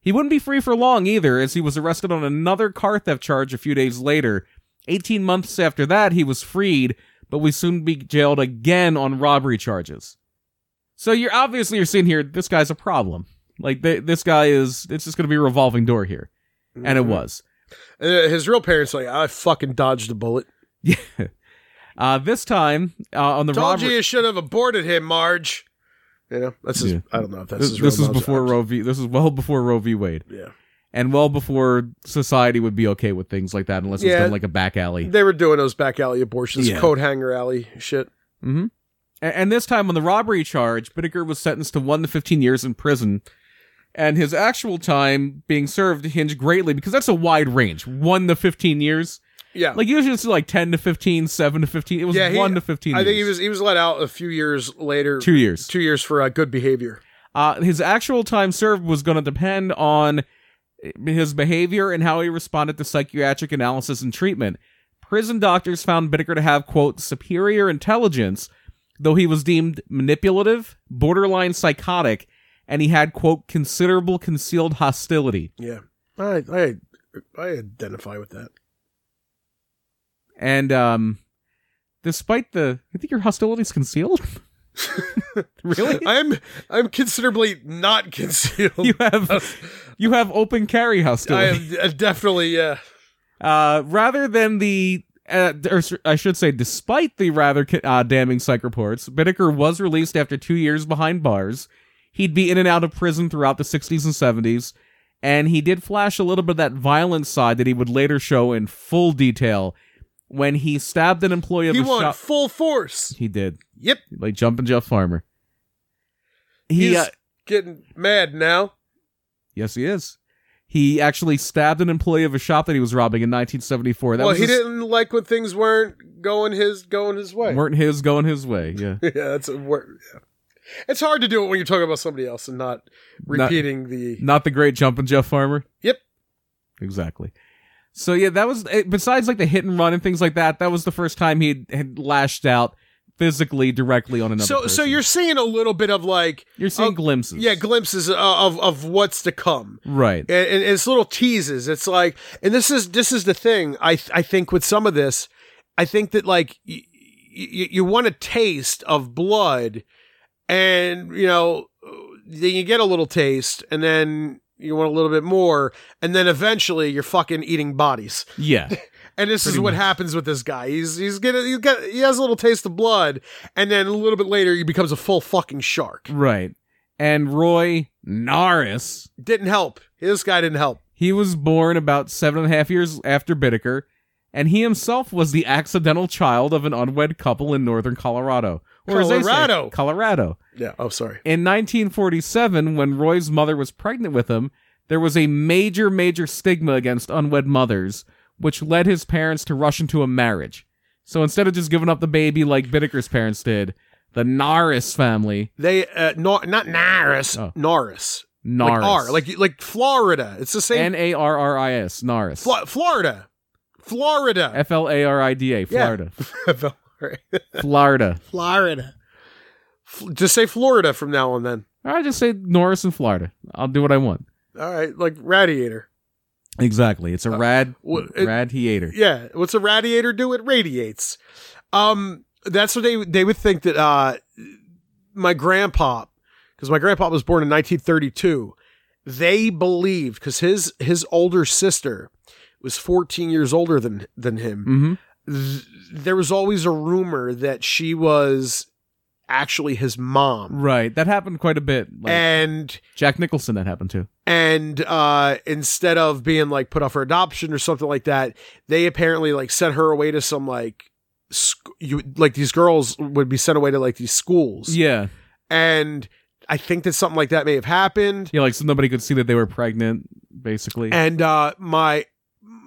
Speaker 2: He wouldn't be free for long either, as he was arrested on another car theft charge a few days later. 18 months after that, he was freed, but would soon be jailed again on robbery charges. So you're obviously you're seeing here this guy's a problem. Like th- this guy is it's just going to be a revolving door here, and it
Speaker 3: Mm-hmm.
Speaker 2: was.
Speaker 3: Uh, his real parents like I fucking dodged a bullet.
Speaker 2: Uh, this time uh, on the
Speaker 3: Told
Speaker 2: robbery.
Speaker 3: you you should have aborted him, Marge. You know that's his,
Speaker 2: Yeah.
Speaker 3: I don't know if that's
Speaker 2: this
Speaker 3: his real
Speaker 2: this is
Speaker 3: mom's-
Speaker 2: before Roe v. This is well before Roe v. Wade,
Speaker 3: Yeah.
Speaker 2: and well before society would be okay with things like that, unless it's
Speaker 3: Yeah.
Speaker 2: done like a back alley.
Speaker 3: They were doing those back alley abortions,
Speaker 2: Yeah.
Speaker 3: coat hanger alley shit.
Speaker 2: Mm-hmm. And, this time on the robbery charge, Bittaker was sentenced to one to fifteen years in prison, and his actual time being served hinged greatly because that's a wide range. One to fifteen years,
Speaker 3: Yeah.
Speaker 2: like usually it's like ten to 15, 7 to fifteen. It was
Speaker 3: Yeah, he-
Speaker 2: one to fifteen.
Speaker 3: I think he
Speaker 2: years.
Speaker 3: was he was let out a few years later.
Speaker 2: two years.
Speaker 3: two years for uh, good behavior.
Speaker 2: Uh, his actual time served was going to depend on his behavior and how he responded to psychiatric analysis and treatment. Prison doctors found Bittaker to have, quote, superior intelligence, though he was deemed manipulative, borderline psychotic, and he had, quote, considerable concealed hostility.
Speaker 3: Yeah. I I I identify with that.
Speaker 2: And, um, despite the. I think your hostility's concealed? really?
Speaker 3: I'm I'm considerably not concealed.
Speaker 2: You have you have open carry
Speaker 3: I
Speaker 2: hostility.
Speaker 3: am uh, definitely yeah.
Speaker 2: Uh, rather than the, uh, or s- I should say, despite the rather ca- uh, damning psych reports, Bittaker was released after two years behind bars. He'd be in and out of prison throughout the 60s and 70s, and he did flash a little bit of that violent side that he would later show in full detail when he stabbed an employee of
Speaker 3: He
Speaker 2: a
Speaker 3: won
Speaker 2: shop.
Speaker 3: full force.
Speaker 2: He did,
Speaker 3: Yep.
Speaker 2: like Jumpin' Jeff Farmer. He,
Speaker 3: He's
Speaker 2: uh,
Speaker 3: getting mad now.
Speaker 2: yes, he is. He actually stabbed an employee of a shop that he was robbing in 1974. That
Speaker 3: well,
Speaker 2: was
Speaker 3: he
Speaker 2: his-
Speaker 3: didn't like when things weren't going his going his way.
Speaker 2: weren't his going his way. Yeah.
Speaker 3: yeah, that's a word. Yeah. It's hard to do it when you're talking about somebody else and not
Speaker 2: Not-
Speaker 3: repeating the
Speaker 2: not the great jumping Jeff Farmer.
Speaker 3: Yep.
Speaker 2: Exactly. So yeah, that was eh, besides like the hit and run and things like that. That was the first time he had- had lashed out physically directly on another.
Speaker 3: so so
Speaker 2: person.
Speaker 3: you're seeing a little bit of like
Speaker 2: you're seeing
Speaker 3: oh,
Speaker 2: glimpses.
Speaker 3: yeah glimpses of of, of what's to come.
Speaker 2: right.
Speaker 3: and, and it's little teases. It's like, and this is this is the thing. I I think with some of this, I think that like y- y- you want a taste of blood, and you know, then you get a little taste, and then you want a little bit more, and then eventually you're fucking eating bodies.
Speaker 2: Yeah.
Speaker 3: And this is
Speaker 2: Pretty
Speaker 3: what
Speaker 2: much.
Speaker 3: happens with this guy. He's he's gonna he's got he has a little taste of blood, and then a little bit later he becomes a full fucking shark.
Speaker 2: right. And Roy Norris,
Speaker 3: Didn't help. This guy didn't help.
Speaker 2: he was born about seven and a half years after Bittaker, and he himself was the accidental child of an unwed couple in northern Colorado. Or as they say,
Speaker 3: Colorado.
Speaker 2: Colorado.
Speaker 3: Yeah. Oh, sorry.
Speaker 2: In 1947, when Roy's mother was pregnant with him, there was a major, major stigma against unwed mothers, which led his parents to rush into a marriage. So instead of just giving up the baby like Bittaker's parents did, the Naris family,
Speaker 3: They uh, no, not Naris,
Speaker 2: Oh.
Speaker 3: Norris,
Speaker 2: Naris,
Speaker 3: like R, like like Florida. It's the same.
Speaker 2: N A R R I S, Naris,
Speaker 3: Flo- Florida, Florida,
Speaker 2: F L A R I D A, Florida,
Speaker 3: Florida.
Speaker 2: Florida.
Speaker 3: F- Just say Florida from now on. Then
Speaker 2: Or I just say Norris in Florida. I'll do what I want.
Speaker 3: all right, like radiator.
Speaker 2: Exactly. It's a rad
Speaker 3: wh- Uh, it-
Speaker 2: rad theater.
Speaker 3: Yeah, what's a radiator do? It radiates. Um, that's what they they would think that uh, my grandpa, because my grandpa was born in 1932, they believed because his his older sister was 14 years older than than him.
Speaker 2: Mm-hmm.
Speaker 3: Th- there was always a rumor that she was actually his mom,
Speaker 2: Right. That happened quite a bit. Like
Speaker 3: Eh. and
Speaker 2: Jack Nicholson that happened to.
Speaker 3: and uh instead of being like put up for adoption or something like that they apparently like sent her away to some like sc- you like these girls would be sent away to like these schools
Speaker 2: Yeah.
Speaker 3: and i think that something like that may have happened
Speaker 2: Yeah, like so nobody could see that they were pregnant, basically.
Speaker 3: and uh my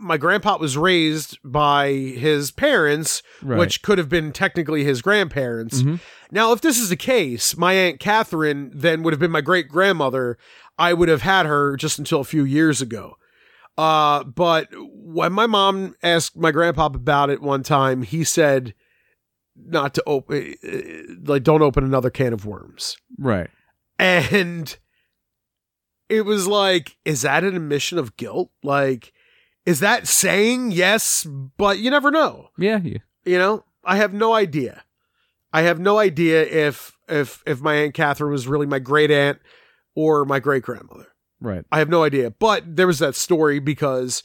Speaker 3: my grandpa was raised by his parents
Speaker 2: right.
Speaker 3: which could have been technically his grandparents
Speaker 2: Mhm.
Speaker 3: Now, if this is the case, my Aunt Catherine then would have been my great grandmother. I would have had her just until a few years ago. Uh, but when my mom asked my grandpa about it one time, he said not to open, like, don't open another can of worms.
Speaker 2: Right.
Speaker 3: And it was like, is that an admission of guilt? Like, is that saying yes, but you never know?
Speaker 2: Yeah, yeah.
Speaker 3: you know i have no idea i have no idea if if if my aunt catherine was really my great aunt or my great grandmother
Speaker 2: Right.
Speaker 3: i have no idea but there was that story because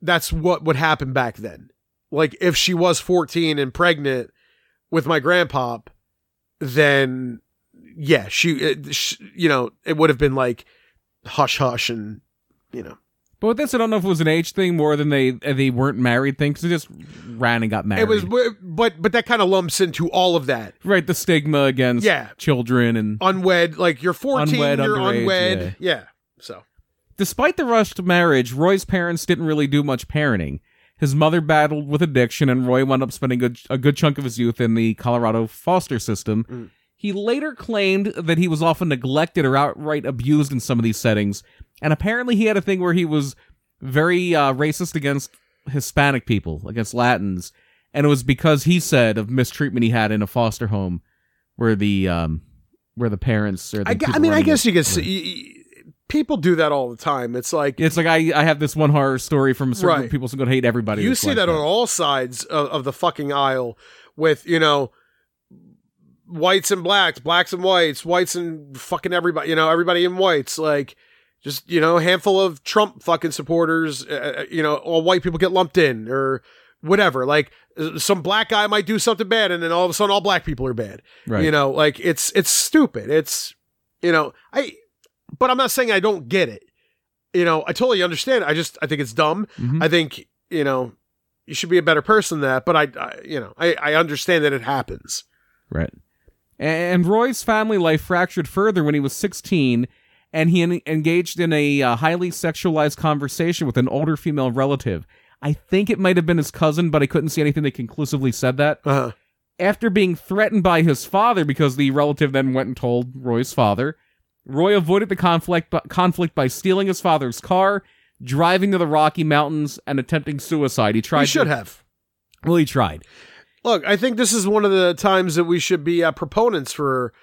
Speaker 3: that's what would happen back then like if she was 14 and pregnant with my grandpop then yeah she, it, sh you know it would have been like hush hush and you know
Speaker 2: But with this, I don't know if it was an age thing more than they uh, they weren't married thing because they just ran and got married.
Speaker 3: it was but but that kind of lumps into all of that
Speaker 2: right the stigma against
Speaker 3: yeah
Speaker 2: children and
Speaker 3: unwed like you're 14
Speaker 2: Unwed,
Speaker 3: you're
Speaker 2: underage,
Speaker 3: unwed yeah. so
Speaker 2: Despite the rush to marriage, Roy's parents didn't really do much parenting. His mother battled with addiction, and Roy wound up spending a, a good chunk of his youth in the Colorado foster system.
Speaker 3: Mm.
Speaker 2: He later claimed that he was often neglected or outright abused in some of these settings, and apparently he had a thing where he was very uh, racist against Hispanic people, against Latins, and it was because he said of mistreatment he had in a foster home, where the um, where the parents or the
Speaker 3: I, gu- I
Speaker 2: people
Speaker 3: mean i
Speaker 2: running it
Speaker 3: guess you could
Speaker 2: were-
Speaker 3: see y- y- people do that all the time it's like
Speaker 2: it's like I, I have this one horror story from certain
Speaker 3: Right.
Speaker 2: group of people who going to hate everybody.
Speaker 3: you
Speaker 2: that's
Speaker 3: see
Speaker 2: like
Speaker 3: that on all sides of, of the fucking aisle with you know whites and blacks blacks and whites whites and fucking everybody you know everybody in whites like just you know a handful of trump fucking supporters uh, uh, you know all white people get lumped in or whatever like uh, some black guy might do something bad and then all of a sudden all black people are bad
Speaker 2: right.
Speaker 3: You know, like it's it's stupid. It's you know, I but I'm not saying I don't get it. You know, I totally understand. it. I just I think it's dumb.
Speaker 2: Mhm.
Speaker 3: I think, you know, you should be a better person than that, but I, I you know, I I understand that it happens.
Speaker 2: Right. And Roy's family life fractured further when he was 16 and he en- engaged in a uh, highly sexualized conversation with an older female relative. I think it might have been his cousin, but I couldn't see anything that conclusively said that.
Speaker 3: Uh-huh.
Speaker 2: After being threatened by his father because the relative then went and told Roy's father, Roy avoided the conflict bu- conflict by stealing his father's car, driving to the Rocky Mountains and attempting suicide. He tried
Speaker 3: We should
Speaker 2: to-
Speaker 3: have.
Speaker 2: Well, he tried.
Speaker 3: Look, I think this is one of the times that we should be uh, proponents for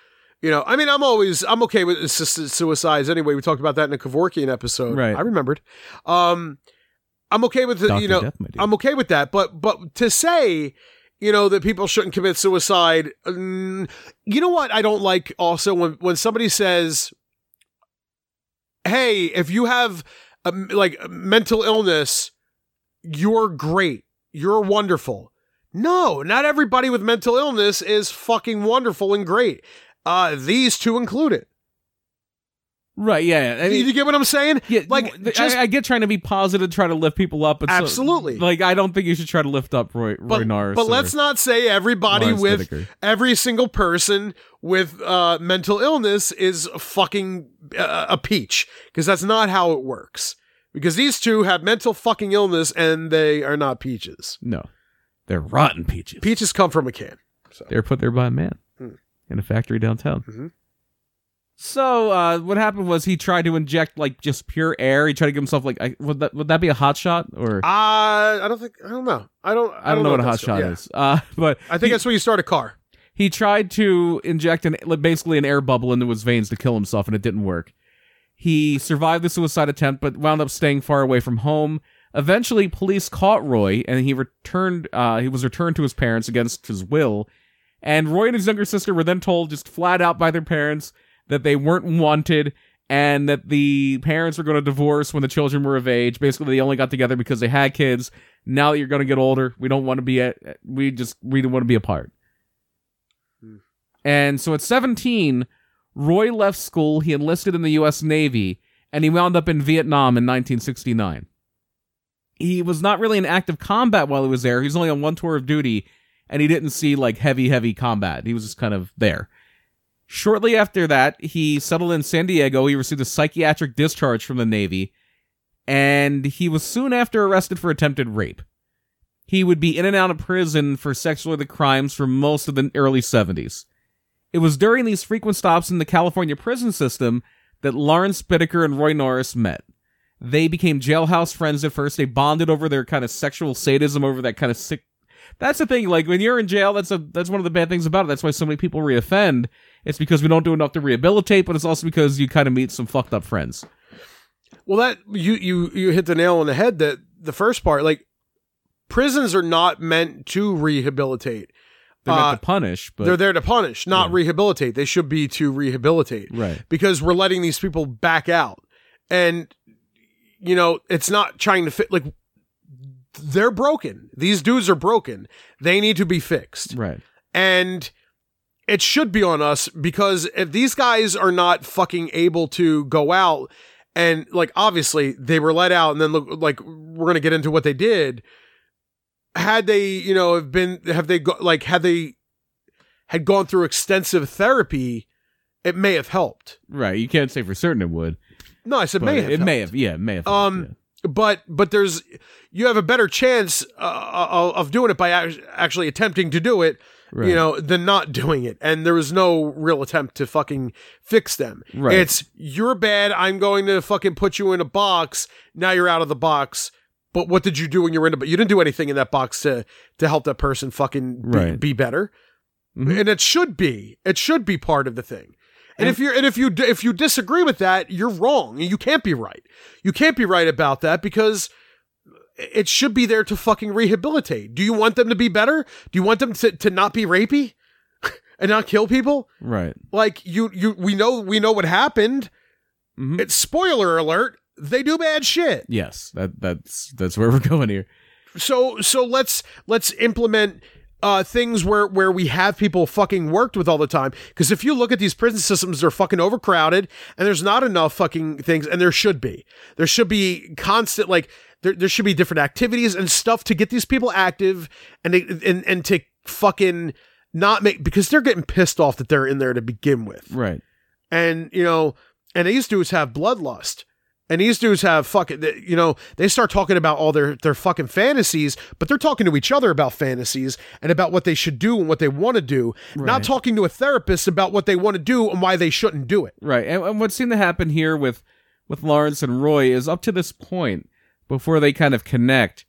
Speaker 3: you know, I mean, I'm always I'm okay with assisted suicides anyway. We talked about that in a Kevorkian episode.
Speaker 2: Right.
Speaker 3: I remembered. Um I'm okay with the, you know, um,
Speaker 2: Death, my dude.
Speaker 3: I'm okay with that, but but to say, you know, that people shouldn't commit suicide, mm, you know what I don't like also when when somebody says, "Hey, if you have um, like mental illness, you're great, you're wonderful." No, not everybody with mental illness is fucking wonderful and great. Uh, these two included.
Speaker 2: right, yeah. yeah. I
Speaker 3: Do
Speaker 2: mean,
Speaker 3: you get what I'm saying?
Speaker 2: Yeah,
Speaker 3: Like,
Speaker 2: like
Speaker 3: just-
Speaker 2: I, I get trying to be positive, try to lift people up. But so-
Speaker 3: Absolutely.
Speaker 2: like I don't think you should try to lift up Roy,
Speaker 3: But,
Speaker 2: Roy Norris.
Speaker 3: but
Speaker 2: or
Speaker 3: let's not say everybody
Speaker 2: Lawrence
Speaker 3: with
Speaker 2: Whitaker.
Speaker 3: every single person with uh, mental illness is a fucking uh, a peach because that's not how it works. Because these two have mental fucking illness and they are not peaches.
Speaker 2: no, they're rotten peaches.
Speaker 3: Peaches come from a can.
Speaker 2: They were put there by a man
Speaker 3: Hmm.
Speaker 2: in a factory downtown.
Speaker 3: Mhm.
Speaker 2: So uh, what happened was he tried to inject like just pure air. He tried to give himself like I, would that would that be a hot shot or
Speaker 3: Uh, I don't think I don't know. I don't. I,
Speaker 2: I don't know what a hot
Speaker 3: that's-
Speaker 2: shot
Speaker 3: yeah.
Speaker 2: is. Uh, but
Speaker 3: I think
Speaker 2: he,
Speaker 3: that's where you start a car.
Speaker 2: he tried to inject an basically an air bubble into his veins to kill himself, and it didn't work. He survived the suicide attempt, but wound up staying far away from home. Eventually, police caught Roy, and he returned. Uh, he was returned to his parents against his will. And Roy and his younger sister were then told, just flat out by their parents, that they weren't wanted and that the parents were going to divorce when the children were of age. Basically, they only got together because they had kids. Now that you're going to get older, we don't want to be at. We just we don't want to be apart.
Speaker 3: Hmm.
Speaker 2: And so at 17, Roy left school. He enlisted in the U.S. Navy, and he wound up in Vietnam in 1969. He was not really in active combat while he was there. He was only on one tour of duty, and he didn't see like heavy, heavy combat. He was just kind of there. Shortly after that, he settled in San Diego. He received a psychiatric discharge from the Navy, and he was soon after arrested for attempted rape. He would be in and out of prison for sexual crimes for most of the early 70s. It was during these frequent stops in the California prison system that Lawrence Bittaker and Roy Norris met. They became jailhouse friends at first. They bonded over their kind of sexual sadism, over that kind of sick. That's the thing. Like when you're in jail, that's a that's one of the bad things about it. That's why so many people reoffend. It's because we don't do enough to rehabilitate, but it's also because you kind of meet some fucked up friends.
Speaker 3: Well, that you you you hit the nail on the head. That the first part, like prisons, are not meant to rehabilitate.
Speaker 2: They're
Speaker 3: Uh,
Speaker 2: meant to punish, but
Speaker 3: They're there to punish, not rehabilitate. They should be to rehabilitate.
Speaker 2: right.
Speaker 3: because we're letting these people back out. And, you know, it's not trying to fit, like, they're broken. These dudes are broken. They need to be fixed.
Speaker 2: Right.
Speaker 3: And it should be on us because if these guys are not fucking able to go out and, like, obviously they were let out and then, look, like, we're going to get into what they did. Had they, you know, have been, have they, go, like, had they, had gone through extensive therapy, it may have helped.
Speaker 2: Right. You can't say for certain it would.
Speaker 3: No, I said
Speaker 2: but
Speaker 3: may have.
Speaker 2: it may
Speaker 3: helped.
Speaker 2: have. Yeah, it may have.
Speaker 3: Um,
Speaker 2: yeah.
Speaker 3: But but there's you have a better chance uh, of of doing it by act- actually attempting to do it,
Speaker 2: Right.
Speaker 3: you know, than not doing it. And there was no real attempt to fucking fix them.
Speaker 2: Right.
Speaker 3: It's you're bad. I'm going to fucking put you in a box. Now you're out of the box. But what did you do when you were in it? But you didn't do anything in that box to to help that person fucking be,
Speaker 2: Right.
Speaker 3: be better.
Speaker 2: Mhm.
Speaker 3: And it should be. It should be part of the thing. And,
Speaker 2: And-
Speaker 3: if you're and if you d- if you disagree with that, you're wrong. You can't be right. You can't be right about that because it should be there to fucking rehabilitate. Do you want them to be better? Do you want them to, to not be rapey and not kill people?
Speaker 2: Right.
Speaker 3: Like you you we know we know what happened.
Speaker 2: Mhm.
Speaker 3: It's spoiler alert. They do bad shit.
Speaker 2: Yes. That that's that's where we're going here.
Speaker 3: So so let's let's implement uh, things where where we have people fucking worked with all the time. Because if you look at these prison systems, they're fucking overcrowded, and there's not enough fucking things. And there should be there should be constant like there there should be different activities and stuff to get these people active and they- and and to fucking not make because they're getting pissed off that they're in there to begin with
Speaker 2: Right.
Speaker 3: and you know, and these dudes have bloodlust, and these dudes have fucking, th- you know, they start talking about all their their fucking fantasies, but they're talking to each other about fantasies and about what they should do and what they want to do, not
Speaker 2: Right.
Speaker 3: talking to a therapist about what they want to do and why they shouldn't do it.
Speaker 2: Right. And, and what seemed to happen here with with Lawrence and Roy is up to this point before they kind of connect.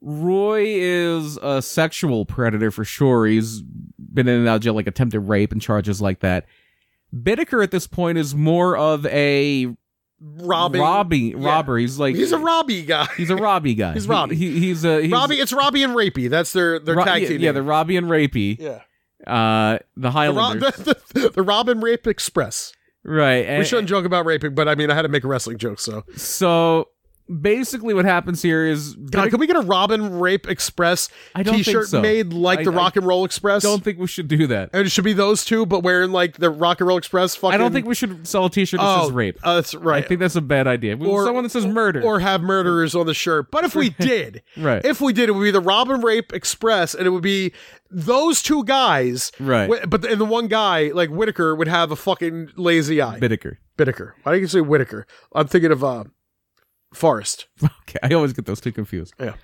Speaker 2: Roy is a sexual predator for sure. He's been in and out of jail like attempted rape and charges like that. Bittaker at this point is more of a
Speaker 3: Robbie,
Speaker 2: Robbie,
Speaker 3: Yeah.
Speaker 2: robber. He's like
Speaker 3: he's a Robbie guy.
Speaker 2: he's a Robbie guy.
Speaker 3: He's Robbie.
Speaker 2: He, he- he's a he's,
Speaker 3: Robbie, it's Robbie and Rapey. That's their their
Speaker 2: Ro-
Speaker 3: tag
Speaker 2: yeah,
Speaker 3: team.
Speaker 2: Yeah,
Speaker 3: name.
Speaker 2: the Robbie and Rapey.
Speaker 3: yeah.
Speaker 2: Uh, the
Speaker 3: The, Ro-
Speaker 2: Highlanders.
Speaker 3: the, the, the Robin Rape Express.
Speaker 2: right. And,
Speaker 3: We shouldn't joke about raping, but I mean, I had to make a wrestling joke, so.
Speaker 2: So basically, what happens here is
Speaker 3: God, can we get a Robin Rape Express
Speaker 2: I don't think
Speaker 3: T-shirt
Speaker 2: so.
Speaker 3: made like
Speaker 2: I-
Speaker 3: the
Speaker 2: I
Speaker 3: Rock and Roll Express.
Speaker 2: don't think we should do that.
Speaker 3: and it should be those two, but wearing like the Rock and Roll Express. Fucking,
Speaker 2: I don't think we should sell a T-shirt that
Speaker 3: Oh,
Speaker 2: says rape.
Speaker 3: uh, that's right.
Speaker 2: I think that's a bad idea. We-
Speaker 3: Or-
Speaker 2: Someone that says murder.
Speaker 3: or have murderers on the shirt. But if we did,
Speaker 2: right.
Speaker 3: if we did, it would be the Robin Rape Express, and it would be those two guys.
Speaker 2: right.
Speaker 3: Wi- But and the one guy like Whitaker would have a fucking lazy eye.
Speaker 2: Bittaker.
Speaker 3: Whitaker. Why do you say Whitaker? I'm thinking of uh, Forrest.
Speaker 2: Okay, I always get those two confused.
Speaker 3: Yeah.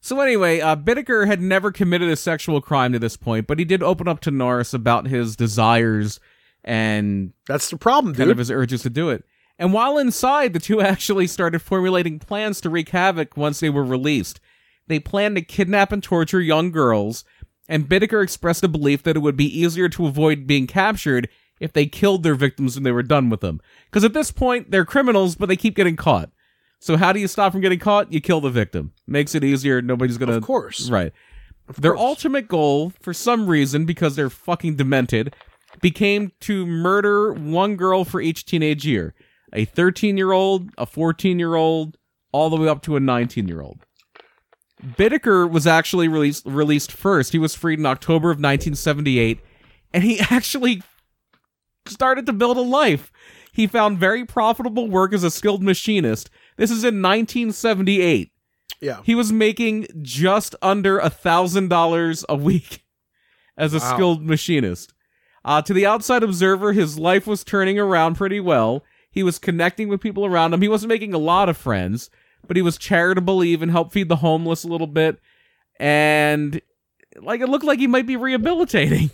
Speaker 2: So anyway, uh, Bittaker had never committed a sexual crime to this point, but he did open up to Norris about his desires and
Speaker 3: That's the problem,
Speaker 2: kind
Speaker 3: dude.
Speaker 2: of his urges to do it. And while inside, the two actually started formulating plans to wreak havoc once they were released. They planned to kidnap and torture young girls, and Bittaker expressed a belief that it would be easier to avoid being captured if they killed their victims when they were done with them. Because at this point, they're criminals, but they keep getting caught. So how do you stop from getting caught? You kill the victim. Makes it easier. Nobody's gonna.
Speaker 3: Of course.
Speaker 2: Right. Their ultimate goal, for some reason, because they're fucking demented, became to murder one girl for each teenage year a 13 year old, a 14 year old, all the way up to a 19 year old. Bittaker was actually released released first. He was freed in October of 1978, and he actually started to build a life. He found very profitable work as a skilled machinist. This is in 1978.
Speaker 3: Yeah.
Speaker 2: He was making just under a thousand dollars a week as a
Speaker 3: Wow.
Speaker 2: skilled machinist. Uh, to the outside observer, his life was turning around pretty well. He was connecting with people around him. He wasn't making a lot of friends, but he was charitable, even helped feed the homeless a little bit, and like it looked like he might be rehabilitating.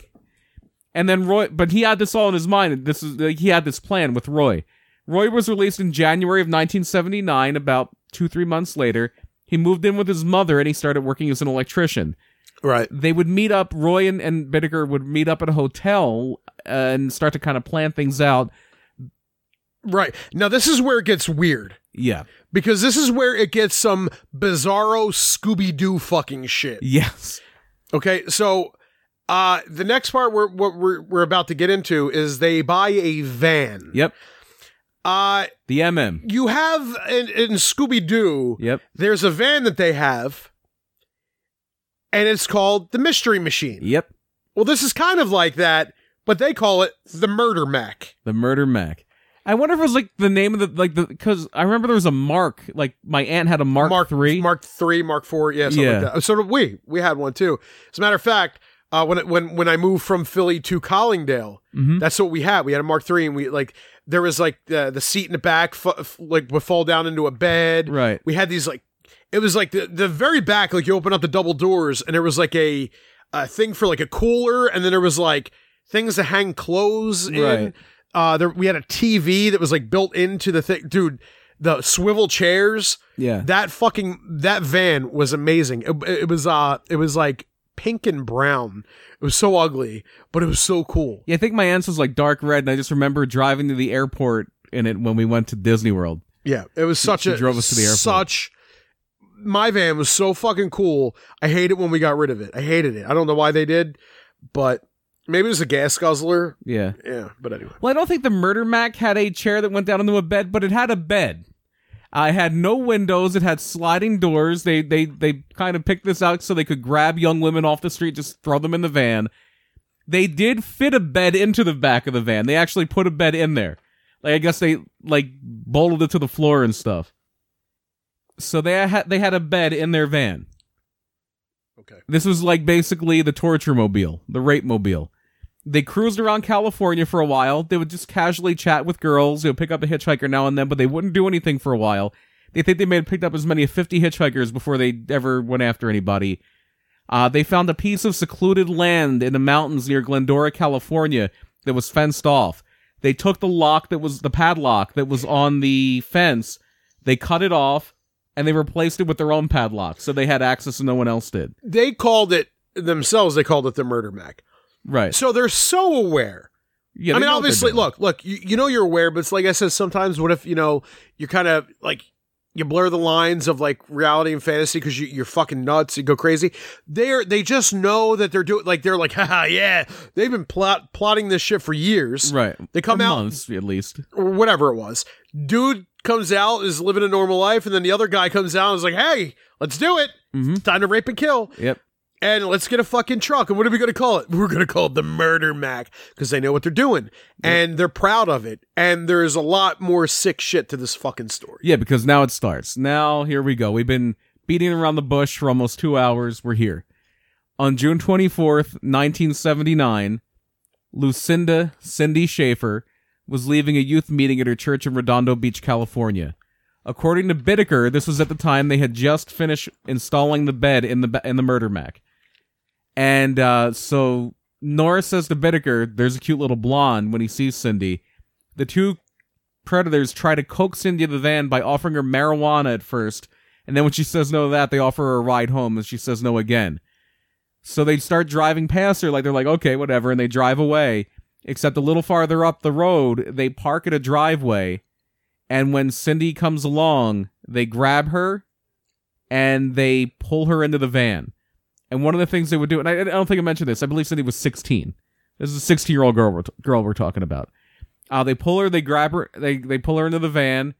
Speaker 2: And then Roy, but he had this all in his mind. This is like, he had this plan with Roy. Roy was released in January of 1979. About two three months later, he moved in with his mother and he started working as an electrician.
Speaker 3: Right.
Speaker 2: They would meet up. Roy and, and Bittaker would meet up at a hotel uh, and start to kind of plan things out.
Speaker 3: Right. Now this is where it gets weird
Speaker 2: Yeah.
Speaker 3: because this is where it gets some bizarro Scooby Doo fucking shit.
Speaker 2: Yes.
Speaker 3: Okay, so uh the next part we're what we're we're about to get into is they buy a van.
Speaker 2: Yep.
Speaker 3: Uh
Speaker 2: The MM.
Speaker 3: you have in, in Scooby Doo,
Speaker 2: Yep.
Speaker 3: there's a van that they have, and it's called the Mystery Machine.
Speaker 2: Yep.
Speaker 3: Well, this is kind of like that, but they call it the Murder Mac.
Speaker 2: The Murder Mac. I wonder if it was like the name of the like the because I remember there was a mark like my aunt had a mark, three.
Speaker 3: Mark three, Mark four, yeah, something
Speaker 2: Yeah.
Speaker 3: like that. So did we we had one too. As a matter of fact, uh, when it, when when I moved from Philly to Collingdale,
Speaker 2: Mhm.
Speaker 3: that's what we had. We had a Mark three, and we like there was like the the seat in the back, fu- f- like would fall down into a bed.
Speaker 2: Right.
Speaker 3: We had these like it was like the the very back, like you open up the double doors, and there was like a a thing for like a cooler, and then there was like things to hang clothes in.
Speaker 2: Right.
Speaker 3: Uh, there we had a TV that was like built into the thing, dude. The swivel chairs
Speaker 2: Yeah.
Speaker 3: that fucking that van was amazing. It, it was uh it was like pink and brown. It was so ugly, but it was so cool.
Speaker 2: Yeah, I think my aunt's was like dark red, and I just remember driving to the airport in it when we went to Disney World.
Speaker 3: Yeah, it was such
Speaker 2: she
Speaker 3: a
Speaker 2: drove us to the airport.
Speaker 3: Such my van was so fucking cool. I hate it when we got rid of it. I hated it. I don't know why they did, but maybe it was a gas guzzler.
Speaker 2: Yeah.
Speaker 3: Yeah, but anyway.
Speaker 2: Well, I don't think the Murder Mac had a chair that went down into a bed, but it had a bed. I had no windows. It had sliding doors. They they they kind of picked this out so they could grab young women off the street, just throw them in the van. They did fit a bed into the back of the van. They actually put a bed in there. Like I guess they like bolted it to the floor and stuff. So they had they had a bed in their van.
Speaker 3: Okay.
Speaker 2: This was like basically the torture mobile, the rape mobile. They cruised around California for a while. They would just casually chat with girls. They would pick up a hitchhiker now and then, but they wouldn't do anything for a while. They think they may have picked up as many as 50 hitchhikers before they ever went after anybody. Uh, they found a piece of secluded land in the mountains near Glendora, California that was fenced off. They took the lock that was the padlock that was on the fence. They cut it off and they replaced it with their own padlock. So they had access and no one else did.
Speaker 3: They called it themselves, they called it the murder mac.
Speaker 2: Right.
Speaker 3: So they're so aware
Speaker 2: Yeah,
Speaker 3: I
Speaker 2: they
Speaker 3: mean,
Speaker 2: know what they're
Speaker 3: obviously,
Speaker 2: doing.
Speaker 3: look, look, you, you know you're aware, but it's like I said, sometimes what if, you know, you're kind of like, you blur the lines of like reality and fantasy because you, you're fucking nuts, you go crazy. They're, they just know that they're doing, like, they're like, haha, yeah, they've been plot, plotting this shit for years
Speaker 2: right?
Speaker 3: They come
Speaker 2: For
Speaker 3: out-
Speaker 2: months at least.
Speaker 3: or whatever it was. Dude comes out, is living a normal life, and then the other guy comes out and is like, hey, let's do it.
Speaker 2: Mhm.
Speaker 3: It's time to rape and kill.
Speaker 2: Yep.
Speaker 3: And let's get a fucking truck. And what are we going to call it? We're going to call it the Murder Mac because they know what they're doing and they're proud of it. And there's a lot more sick shit to this fucking story.
Speaker 2: Yeah, because now it starts. Now here we go. We've been beating around the bush for almost two hours. We're here on June twenty fourth, nineteen seventy nine. Lucinda Cindy Schaefer was leaving a youth meeting at her church in Redondo Beach, California. According to Bittaker, this was at the time they had just finished installing the bed in the in the murder mac. And uh, so Nora says to Bittaker, there's a cute little blonde when he sees Cindy. The two predators try to coax Cindy to the van by offering her marijuana at first, and then when she says no to that, they offer her a ride home and she says no again. So they start driving past her like they're like, okay, whatever, and they drive away. Except a little farther up the road, they park at a driveway, and when Cindy comes along, they grab her and they pull her into the van. And one of the things they would do, and I, I don't think I mentioned this, I believe Cindy was 16. This is a 16 year old girl we're, girl we're talking about. Uh, they pull her, they grab her, they, they pull her into the van.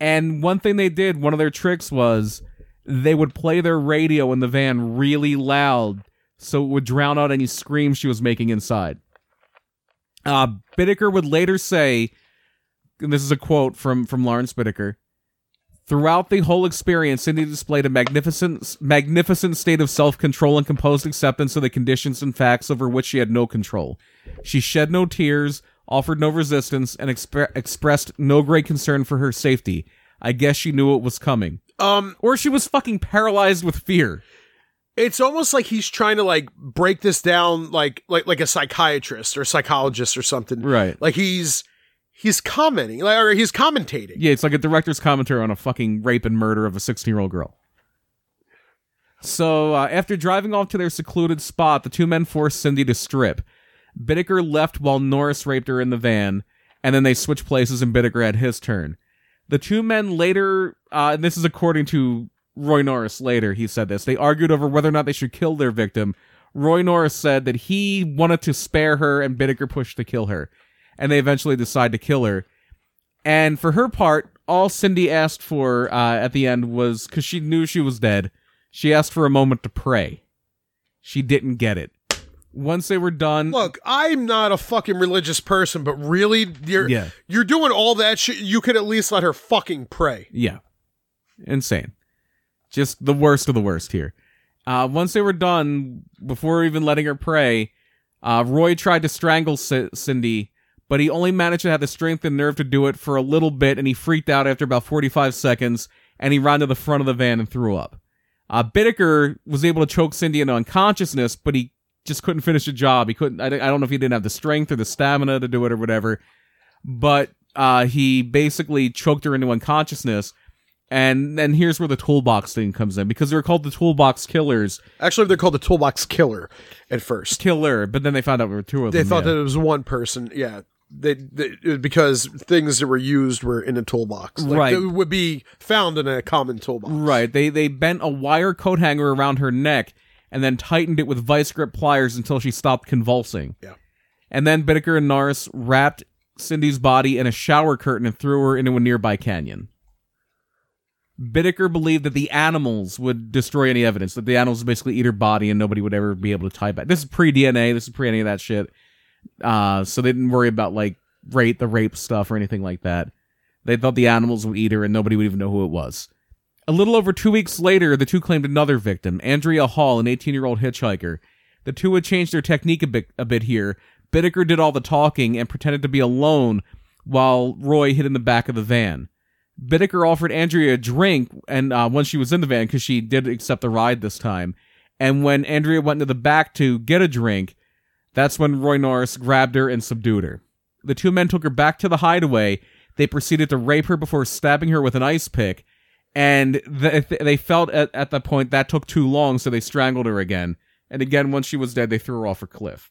Speaker 2: And one thing they did, one of their tricks was they would play their radio in the van really loud so it would drown out any screams she was making inside. Uh, Bittaker would later say, and this is a quote from, from Lawrence Bittaker. Throughout the whole experience, Cindy displayed a magnificent, magnificent state of self-control and composed acceptance of the conditions and facts over which she had no control. She shed no tears, offered no resistance, and expre- expressed no great concern for her safety. I guess she knew it was coming,
Speaker 3: Um,
Speaker 2: or she was fucking paralyzed with fear.
Speaker 3: it's almost like he's trying to like break this down, like like like a psychiatrist or psychologist or something.
Speaker 2: Right.
Speaker 3: Like he's he's commenting, like or he's commentating.
Speaker 2: Yeah, it's like a director's commentary on a fucking rape and murder of a 16 year old girl. So, uh, after driving off to their secluded spot, the two men forced Cindy to strip. Bittaker left while Norris raped her in the van, and then they switched places and Bittaker had his turn. The two men later, uh, and this is according to Roy Norris later, he said this, they argued over whether or not they should kill their victim. Roy Norris said that he wanted to spare her, and Bittaker pushed to kill her. And they eventually decide to kill her. And for her part, all Cindy asked for uh, at the end was because she knew she was dead. She asked for a moment to pray. She didn't get it. Once they were done,
Speaker 3: Look, I'm not a fucking religious person, but really, you're
Speaker 2: Yeah.
Speaker 3: you're doing all that shit. You could at least let her fucking pray.
Speaker 2: yeah, insane. Just the worst of the worst here. Uh, once they were done, before even letting her pray, uh, Roy tried to strangle C- Cindy, but he only managed to have the strength and nerve to do it for a little bit, and he freaked out after about 45 seconds, and he ran to the front of the van and threw up. Uh, Bittaker was able to choke Cindy into unconsciousness, but he just couldn't finish the job. He couldn't. I, don't- I don't know if he didn't have the strength or the stamina to do it or whatever, but uh, he basically choked her into unconsciousness. And then here's where the toolbox thing comes in because they were called the toolbox killers,
Speaker 3: Actually, they're called the toolbox killer at first.
Speaker 2: killer. But then they found out there were two of
Speaker 3: They
Speaker 2: them.
Speaker 3: thought
Speaker 2: yeah.
Speaker 3: that it was one person. Yeah. They, they it was because things that were used were in a toolbox. Like,
Speaker 2: Right.
Speaker 3: It would be found in a common toolbox.
Speaker 2: Right. They they bent a wire coat hanger around her neck and then tightened it with vice grip pliers until she stopped convulsing.
Speaker 3: Yeah.
Speaker 2: And then Bittaker and Norris wrapped Cindy's body in a shower curtain and threw her into a nearby canyon. Bittaker believed that the animals would destroy any evidence, that the animals would basically eat her body and nobody would ever be able to tie back. This is pre DNA, this is pre any of that shit. Uh, so they didn't worry about like rape the rape stuff or anything like that. They thought the animals would eat her and nobody would even know who it was. A little over two weeks later, the two claimed another victim, Andrea Hall, an 18 year old hitchhiker. The two had changed their technique a bit, a bit here. Bittaker did all the talking and pretended to be alone while Roy hid in the back of the van. Bittaker offered Andrea a drink and uh, once she was in the van because she did accept the ride this time. And when Andrea went into the back to get a drink, that's when Roy Norris grabbed her and subdued her. The two men took her back to the hideaway. They proceeded to rape her before stabbing her with an ice pick, and th- th- they felt at, at that point that took too long, so they strangled her again. And again, once she was dead, they threw her off a cliff.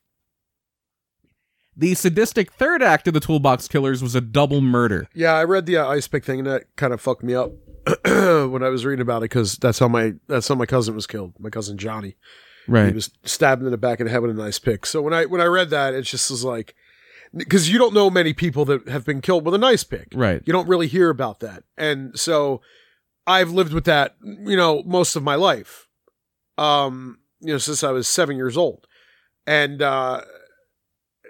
Speaker 2: The sadistic third act of the Toolbox Killers was a double murder.
Speaker 3: Yeah, I read the uh, ice pick thing, and that kind of fucked me up when I was reading about it because that's how my that's how my cousin was killed. My cousin Johnny, he was stabbed in the back of the head with an ice pick. So when I when I read that, it just was like because you don't know many people that have been killed with an ice pick.
Speaker 2: Right.
Speaker 3: You don't really hear about that, and so I've lived with that, you know, most of my life. Um, you know, since I was seven years old, and uh,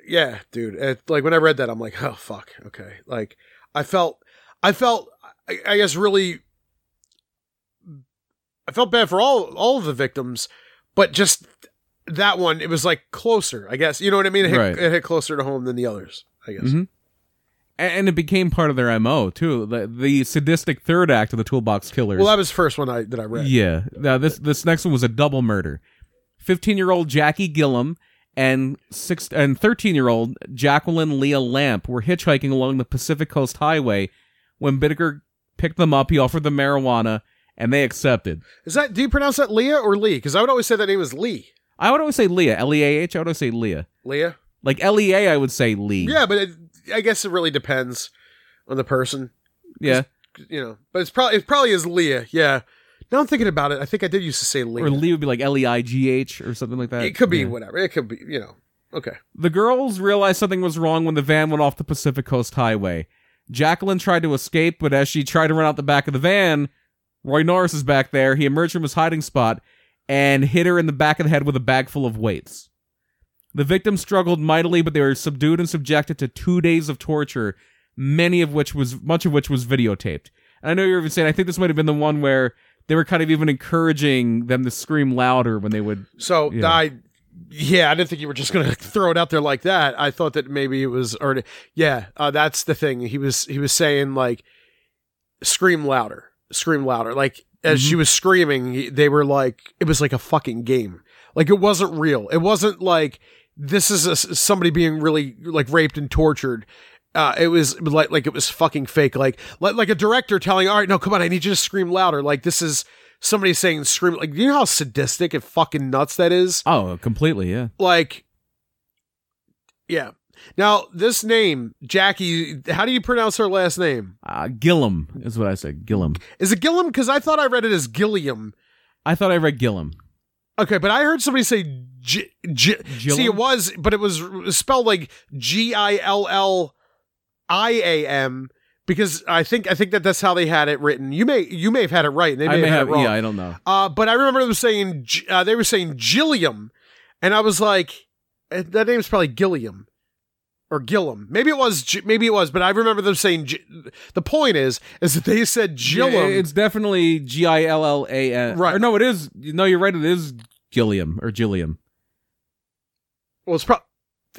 Speaker 3: yeah, dude, it, like when I read that, I'm like, oh fuck, okay. Like I felt, I felt, I, I guess, really, I felt bad for all all of the victims, but just that one, it was like closer, I guess. You know what I mean? It hit,
Speaker 2: Right.
Speaker 3: it hit closer to home than the others, I guess.
Speaker 2: Mhm. A- And it became part of their MO, too. The, the sadistic third act of the Toolbox Killers.
Speaker 3: Well, that was the first one I that I read.
Speaker 2: Yeah. Now this this next one was a double murder. Fifteen year old Jackie Gillum and six and thirteen year old Jacqueline Leah Lamp were hitchhiking along the Pacific Coast Highway when Bittaker picked them up. He offered them marijuana, and they accepted.
Speaker 3: Is that do you pronounce that Leah or Lee? Because I would always say that name is Lee.
Speaker 2: I would always say Leah, L E A H. I would always say Leah.
Speaker 3: Leah.
Speaker 2: Like LEA, I would say Lee.
Speaker 3: Yeah, but it, I guess it really depends on the person,
Speaker 2: yeah,
Speaker 3: you know. But it's probably it probably is Leah. Yeah. Now I'm thinking about it. I think I did used to say Leah.
Speaker 2: or Lee would be like L E I G H or something like that.
Speaker 3: it could be
Speaker 2: Yeah.
Speaker 3: whatever. It could be you know. Okay.
Speaker 2: The girls realized something was wrong when the van went off the Pacific Coast Highway. Jacqueline tried to escape, but as she tried to run out the back of the van, Roy Norris is back there. He emerged from his hiding spot and hit her in the back of the head with a bag full of weights. The victims struggled mightily, but they were subdued and subjected to two days of torture, many of which was much of which was videotaped. And I know you were even saying I think this might have been the one where they were kind of even encouraging them to scream louder when they would.
Speaker 3: So
Speaker 2: Yeah.
Speaker 3: I. Yeah, I didn't think you were just going to throw it out there like that. I thought that maybe it was already. Yeah, uh, that's the thing. He was he was saying like, scream louder, scream louder. Like as she was screaming, he- they were like, it was like a fucking game. Like it wasn't real. It wasn't like this is a s somebody being really like raped and tortured. Uh, it was like like it was fucking fake. Like like like a director telling, all right, no, come on, I need you to scream louder. Like this is somebody saying scream. Like do you know how sadistic and fucking nuts that is?
Speaker 2: Oh, completely, yeah.
Speaker 3: Like, yeah. Now this name, Jackie. How do you pronounce her last name?
Speaker 2: Uh, Gillum is what I said. Gillum.
Speaker 3: Is it Gillum? Because I thought I read it as Gilliam.
Speaker 2: I thought I read Gillum.
Speaker 3: Okay, but I heard somebody say J- J- see it
Speaker 2: Gillum?
Speaker 3: was, but it was spelled like G I L L I A M because I think I think that that's how they had it written. You may you may have had it right, and they may,
Speaker 2: I may
Speaker 3: have, had
Speaker 2: have,
Speaker 3: it wrong.
Speaker 2: yeah, I don't know.
Speaker 3: Uh, but I remember them saying G- uh, they were saying Gilliam, and I was like, eh, that name's probably Gilliam or Gillum. Maybe it was, G- maybe it was, but I remember them saying. G- the point is, is that they said Gillum.
Speaker 2: Yeah, It's definitely G I L L A N.
Speaker 3: Right.
Speaker 2: Or no, it is. No, you're right. It is Gilliam or Gilliam.
Speaker 3: well, it's probably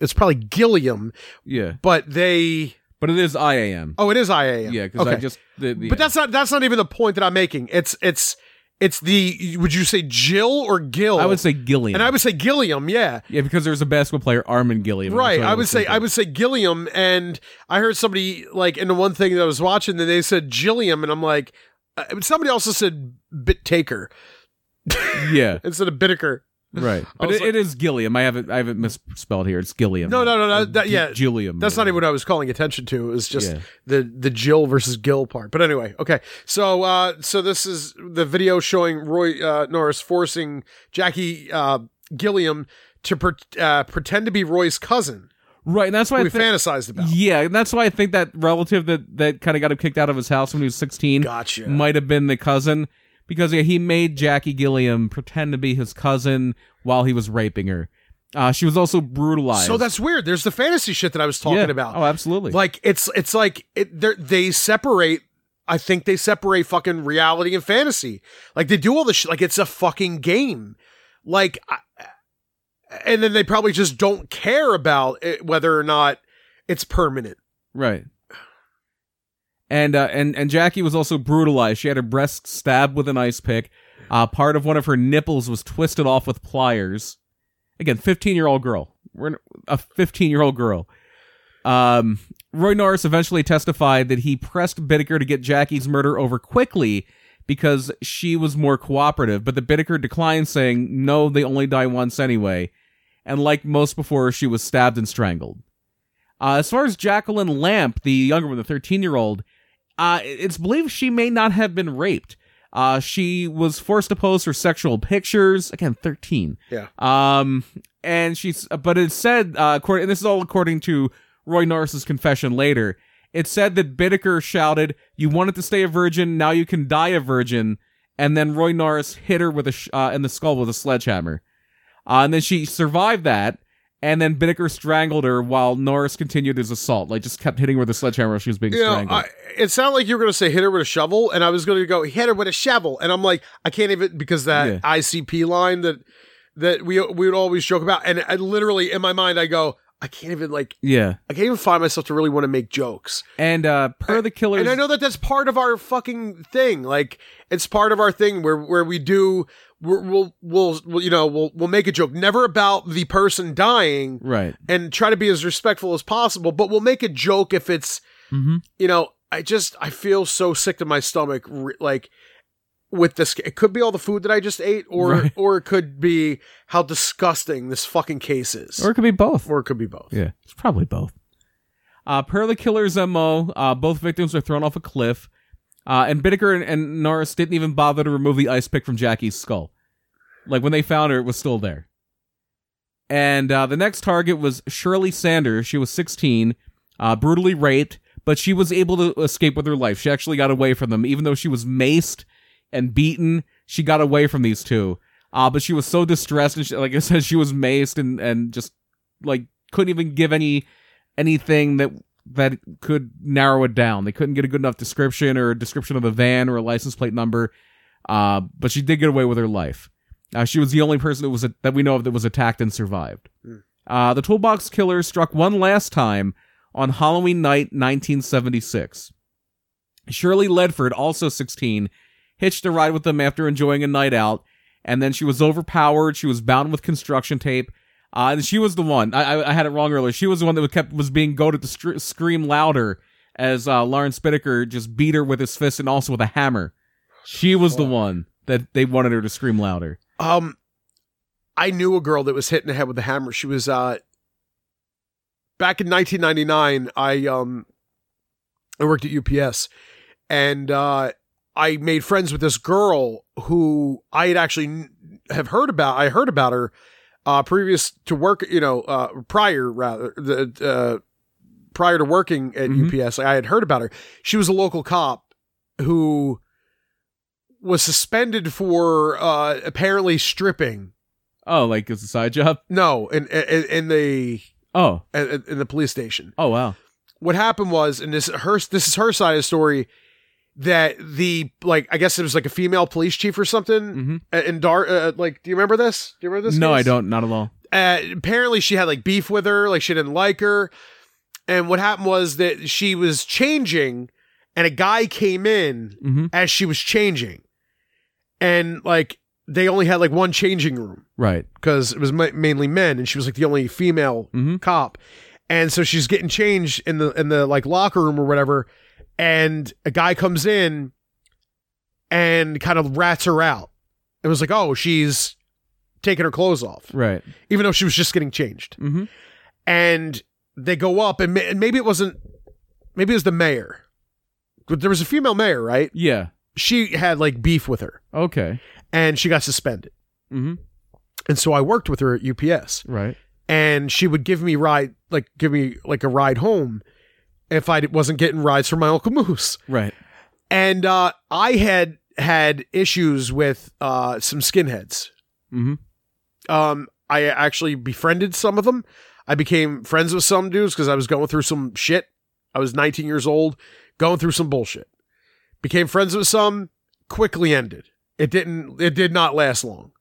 Speaker 3: it's probably Gilliam,
Speaker 2: Yeah,
Speaker 3: but they.
Speaker 2: but it is I A M.
Speaker 3: Oh, it is IAM.
Speaker 2: Yeah, because I
Speaker 3: Okay.
Speaker 2: just. The, the,
Speaker 3: But that's not that's not even the point that I'm making. It's it's it's the would you say Jill or Gill?
Speaker 2: I would say Gilliam.
Speaker 3: and I would say Gilliam. Yeah,
Speaker 2: yeah, because there's a basketball player, Armin Gilliam.
Speaker 3: right.
Speaker 2: That's what
Speaker 3: I would
Speaker 2: was
Speaker 3: say I
Speaker 2: thinking.
Speaker 3: would say Gilliam. And I heard somebody like in the one thing that I was watching that they said Gilliam, and I'm like, uh, somebody also said Bit Taker
Speaker 2: Yeah,
Speaker 3: instead of Bittaker.
Speaker 2: right. But
Speaker 3: was
Speaker 2: it, it is Gilliam. I haven't. I haven't misspelled here. It's Gilliam.
Speaker 3: No, no, no, no,
Speaker 2: Or
Speaker 3: that-
Speaker 2: G-
Speaker 3: yeah,
Speaker 2: Gilliam.
Speaker 3: That's not even what I was calling attention to. It was just
Speaker 2: Yeah.
Speaker 3: the the Jill versus Gil part. But anyway, okay. So uh, so this is the video showing Roy uh, Norris forcing Jackie uh, Gilliam to pre- uh, pretend to be Roy's cousin,
Speaker 2: Right, and that's why I
Speaker 3: who he
Speaker 2: think.
Speaker 3: fantasized about.
Speaker 2: Yeah, and that's why I think that relative that that kind of got him kicked out of his house when he was 16
Speaker 3: Gotcha.
Speaker 2: might have been the cousin because yeah, he made Jackie Gilliam pretend to be his cousin while he was raping her. Uh, she was also brutalized.
Speaker 3: so that's weird. There's the fantasy shit that I was talking
Speaker 2: Yeah.
Speaker 3: about.
Speaker 2: Oh, absolutely.
Speaker 3: Like it's it's like it, they're- they separate. I think they separate fucking reality and fantasy. Like they do all this shit. Like it's a fucking game. Like, I, and then they probably just don't care about it, whether or not it's permanent.
Speaker 2: right. And uh, and and Jackie was also brutalized. She had her breast stabbed with an ice pick. Uh, part of one of her nipples was twisted off with pliers. Again, fifteen-year-old girl. We're in- a fifteen-year-old girl. Um, Roy Norris eventually testified that he pressed Bittaker to get Jackie's murder over quickly because she was more cooperative, but the Bittaker declined, saying, "No, they only die once anyway." And like most before, she was stabbed and strangled. Uh, as far as Jacqueline Lamp, the younger one, the 13 year old, uh, it's believed she may not have been raped. Uh, she was forced to pose for sexual pictures. Again, 13.
Speaker 3: Yeah.
Speaker 2: Um, and she's, but it said, uh, according, and this is all according to Roy Norris's confession later. It said that Bittaker shouted, "You wanted to stay a virgin, now you can die a virgin," and then Roy Norris hit her with a sh- uh, in the skull with a sledgehammer. Uh, and then she survived that, and then Bittaker strangled her while Norris continued his assault, like just kept hitting her with a sledgehammer while she was being
Speaker 3: You know,
Speaker 2: strangled.
Speaker 3: I, it sounded like you were going to say hit her with a shovel, and I was going to go hit her with a shovel, and I'm like, I can't even because that
Speaker 2: Yeah.
Speaker 3: ICP line that that we we would always joke about, and I literally in my mind I go, I can't even like
Speaker 2: yeah,
Speaker 3: I can't even find myself to really want to make jokes.
Speaker 2: and uh, per the killer's
Speaker 3: And I know that that's part of our fucking thing. Like it's part of our thing where where we do we're, we'll, we'll we'll you know we'll we'll make a joke never about the person dying
Speaker 2: right,
Speaker 3: and try to be as respectful as possible, but we'll make a joke if it's
Speaker 2: mm-hmm.
Speaker 3: you know I just I feel so sick to my stomach re- like with this it could be all the food that i just ate or
Speaker 2: Right.
Speaker 3: or it could be how disgusting this fucking case is
Speaker 2: Or it could be both.
Speaker 3: Or it could be both
Speaker 2: Yeah, it's probably both. Uh, per the killer's MO, uh, both victims are thrown off a cliff, uh, and Bittaker and, and Norris didn't even bother to remove the ice pick from Jackie's skull. Like, when they found her, it was still there. And uh, the next target was Shirley Sanders. She was 16, uh, brutally raped, but she was able to escape with her life. She actually got away from them. Even though she was maced and beaten, she got away from these two. Uh, but she was so distressed, and she, like I said, she was maced and, and just like couldn't even give any anything that that could narrow it down. They couldn't get a good enough description or a description of a van or a license plate number. Uh, but she did get away with her life. Uh, she was the only person that was that we know of that was attacked and survived.
Speaker 3: Hmm.
Speaker 2: Uh, the toolbox killer struck one last time on Halloween night, 1976. Shirley Ledford, also 16, hitched a ride with them after enjoying a night out, and then she was overpowered. She was bound with construction tape. Uh, and she was the one. I, I, I had it wrong earlier. She was the one that was kept was being goaded to str- scream louder as uh, Lawrence Spitaker just beat her with his fist and also with a hammer. She was the
Speaker 3: Fuck.
Speaker 2: one that they wanted her to scream louder.
Speaker 3: um i knew a girl that was hit in the head with a hammer she was uh back in 1999 i um i worked at ups and uh i made friends with this girl who i had actually kn- have heard about i heard about her uh previous to work you know uh prior rather the uh prior to working at
Speaker 2: Mhm.
Speaker 3: ups i had heard about her she was a local cop who was suspended for uh apparently stripping
Speaker 2: Oh, like it's a side job.
Speaker 3: no in in, in the
Speaker 2: Oh,
Speaker 3: in, in the police station
Speaker 2: oh wow.
Speaker 3: what happened was, and this her this is her side of the story, that the like I guess it was like a female police chief or something
Speaker 2: hmm
Speaker 3: uh, in Dar. Uh, like, do you remember this? Do you remember this?
Speaker 2: No, I
Speaker 3: case?
Speaker 2: don't. Not at all.
Speaker 3: Uh, apparently, she had like beef with her, like she didn't like her, and what happened was that she was changing, and a guy came in
Speaker 2: hmm
Speaker 3: as she was changing, and like they only had like one changing room
Speaker 2: Right.
Speaker 3: because it was ma- mainly men, and she was like the only female
Speaker 2: hmm
Speaker 3: cop and so she's getting changed in the in the like locker room or whatever and a guy comes in and kind of rats her out it was like oh she's taking her clothes off
Speaker 2: Right.
Speaker 3: even though she was just getting changed
Speaker 2: hmm
Speaker 3: and they go up and, ma- and maybe it wasn't maybe it was the mayor but there was a female mayor right
Speaker 2: Yeah.
Speaker 3: she had like beef with her
Speaker 2: Okay.
Speaker 3: and she got suspended
Speaker 2: hmm
Speaker 3: and so i worked with her at ups
Speaker 2: Right.
Speaker 3: and she would give me ride like give me like a ride home if I wasn't getting rides from my uncle Moose.
Speaker 2: Right.
Speaker 3: And uh, I had had issues with uh, some skinheads.
Speaker 2: hmm
Speaker 3: Um, I actually befriended some of them. I became friends with some dudes because I was going through some shit. I was 19 years old, going through some bullshit. Became friends with some. Quickly ended. It didn't. It did not last long.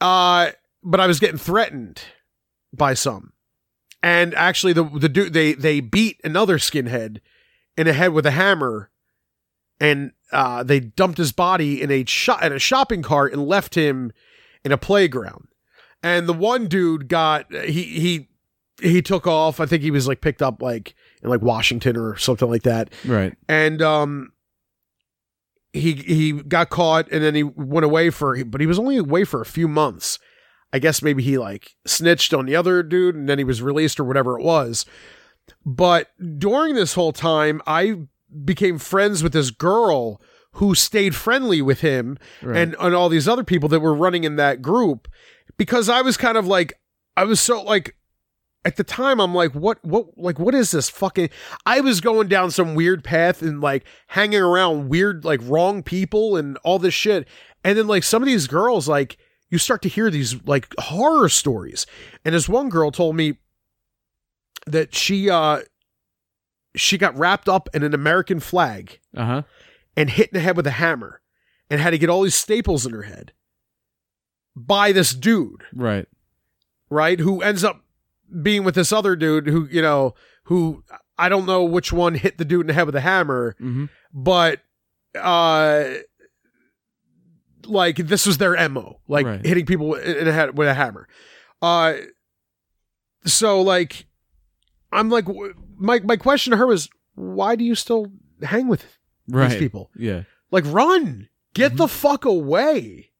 Speaker 3: Uh, but I was getting threatened by some, and actually the the dude they they beat another skinhead in the head with a hammer, and uh, they dumped his body in a shot in a shopping cart and left him in a playground. And the one dude got he he he took off. I think he was like picked up like in like Washington or something like that
Speaker 2: Right.
Speaker 3: and um he he got caught and then he went away for but he was only away for a few months i guess maybe he like snitched on the other dude and then he was released or whatever it was but during this whole time i became friends with this girl who stayed friendly with him
Speaker 2: Right.
Speaker 3: and and all these other people that were running in that group because I was kind of like I was so like at the time I'm like what what like what is this fucking I was going down some weird path and like hanging around weird like wrong people and all this shit and then like some of these girls like you start to hear these like horror stories and this one girl told me that she uh she got wrapped up in an American flag
Speaker 2: uh huh.
Speaker 3: and hit in the head with a hammer and had to get all these staples in her head by this dude,
Speaker 2: Right.
Speaker 3: right? Who ends up being with this other dude who, you know, who I don't know which one hit the dude in the head with a hammer,
Speaker 2: hmm
Speaker 3: but uh like this was their MO, like
Speaker 2: Right.
Speaker 3: hitting people in the head with a hammer. Uh so like I'm like w- my my question to her was why do you still hang with
Speaker 2: Right.
Speaker 3: these people?
Speaker 2: Yeah.
Speaker 3: Like run. Get the fuck away.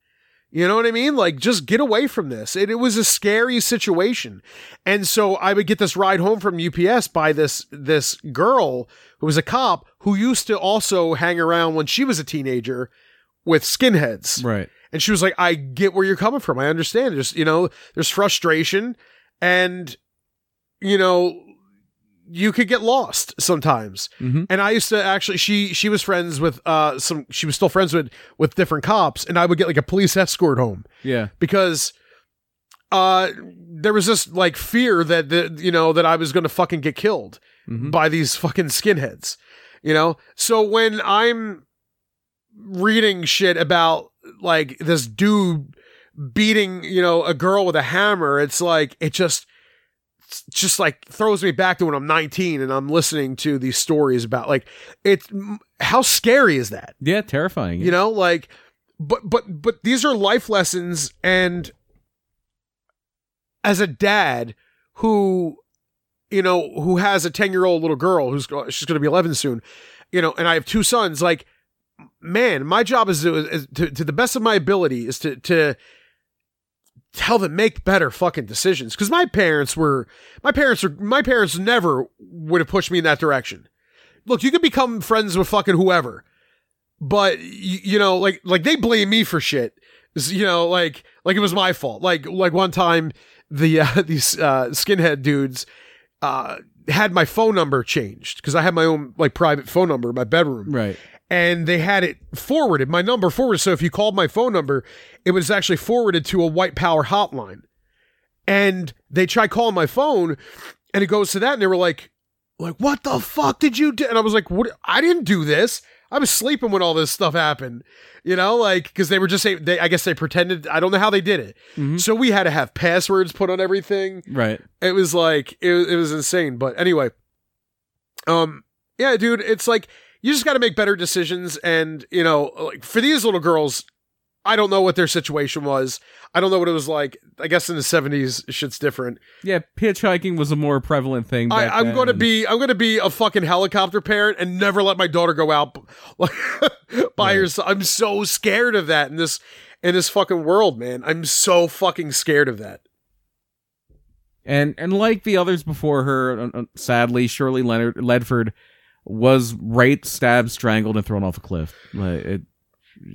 Speaker 3: You know what I mean? Like, just get away from this. It, it was a scary situation. And so I would get this ride home from UPS by this, this girl who was a cop who used to also hang around when she was a teenager with skinheads.
Speaker 2: Right.
Speaker 3: And she was like, I get where you're coming from. I understand. There's, you know, there's frustration and, you know, you could get lost sometimes.
Speaker 2: Mhm.
Speaker 3: And I used to actually, she, she was friends with, uh, some, she was still friends with, with different cops and I would get like a police escort home
Speaker 2: Yeah.
Speaker 3: because, uh, there was this like fear that, the, you know, that I was going to fucking get killed
Speaker 2: Mhm.
Speaker 3: by these fucking skinheads, you know? So when I'm reading shit about like this dude beating, you know, a girl with a hammer, it's like, it just, it's just like throws me back to when I'm 19 and I'm listening to these stories about like, it's how scary is that?
Speaker 2: Yeah. Terrifying.
Speaker 3: you know like but but but these are life lessons and as a dad who you know who has a 10 year old little girl who's go- she's going to be 11 soon you know and i have two sons like man my job is to, is to to the best of my ability is to to tell them make better fucking decisions because my parents were my parents were my parents never would have pushed me in that direction look you can become friends with fucking whoever but y- you know like like they blame me for shit S- you know like like it was my fault like like one time the uh, these uh skinhead dudes uh had my phone number changed because i had my own like private phone number in my bedroom
Speaker 2: Right.
Speaker 3: and they had it forwarded my number forwarded so if you called my phone number it was actually forwarded to a white power hotline and they tried calling my phone and it goes to that and they were like like what the fuck did you do and i was like what i didn't do this i was sleeping when all this stuff happened you know like because they were just saying they i guess they pretended i don't know how they did it
Speaker 2: Mhm.
Speaker 3: so we had to have passwords put on everything
Speaker 2: Right.
Speaker 3: it was like it, it was insane but anyway um yeah dude it's like you just got to make better decisions and you know like for these little girls i don't know what their situation was i don't know what it was like i guess in the 70s shit's different
Speaker 2: Yeah. Hitchhiking was a more prevalent thing.
Speaker 3: I,
Speaker 2: back
Speaker 3: i'm
Speaker 2: then,
Speaker 3: going to
Speaker 2: and-
Speaker 3: be i'm going to be a fucking helicopter parent and never let my daughter go out b- like by
Speaker 2: Right.
Speaker 3: herself i'm so scared of that in this in this fucking world man i'm so fucking scared of that
Speaker 2: and and like the others before her, un- un- sadly, Shirley Leonard Ledford was raped, stabbed, strangled, and thrown off a cliff. Like it,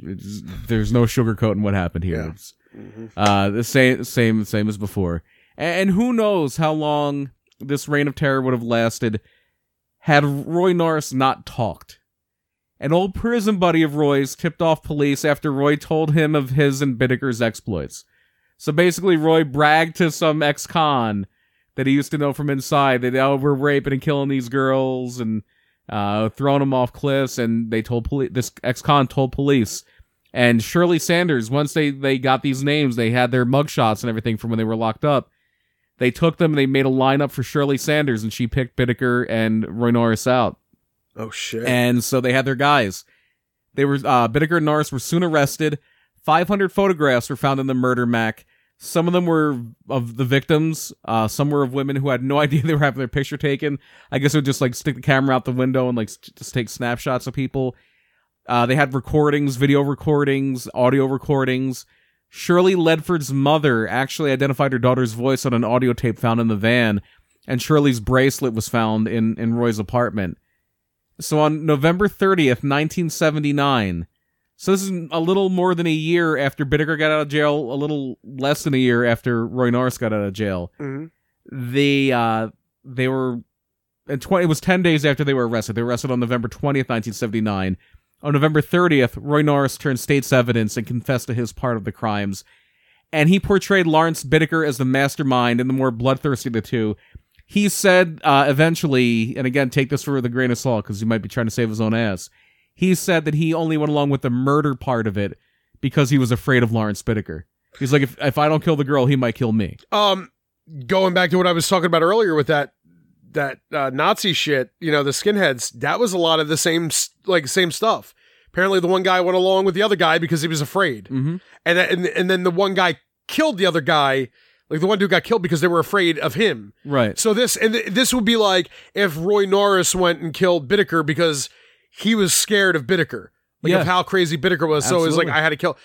Speaker 2: it's, there's no sugarcoating what happened here.
Speaker 3: Yeah. Mm-hmm.
Speaker 2: It's- Uh, the same, same, same as before. And, and who knows how long this reign of terror would have lasted had Roy Norris not talked. An old prison buddy of Roy's tipped off police after Roy told him of his and Bittaker's exploits. So basically, Roy bragged to some ex-con that he used to know from inside that oh, we're raping and killing these girls and uh, throwing them off cliffs, and they told police. This ex-con told police, and Shirley Sanders. Once they they got these names, they had their mugshots and everything from when they were locked up. They took them. They made a lineup for Shirley Sanders, and she picked Bittaker and Roy Norris out.
Speaker 3: oh shit
Speaker 2: And so they had their guys. They were uh, Bittaker and Norris were soon arrested. 500 photographs were found in the murder mac. Some of them were of the victims. Uh, some were of women who had no idea they were having their picture taken. I guess it would just like stick the camera out the window and like s- just take snapshots of people. Uh, they had recordings, video recordings, audio recordings. Shirley Ledford's mother actually identified her daughter's voice on an audio tape found in the van, and Shirley's bracelet was found in, in Roy's apartment. So on November 30th, 1979, so this is a little more than a year after Bittaker got out of jail, a little less than a year after Roy Norris got out of jail.
Speaker 3: Mhm.
Speaker 2: The uh, they were and 20, it was 10 days after they were arrested. They were arrested on November 20th, 1979. On November 30th, Roy Norris turned state's evidence and confessed to his part of the crimes. And he portrayed Lawrence Bittaker as the mastermind and the more bloodthirsty of the two he said uh, eventually, and again, take this for the grain of salt because he might be trying to save his own ass. He said that he only went along with the murder part of it because he was afraid of Lawrence Bittaker. He's like, if, if I don't kill the girl, he might kill me.
Speaker 3: um going back to what I was talking about earlier with that that uh, Nazi shit, you know, the skinheads, that was a lot of the same s- like same stuff. Apparently the one guy went along with the other guy because he was afraid.
Speaker 2: Mhm.
Speaker 3: And that, and and then the one guy killed the other guy. Like the one dude got killed because they were afraid of him.
Speaker 2: Right.
Speaker 3: So this and th- this would be like if Roy Norris went and killed Bittaker because he was scared of Bittaker. like
Speaker 2: Yeah.
Speaker 3: of how crazy Bittaker was. So it was like
Speaker 2: Absolutely.
Speaker 3: I had to kill.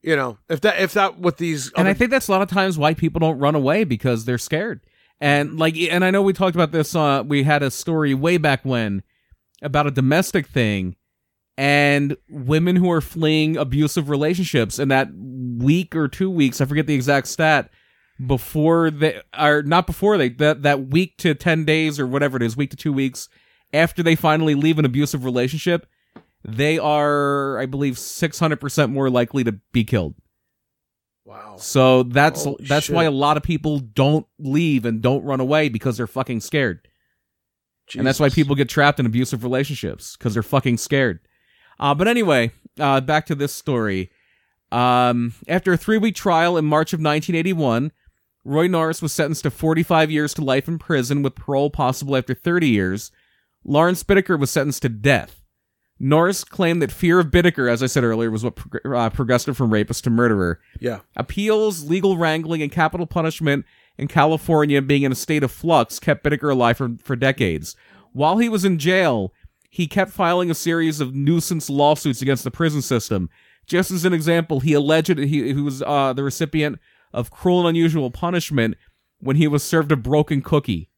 Speaker 3: You know, if that if that what these
Speaker 2: and
Speaker 3: other-
Speaker 2: I think that's a lot of times why people don't run away because they're scared. And like, and I know we talked about this. Uh, we had a story way back when about a domestic thing and women who are fleeing abusive relationships. And that week or two weeks, I forget the exact stat. Before they are not before they that that week to ten days or whatever it is, week to two weeks after they finally leave an abusive relationship, they are, I believe, six hundred percent more likely to be killed.
Speaker 3: wow.
Speaker 2: So that's
Speaker 3: Holy
Speaker 2: that's
Speaker 3: Oh, shit.
Speaker 2: why a lot of people don't leave and don't run away because they're fucking scared. And that's why
Speaker 3: Jesus.
Speaker 2: people get trapped in abusive relationships because they're fucking scared. Uh, but anyway, uh, back to this story. Um, after a three week trial in March of 1981, Roy Norris was sentenced to 45 years to life in prison with parole possible after 30 years. Lawrence Bittaker was sentenced to death. Norris claimed that fear of Bittaker, as I said earlier, was what prog- uh, progressed him from rapist to murderer.
Speaker 3: Yeah.
Speaker 2: Appeals, legal wrangling, and capital punishment in California being in a state of flux kept Bittaker alive for, for decades. While he was in jail, he kept filing a series of nuisance lawsuits against the prison system. Just as an example, he alleged that he, he was uh, the recipient of cruel and unusual punishment when he was served a broken cookie.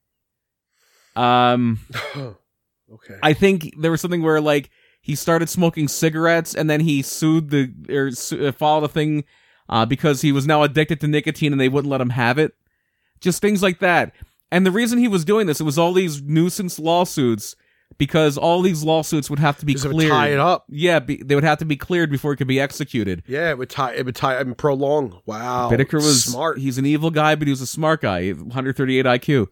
Speaker 2: Um,
Speaker 3: okay.
Speaker 2: I think there was something where like he started smoking cigarettes and then he sued the or su- uh, filed a thing uh, because he was now addicted to nicotine and they wouldn't let him have it. Just things like that. And the reason he was doing this, it was all these nuisance lawsuits because all these lawsuits would have to be
Speaker 3: Because it would
Speaker 2: cleared.
Speaker 3: tie it up.
Speaker 2: Yeah, be, they would have to be cleared before it could be executed.
Speaker 3: Yeah, it would tie. It would tie. I mean, prolong. Wow.
Speaker 2: Bittaker was
Speaker 3: Oh, smart.
Speaker 2: He's an evil guy, but he was a smart guy. 138 IQ.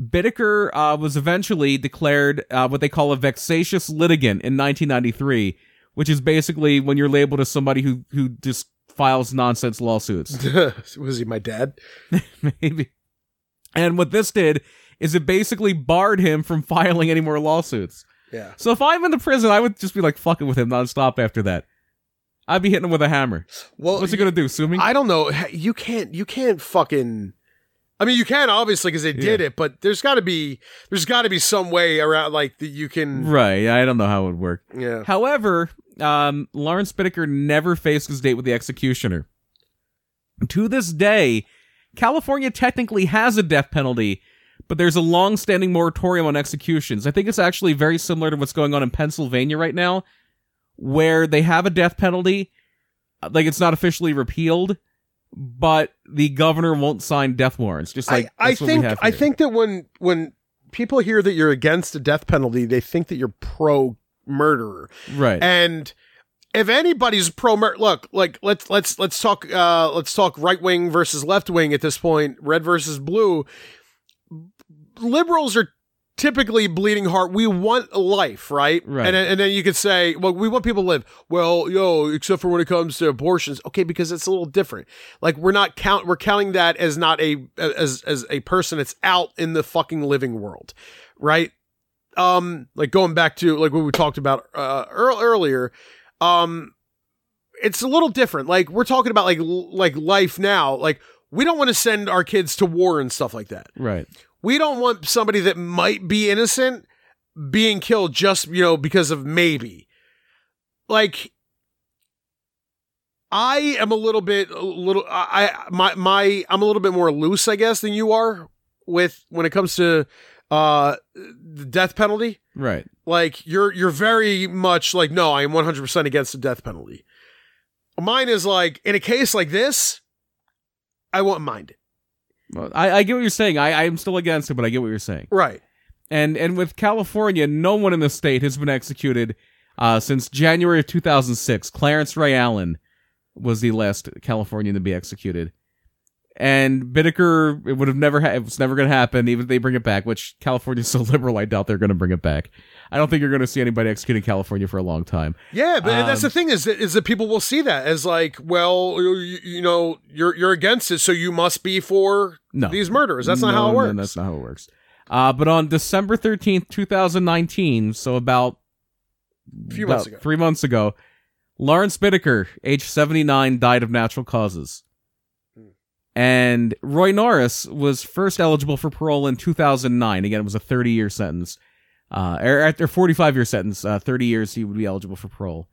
Speaker 2: Bittaker uh, was eventually declared uh, what they call a vexatious litigant in 1993, which is basically when you're labeled as somebody who who just files nonsense lawsuits.
Speaker 3: was he my dad?
Speaker 2: Maybe. And what this did is it basically barred him from filing any more lawsuits.
Speaker 3: Yeah.
Speaker 2: So if I'm in the prison, I would just be like fucking with him nonstop after that. I'd be hitting him with a hammer.
Speaker 3: Well,
Speaker 2: What's he gonna do? Sue me?
Speaker 3: I don't know. You can't. You can't fucking. I mean, you can obviously because they did it, but there's got to be there's got to be some way around like that you can.
Speaker 2: right. I don't know how it would work.
Speaker 3: Yeah.
Speaker 2: However, um, Lawrence Bittaker never faced his date with the executioner. To this day, California technically has a death penalty, but there's a long standing moratorium on executions. I think it's actually very similar to what's going on in Pennsylvania right now, where they have a death penalty. uh, Like, it's not officially repealed, but the governor won't sign death warrants. Just like
Speaker 3: I, I
Speaker 2: that's what we
Speaker 3: think
Speaker 2: have
Speaker 3: I
Speaker 2: here.
Speaker 3: think that when when people hear that you're against the death penalty, they think that you're pro murderer.
Speaker 2: right.
Speaker 3: And if anybody's pro murder, look, like let's let's let's talk uh let's talk right wing versus left wing at this point, red versus blue. Liberals are typically bleeding heart. We want life, right?
Speaker 2: Right.
Speaker 3: And then- and then you could say, well, we want people to live. Well, yo, except for when it comes to abortions, okay, because it's a little different. Like we're not count we're counting that as not a as as a person that's out in the fucking living world, right? um like going back to like what we talked about uh ear- earlier um it's a little different like we're talking about like l- like life now like we don't want to send our kids to war and stuff like that
Speaker 2: right.
Speaker 3: we don't want somebody that might be innocent being killed just you know because of maybe like i am a little bit a little i I- my my i'm a little bit more loose i guess than you are with when it comes to uh the death penalty
Speaker 2: Right.
Speaker 3: like you're you're very much like no i am 100% against the death penalty mine is like in a case like this i won't mind it
Speaker 2: Well, I, I get what you're saying. I, I'm still against it, but I get what you're saying.
Speaker 3: right
Speaker 2: and and with California, no one in the state has been executed uh, since January of 2006. Clarence Ray Allen was the last Californian to be executed, and Bittaker it would have never ha- it was never going to happen. Even if they bring it back, which California's so liberal, I doubt they're going to bring it back. I don't think you're going to see anybody executed in California for a long time.
Speaker 3: yeah but and that's
Speaker 2: Um,
Speaker 3: the thing is that, is that people will see that as like well you, you know you're you're against it so you must be for
Speaker 2: No,
Speaker 3: these murderers that's not
Speaker 2: No,
Speaker 3: how it
Speaker 2: no,
Speaker 3: works
Speaker 2: that's not how it works. Uh, but on December 13th, 2019, so about
Speaker 3: Few
Speaker 2: about
Speaker 3: months ago.
Speaker 2: three months ago, Lawrence Bittaker, age 79, died of natural causes.
Speaker 3: Hmm.
Speaker 2: And Roy Norris was first eligible for parole in 2009. Again, it was a 30 year sentence. Uh, or after 45 year sentence, uh, 30 years, he would be eligible for parole.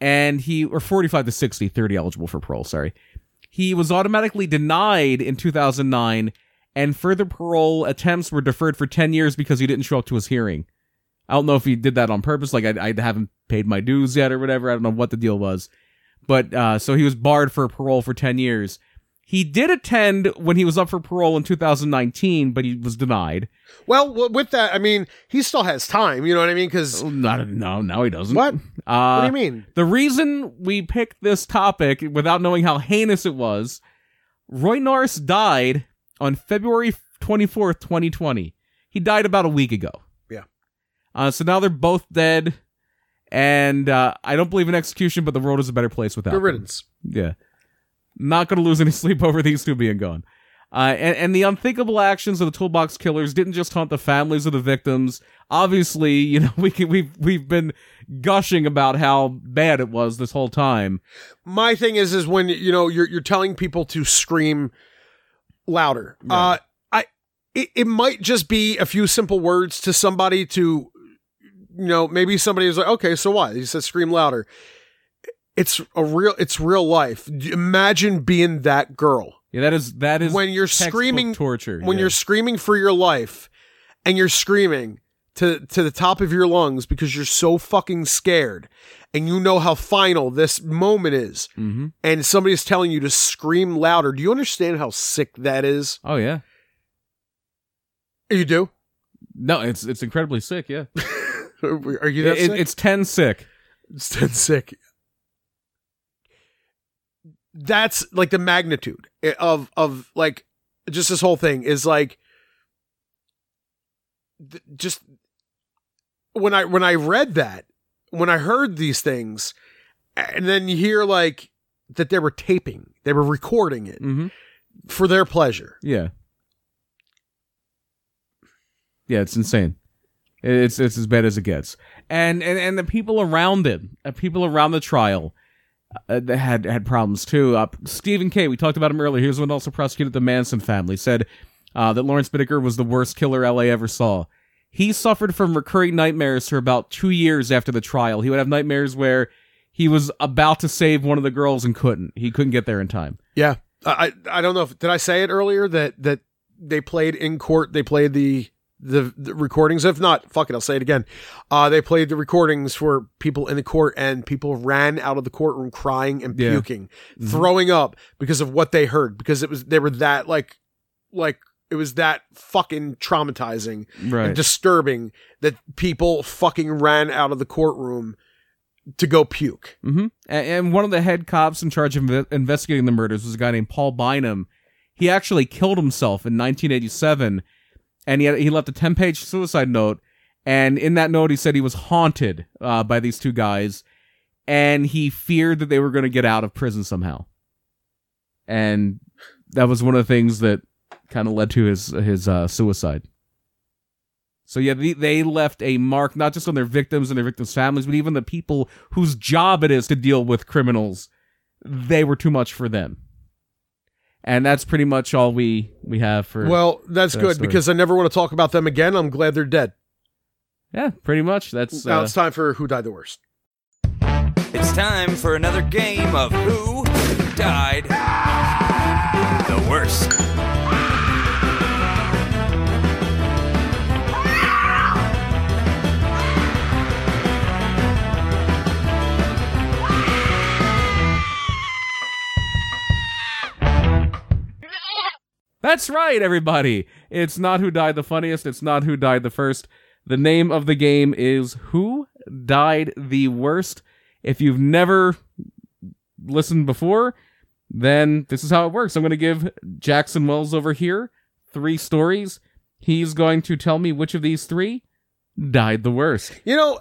Speaker 2: And he, or 45 to 60, 30 eligible for parole, sorry. He was automatically denied in 2009, and further parole attempts were deferred for 10 years because he didn't show up to his hearing. I don't know if he did that on purpose, like I, I haven't paid my dues yet or whatever. I don't know what the deal was. But uh, so he was barred for parole for 10 years. He did attend when he was up for parole in 2019, but he was denied.
Speaker 3: Well, w- with that, I mean, he still has time. You know what I mean? Because
Speaker 2: Oh, Not, no, no, he doesn't.
Speaker 3: what?
Speaker 2: Uh,
Speaker 3: what do you mean?
Speaker 2: The reason we picked this topic without knowing how heinous it was, Roy Norris died on February 24th, 2020. He died about a week ago.
Speaker 3: Yeah.
Speaker 2: Uh, so now they're both dead. And uh, I don't believe in execution, but the world is a better place without
Speaker 3: Good
Speaker 2: them.
Speaker 3: riddance.
Speaker 2: Yeah. Not going to lose any sleep over these two being gone. Uh, and, and the unthinkable actions of the toolbox killers didn't just haunt the families of the victims. Obviously, you know, we can, we've, we've been gushing about how bad it was this whole time.
Speaker 3: My thing is, is when you know you're you're telling people to scream louder. Uh, I it, it might just be a few simple words to somebody to, you know, maybe somebody is like, okay, so what? He said scream louder. It's a real, it's real life. D- Imagine being that girl.
Speaker 2: Yeah, that is, that is
Speaker 3: when you're
Speaker 2: textbook
Speaker 3: screaming
Speaker 2: torture.
Speaker 3: when
Speaker 2: yeah.
Speaker 3: you're screaming for your life and you're screaming to to the top of your lungs because you're so fucking scared and you know how final this moment is
Speaker 2: Mhm.
Speaker 3: and somebody's telling you to scream louder do you understand how sick that is
Speaker 2: Oh, yeah.
Speaker 3: you do
Speaker 2: No, it's, it's incredibly sick. Yeah.
Speaker 3: are you that
Speaker 2: It-
Speaker 3: sick?
Speaker 2: it's 10 sick.
Speaker 3: It's dead sick. That's like the magnitude of of like just this whole thing is like th- just when I when I read that when I heard these things and then you hear like that they were taping they were recording it
Speaker 2: Mm-hmm.
Speaker 3: for their pleasure.
Speaker 2: Yeah. Yeah, it's insane. It's it's as bad as it gets. And and, and the people around it, uh, people around the trial, uh, they had had problems too. Uh, Stephen K. We talked about him earlier. He was the one who also prosecuted the Manson family. Said uh, that Lawrence Whitaker was the worst killer LA ever saw. He suffered from recurring nightmares for about two years after the trial. He would have nightmares where he was about to save one of the girls and couldn't. He couldn't get there in time.
Speaker 3: Yeah. I I I don't know if did I say it earlier that that they played in court they played the the, the recordings if not fuck it I'll say it again. Uh they played the recordings for people in the court and people ran out of the courtroom crying and
Speaker 2: Yeah. Mm-hmm.
Speaker 3: puking, throwing up because of what they heard because it was they were that like like it was that fucking traumatizing and
Speaker 2: Right.
Speaker 3: disturbing that people fucking ran out of the courtroom to go puke.
Speaker 2: Mm-hmm. And, and one of the head cops in charge of inve- investigating the murders was a guy named Paul Bynum. He actually killed himself in 1987, and he had, he left a 10 page suicide note. And in that note, he said he was haunted uh, by these two guys, and he feared that they were going to get out of prison somehow. And that was one of the things that kind of led to his his uh, suicide. So yeah, they, they left a mark not just on their victims and their victims' families, but even the people whose job it is to deal with criminals. They were too much for them, and that's pretty much all we we have for.
Speaker 3: Well, that's
Speaker 2: for that
Speaker 3: good
Speaker 2: story.
Speaker 3: because I never want to talk about them again. I'm glad they're dead.
Speaker 2: yeah, pretty much. That's
Speaker 3: now
Speaker 2: uh,
Speaker 3: it's time for who died the worst.
Speaker 1: It's time for another game of Who Died the Worst.
Speaker 2: That's right, everybody. It's not who died the funniest. It's not who died the first. The name of the game is Who Died the Worst. If you've never listened before, then this is how it works. I'm going to give Jackson Wells over here three stories. He's going to tell me which of these three died the worst.
Speaker 3: You know,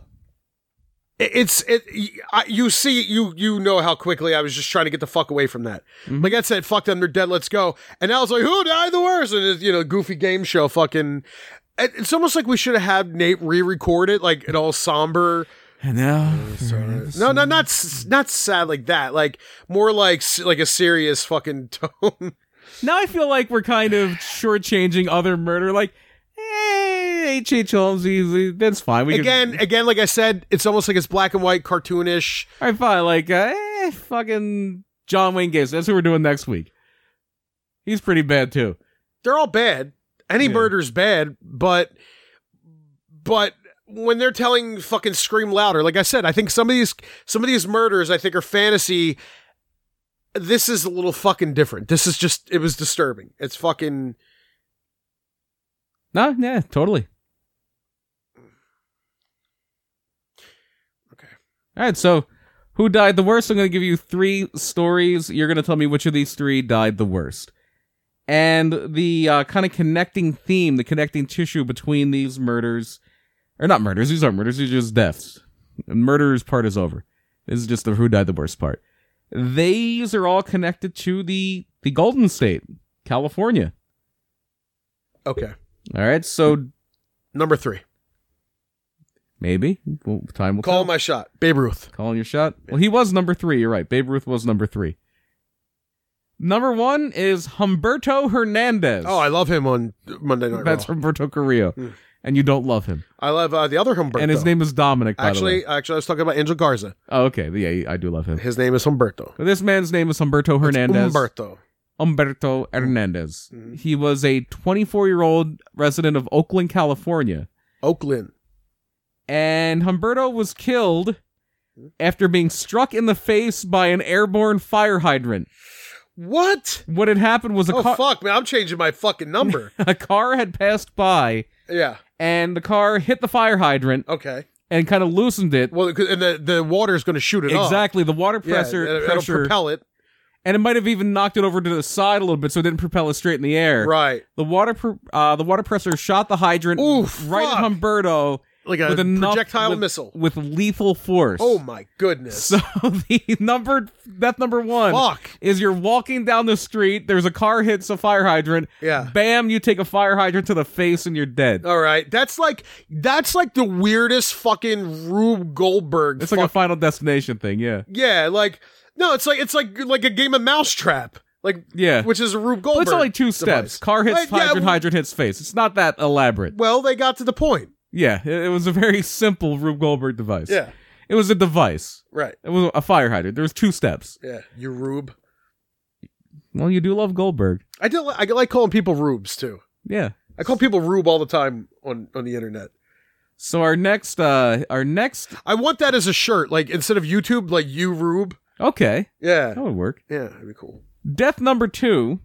Speaker 3: it- it's it. y- I- You see, you you know how quickly I was just trying to get the fuck away from that.
Speaker 2: Mhm.
Speaker 3: Like I said, fuck them, they're dead. Let's go. And now it's like, who died the worst? And it's, you know, goofy game show. Fucking, it- it's almost like we should have had Nate re-record it, like it all somber.
Speaker 2: And now,
Speaker 3: No, no, not s- not sad like that. Like more like s- like a serious fucking tone.
Speaker 2: now I feel like we're kind of shortchanging other murder. Like, hey, eh, H. H. Holmes. He's, he- that's fine. We
Speaker 3: again,
Speaker 2: Can,
Speaker 3: again, like I said, it's almost like it's black and white, cartoonish.
Speaker 2: all right, fine. Like, uh, eh, fucking John Wayne Gacy. That's what we're doing next week. He's pretty bad too.
Speaker 3: They're all bad. Any
Speaker 2: Yeah.
Speaker 3: murder's bad, but but when they're telling fucking scream louder, like I said, I think some of these some of these murders I think are fantasy. This is a little fucking different. This is just it was disturbing. It's fucking
Speaker 2: No, yeah, totally.
Speaker 3: Okay.
Speaker 2: All right, so who died the worst? I'm going to give you three stories. You're going to tell me which of these three died the worst. And the uh, kind of connecting theme, the connecting tissue between these murders, or not murders, these aren't murders, these are just deaths. The murderers part is over. This is just the who died the worst part. These are all connected to the the Golden State, California.
Speaker 3: okay.
Speaker 2: All right, so
Speaker 3: Number three,
Speaker 2: maybe well, time will
Speaker 3: call
Speaker 2: tell.
Speaker 3: my shot, Babe Ruth.
Speaker 2: Calling your shot. Well, he was number three. You're right. Babe Ruth was number three. Number one is Humberto Hernandez.
Speaker 3: Oh, I love him on Monday Night
Speaker 2: that's
Speaker 3: Raw.
Speaker 2: Humberto Carrillo,
Speaker 3: Hmm.
Speaker 2: and you don't love him.
Speaker 3: I love uh, the other Humberto.
Speaker 2: And his name is Dominic. By the
Speaker 3: actually,
Speaker 2: way.
Speaker 3: actually, I was talking about Angel Garza.
Speaker 2: Oh, okay. Yeah, I do love him.
Speaker 3: His name is Humberto.
Speaker 2: But this man's name is Humberto
Speaker 3: It's
Speaker 2: Hernandez.
Speaker 3: Humberto.
Speaker 2: Humberto Hernandez.
Speaker 3: Mhm.
Speaker 2: He was a 24 year old resident of Oakland, California,
Speaker 3: Oakland.
Speaker 2: and Humberto was killed
Speaker 3: Hmm.
Speaker 2: after being struck in the face by an airborne fire hydrant.
Speaker 3: What?
Speaker 2: What had happened was a
Speaker 3: Oh
Speaker 2: car.
Speaker 3: fuck, man! I'm changing my fucking number.
Speaker 2: a car had passed by
Speaker 3: yeah.
Speaker 2: and the car hit the fire hydrant
Speaker 3: Okay.
Speaker 2: and kind of loosened it.
Speaker 3: Well, it could- and the the water is going to shoot it up.
Speaker 2: Exactly, the water
Speaker 3: Yeah,
Speaker 2: pressure,
Speaker 3: it'll- it'll
Speaker 2: pressure,
Speaker 3: propel it.
Speaker 2: and it might have even knocked it over to the side a little bit, so it didn't propel it straight in the air.
Speaker 3: Right.
Speaker 2: The water, pr- uh, the water pressure shot the hydrant
Speaker 3: Ooh,
Speaker 2: right
Speaker 3: fuck.
Speaker 2: at Humberto
Speaker 3: Like a
Speaker 2: with enough
Speaker 3: projectile
Speaker 2: with-
Speaker 3: missile.
Speaker 2: with lethal force.
Speaker 3: Oh my goodness.
Speaker 2: So the number death number one
Speaker 3: fuck.
Speaker 2: is you're walking down the street. There's a car hits a fire hydrant.
Speaker 3: Yeah.
Speaker 2: Bam! You take a fire hydrant to the face and you're dead.
Speaker 3: All right. That's like that's like the weirdest fucking Rube Goldberg.
Speaker 2: it's like a
Speaker 3: fuck-
Speaker 2: Final Destination thing. Yeah.
Speaker 3: yeah. Like no, it's like it's like like a game of mousetrap. Like
Speaker 2: Yeah.
Speaker 3: which is a Rube
Speaker 2: Well,
Speaker 3: Goldberg.
Speaker 2: it's only two
Speaker 3: device.
Speaker 2: steps. Car hits
Speaker 3: Right, yeah,
Speaker 2: hydrant,
Speaker 3: well-
Speaker 2: hydrant hits face. It's not that elaborate.
Speaker 3: Well, they got to the point.
Speaker 2: Yeah, it, it was a very simple Rube Goldberg device.
Speaker 3: Yeah.
Speaker 2: It was a device.
Speaker 3: Right.
Speaker 2: It was a fire hydrant. There was two steps.
Speaker 3: Yeah. You Rube.
Speaker 2: Well, you do love Goldberg.
Speaker 3: I do. li- I like calling people Rubes too.
Speaker 2: Yeah.
Speaker 3: I call people Rube all the time on on the internet.
Speaker 2: So our next, uh our next,
Speaker 3: I want that as a shirt, like instead of YouTube, like you Rube.
Speaker 2: okay,
Speaker 3: Yeah,
Speaker 2: that would work.
Speaker 3: yeah, that'd be cool.
Speaker 2: Death number two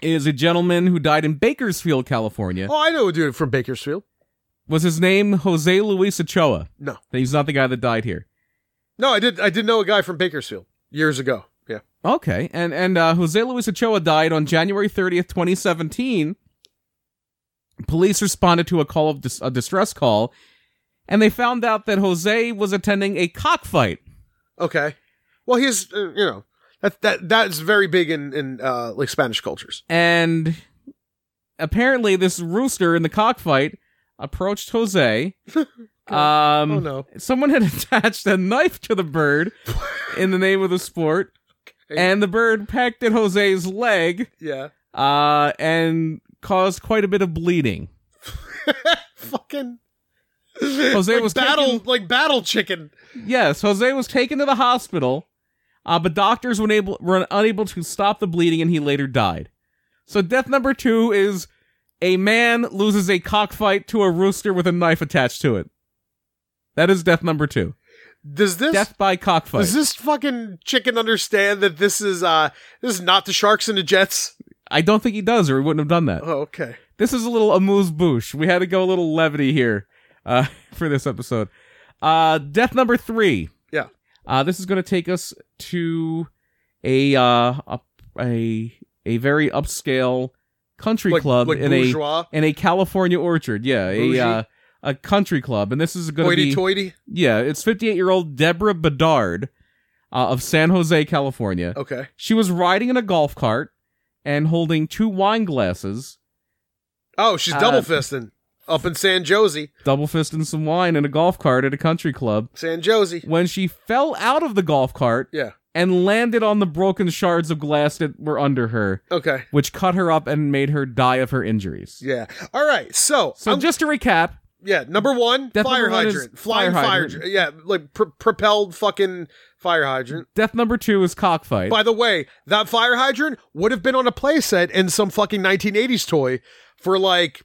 Speaker 2: is a gentleman who died in Bakersfield, California.
Speaker 3: Oh, I know a dude from Bakersfield.
Speaker 2: Was his name Jose Luis Ochoa?
Speaker 3: No,
Speaker 2: He's not the guy that died here.
Speaker 3: no, I did. I did know a guy from Bakersfield years ago. Yeah,
Speaker 2: Okay, and and uh, Jose Luis Ochoa died on January 30th, 2017. Police responded to a call of dis- a distress call, and they found out that Jose was attending a cockfight.
Speaker 3: okay. Well, he's uh, you know that that that is very big in in uh, like Spanish cultures.
Speaker 2: And apparently, this rooster in the cockfight approached Jose. um,
Speaker 3: oh no,
Speaker 2: Someone had attached a knife to the bird in the name of the sport,
Speaker 3: Okay.
Speaker 2: and the bird pecked at Jose's leg
Speaker 3: yeah,
Speaker 2: uh, and caused quite a bit of bleeding.
Speaker 3: fucking.
Speaker 2: Jose
Speaker 3: like
Speaker 2: was
Speaker 3: battle
Speaker 2: taken-
Speaker 3: like battle chicken.
Speaker 2: Yes, Jose was taken to the hospital, uh, but doctors were unable, were unable to stop the bleeding, and he later died. So death number two is a man loses a cockfight to a rooster with a knife attached to it. That is death number two.
Speaker 3: Does this
Speaker 2: death by cockfight.
Speaker 3: does this fucking chicken understand that this is uh this is not the Sharks and the Jets?
Speaker 2: I don't think he does, or he wouldn't have done that.
Speaker 3: Oh, okay.
Speaker 2: This is a little amuse bouche. We had to go a little levity here uh, for this episode. Uh, death number three.
Speaker 3: Yeah.
Speaker 2: Uh, this is going to take us to a uh, a a, a very upscale country
Speaker 3: Like,
Speaker 2: club
Speaker 3: like
Speaker 2: in
Speaker 3: bourgeois,
Speaker 2: a in a California orchard. Yeah, a
Speaker 3: Bougie?
Speaker 2: uh, a country club, and this is going to be
Speaker 3: hoity-toity.
Speaker 2: yeah. It's fifty eight year old Deborah Bedard uh, of San Jose, California.
Speaker 3: Okay.
Speaker 2: She was riding in a golf cart and holding two wine glasses.
Speaker 3: Oh, she's
Speaker 2: Uh,
Speaker 3: double fisting up in San Jose.
Speaker 2: double fisting some wine in a golf cart at a country club
Speaker 3: San Jose.
Speaker 2: when she fell out of the golf cart
Speaker 3: Yeah.
Speaker 2: and landed on the broken shards of glass that were under her,
Speaker 3: Okay.
Speaker 2: which cut her up and made her die of her injuries.
Speaker 3: Yeah. All right. So,
Speaker 2: So
Speaker 3: I'm-
Speaker 2: just to recap,
Speaker 3: yeah, number one,
Speaker 2: Death
Speaker 3: fire
Speaker 2: number one is
Speaker 3: hydrant, flying
Speaker 2: fire
Speaker 3: fire,
Speaker 2: hydrant.
Speaker 3: hydrant. Yeah, like pr- propelled fucking fire hydrant.
Speaker 2: death number two is cockfight.
Speaker 3: By the way, that fire hydrant would have been on a playset in some fucking 1980s toy for like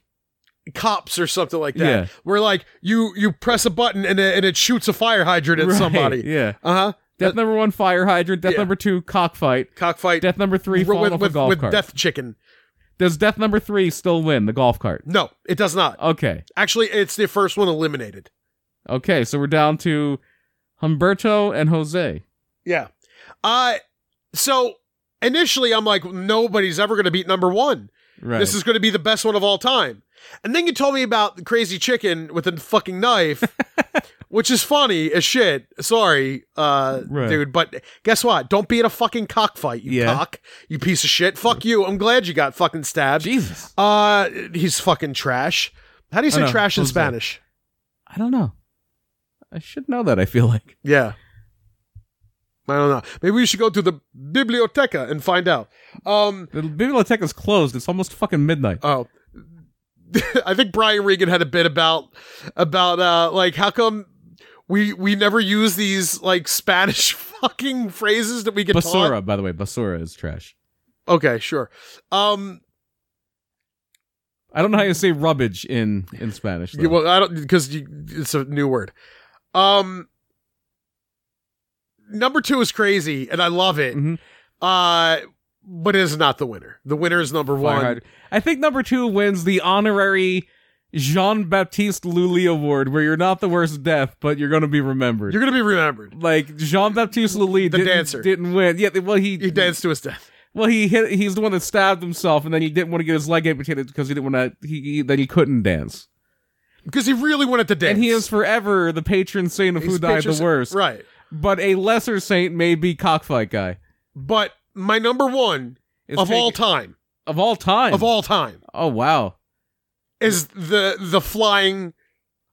Speaker 3: cops or something like that.
Speaker 2: Yeah.
Speaker 3: Where like you you press a button and it, and it shoots a fire hydrant at
Speaker 2: Right,
Speaker 3: somebody.
Speaker 2: Yeah.
Speaker 3: Uh huh.
Speaker 2: Death number one, fire hydrant. Death
Speaker 3: Yeah.
Speaker 2: number two, cockfight.
Speaker 3: Cockfight
Speaker 2: Death number three,
Speaker 3: with
Speaker 2: falling off
Speaker 3: with,
Speaker 2: a
Speaker 3: with,
Speaker 2: golf
Speaker 3: with
Speaker 2: cart.
Speaker 3: death chicken.
Speaker 2: Does death number three still win the golf cart?
Speaker 3: No, it does not.
Speaker 2: Okay.
Speaker 3: Actually, it's the first one eliminated.
Speaker 2: Okay. So we're down to Humberto and Jose.
Speaker 3: Yeah. Uh so initially I'm like nobody's ever going to beat number 1.
Speaker 2: Right.
Speaker 3: This is going to be the best one of all time. And then you told me about the crazy chicken with a fucking knife, which is funny as shit. Sorry, uh,
Speaker 2: Right.
Speaker 3: dude, but guess what? Don't be in a fucking cockfight, you
Speaker 2: Yeah.
Speaker 3: cock, you piece of shit. Fuck you. I'm glad you got fucking stabbed.
Speaker 2: Jesus.
Speaker 3: Uh, he's fucking trash. How do you
Speaker 2: I
Speaker 3: say
Speaker 2: know.
Speaker 3: trash in
Speaker 2: Jose.
Speaker 3: Spanish?
Speaker 2: I don't know. I should know that. I feel like.
Speaker 3: Yeah. I don't know. Maybe we should go to the biblioteca and find out. Um,
Speaker 2: The bibliotheca is closed. It's almost fucking midnight.
Speaker 3: Oh. I think Brian Regan had a bit about about uh like how come we we never use these like Spanish fucking phrases that we get taught.
Speaker 2: Basura, by the way, Basura is trash.
Speaker 3: Okay, sure. Um
Speaker 2: I don't know how you say rubbage in in Spanish. though.
Speaker 3: you- well I don't because it's a new word. Um Number 2 is crazy and I love it.
Speaker 2: Mhm.
Speaker 3: Uh but it is not the winner. The winner is number
Speaker 2: Fire
Speaker 3: 1.
Speaker 2: hydrant. I think number two wins the honorary Jean Baptiste Lully Award, where you're not the worst death, but you're going to be remembered.
Speaker 3: You're going to be remembered.
Speaker 2: like Jean Baptiste Lully,
Speaker 3: The
Speaker 2: didn't,
Speaker 3: dancer.
Speaker 2: didn't win. Yeah, well he,
Speaker 3: He danced to his death.
Speaker 2: Well, he hit. He's the one that stabbed himself, and then he didn't want to get his leg amputated because he didn't want to. He, he then he couldn't dance,
Speaker 3: Because he really wanted to dance.
Speaker 2: and he is forever the patron saint of
Speaker 3: His
Speaker 2: who died
Speaker 3: pictures-
Speaker 2: the worst.
Speaker 3: Right.
Speaker 2: But a lesser saint may be cockfight guy
Speaker 3: but my number one
Speaker 2: Is
Speaker 3: of
Speaker 2: taking-
Speaker 3: all time,
Speaker 2: of all time
Speaker 3: of all time,
Speaker 2: Oh wow.
Speaker 3: is the the flying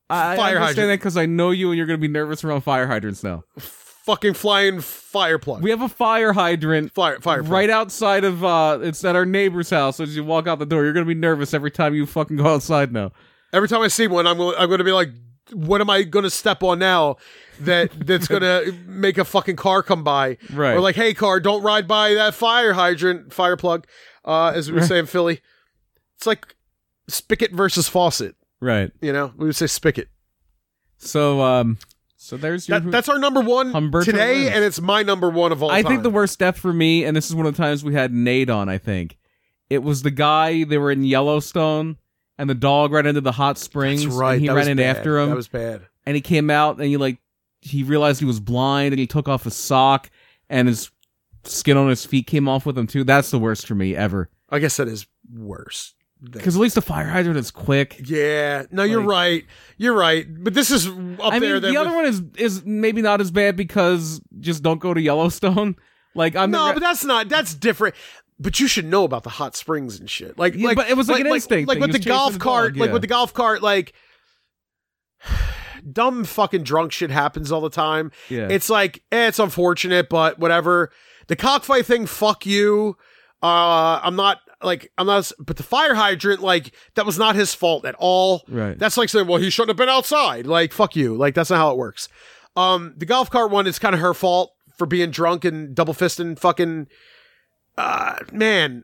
Speaker 2: I I
Speaker 3: Fire
Speaker 2: understand
Speaker 3: hydrant.
Speaker 2: that because I know you and you're going to be nervous around fire hydrants now.
Speaker 3: fucking flying fire plug.
Speaker 2: We have a fire hydrant
Speaker 3: fire fire plug.
Speaker 2: right outside of uh it's at our neighbor's house as you walk out the door you're gonna be nervous every time you fucking go outside now
Speaker 3: Every time I see one, I'm gonna, I'm gonna be like, what am I gonna step on now that that's gonna make a fucking car come by?
Speaker 2: Right.
Speaker 3: Or like, hey car, don't ride by that fire hydrant fire plug, uh, as we say in Philly. It's like spigot versus faucet.
Speaker 2: right
Speaker 3: You know, we would say spigot.
Speaker 2: so um so there's your
Speaker 3: That, that's our number one
Speaker 2: Mm-hmm. Humberto
Speaker 3: today,
Speaker 2: wins.
Speaker 3: and it's my number one of all
Speaker 2: i
Speaker 3: time.
Speaker 2: think the worst death for me and this is one of the times we had nate on i think it was the guy they were in yellowstone and the dog ran into the hot springs
Speaker 3: That's right.
Speaker 2: and he
Speaker 3: that was
Speaker 2: ran in
Speaker 3: bad.
Speaker 2: after him
Speaker 3: That was bad.
Speaker 2: and he came out and he like he realized he was blind and he took off his sock and his skin on his feet came off with him too that's the worst for me ever
Speaker 3: I guess that is worse. than-
Speaker 2: because at least the fire hydrant is quick
Speaker 3: yeah, no, you're
Speaker 2: Like-
Speaker 3: right. You're right. But this is up
Speaker 2: I
Speaker 3: there.
Speaker 2: mean,
Speaker 3: that
Speaker 2: the other
Speaker 3: was-
Speaker 2: one is is maybe not as bad because just don't go to Yellowstone. Like I'm
Speaker 3: no,
Speaker 2: the re-
Speaker 3: but that's not. That's different. But you should know about the hot springs and shit. Like,
Speaker 2: Yeah,
Speaker 3: like
Speaker 2: but it was like an instinct
Speaker 3: Like,
Speaker 2: thing.
Speaker 3: with
Speaker 2: He
Speaker 3: the
Speaker 2: was chasing
Speaker 3: golf
Speaker 2: the
Speaker 3: cart.
Speaker 2: dog,
Speaker 3: Like
Speaker 2: yeah.
Speaker 3: with the golf cart. Like dumb fucking drunk shit happens all the time.
Speaker 2: yeah.
Speaker 3: It's like eh, it's unfortunate, but whatever. The cockfight thing, fuck you. Uh, I'm not like I'm not. But the fire hydrant, like that was not his fault at all.
Speaker 2: right.
Speaker 3: That's like saying, well, he shouldn't have been outside. Like, fuck you. Like, that's not how it works. Um, the golf cart one is kind of her fault for being drunk and double fisting fucking, uh, man.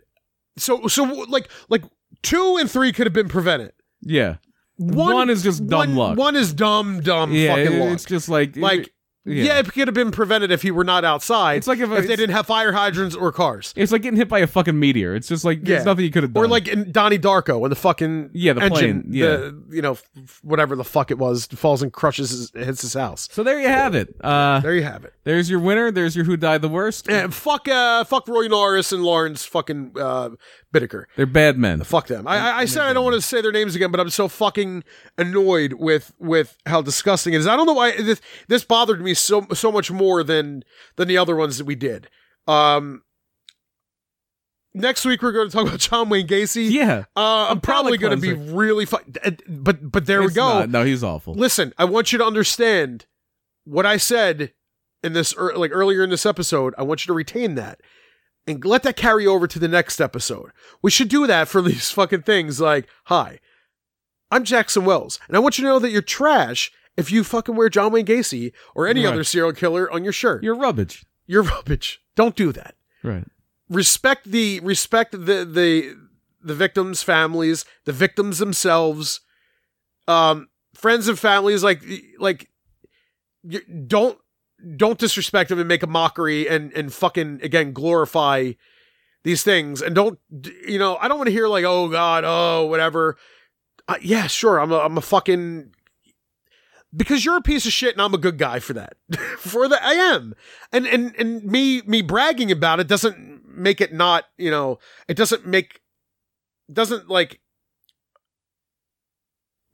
Speaker 3: So, so like, like two and three could have been prevented.
Speaker 2: yeah. One, is just dumb
Speaker 3: one-
Speaker 2: luck.
Speaker 3: One is dumb, dumb
Speaker 2: yeah,
Speaker 3: fucking
Speaker 2: it-
Speaker 3: luck.
Speaker 2: it's just like
Speaker 3: like, yeah.
Speaker 2: yeah.
Speaker 3: it could have been prevented if he were not outside.
Speaker 2: It's like if-
Speaker 3: if they
Speaker 2: it's-
Speaker 3: didn't have fire hydrants or cars.
Speaker 2: it's like getting hit by a fucking meteor. It's just like
Speaker 3: Yeah.
Speaker 2: there's nothing you could have done.
Speaker 3: Or like in Donnie Darko when the fucking
Speaker 2: Yeah, the
Speaker 3: engine,
Speaker 2: plane, yeah.
Speaker 3: the, you know, f- f- whatever the fuck it was, falls and crushes, his, hits his house.
Speaker 2: so there you have it. Uh,
Speaker 3: There you have it.
Speaker 2: there's your winner. There's your who died the worst.
Speaker 3: And fuck, uh, fuck Roy Norris and Lawrence fucking uh, Bittaker.
Speaker 2: They're bad men.
Speaker 3: Fuck them. I, I, I said I don't want to say their names again, but I'm so fucking annoyed with with how disgusting it is. I don't know why this this bothered me so so much more than than the other ones that we did. Um, next week we're going to talk about John Wayne Gacy.
Speaker 2: Yeah.
Speaker 3: Uh, I'm
Speaker 2: palate
Speaker 3: probably going to be
Speaker 2: cleanser.
Speaker 3: really fu- uh, but but there
Speaker 2: It's
Speaker 3: we go.
Speaker 2: not- no, he's awful.
Speaker 3: Listen, I want you to understand what I said in this ear- like earlier in this episode, I want you to retain that and let that carry over to the next episode. We should do that for these fucking things like, "Hi, I'm Jackson Wells, and I want you to know that you're trash if you fucking wear John Wayne Gacy or any
Speaker 2: Right.
Speaker 3: other serial killer on your shirt. You're,
Speaker 2: You're rubbish.
Speaker 3: rubbish. Don't do that.
Speaker 2: Right.
Speaker 3: Respect the respect the the the victims' families, the victims themselves, um, friends and families. Like like, you, don't don't disrespect them and make a mockery and and fucking again glorify these things and don't you know i don't want to hear like oh god oh whatever uh, yeah sure i'm a, I'm a fucking because you're a piece of shit and i'm a good guy for that for that i am and and and me me bragging about it doesn't make it not you know it doesn't make doesn't like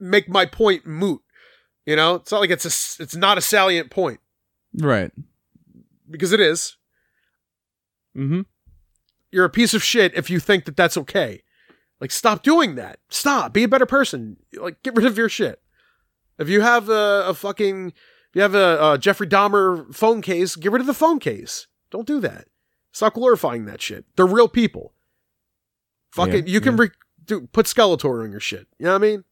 Speaker 3: make my point moot you know it's not like it's a s- it's not a salient point
Speaker 2: Right.
Speaker 3: because it is
Speaker 2: Mm-hmm.
Speaker 3: you're a piece of shit if you think that that's okay. Like, stop doing that. Stop. Be a better person. Like, get rid of your shit. If you have a, a fucking, if you have a, a Jeffrey Dahmer phone case, get rid of the phone case. Don't do that. Stop glorifying that shit. They're real people. Fucking,
Speaker 2: Yeah,
Speaker 3: you can
Speaker 2: yeah.
Speaker 3: re- do, put Skeletor on your shit. You know what I mean?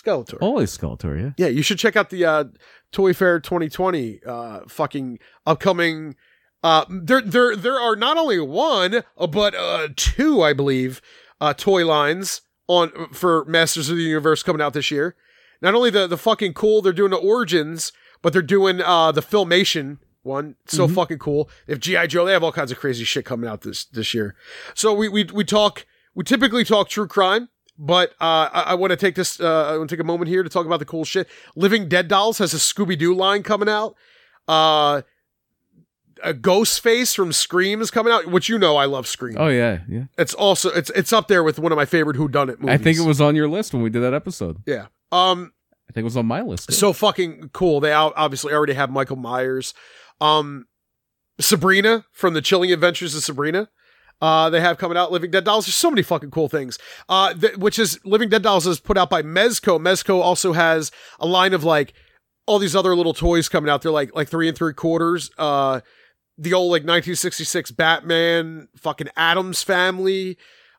Speaker 3: Skeletor.
Speaker 2: Always Skeletor, yeah.
Speaker 3: Yeah, you should check out the uh, Toy Fair 2020 uh, fucking upcoming. Uh, there, there, there are not only one uh, but uh, two, I believe, uh, toy lines on for Masters of the Universe coming out this year. Not only the the fucking cool, they're doing the origins, but they're doing uh, the filmation one. It's so fucking cool. If GI Joe, they have all kinds of crazy shit coming out this this year. So we we we talk. We typically talk true crime but uh, I, I want to take this. Uh, I want to take a moment here to talk about the cool shit. Living Dead Dolls has a Scooby Doo line coming out. Uh, a Ghostface from Scream is coming out, which you know I love Scream.
Speaker 2: Oh yeah, yeah.
Speaker 3: It's also it's it's up there with one of my favorite Who Done It movies.
Speaker 2: I think it was on your list when we did that episode.
Speaker 3: yeah. Um,
Speaker 2: I think it was on my list.
Speaker 3: so fucking cool. They out- obviously already have Michael Myers, um, Sabrina from the Chilling Adventures of Sabrina. Uh, they have coming out Living Dead Dolls. There's so many fucking cool things. Uh, th- which is Living Dead Dolls is put out by Mezco. Mezco also has a line of like all these other little toys coming out. They're like like three and three quarters. Uh, the old like 1966 Batman, fucking Adams Family,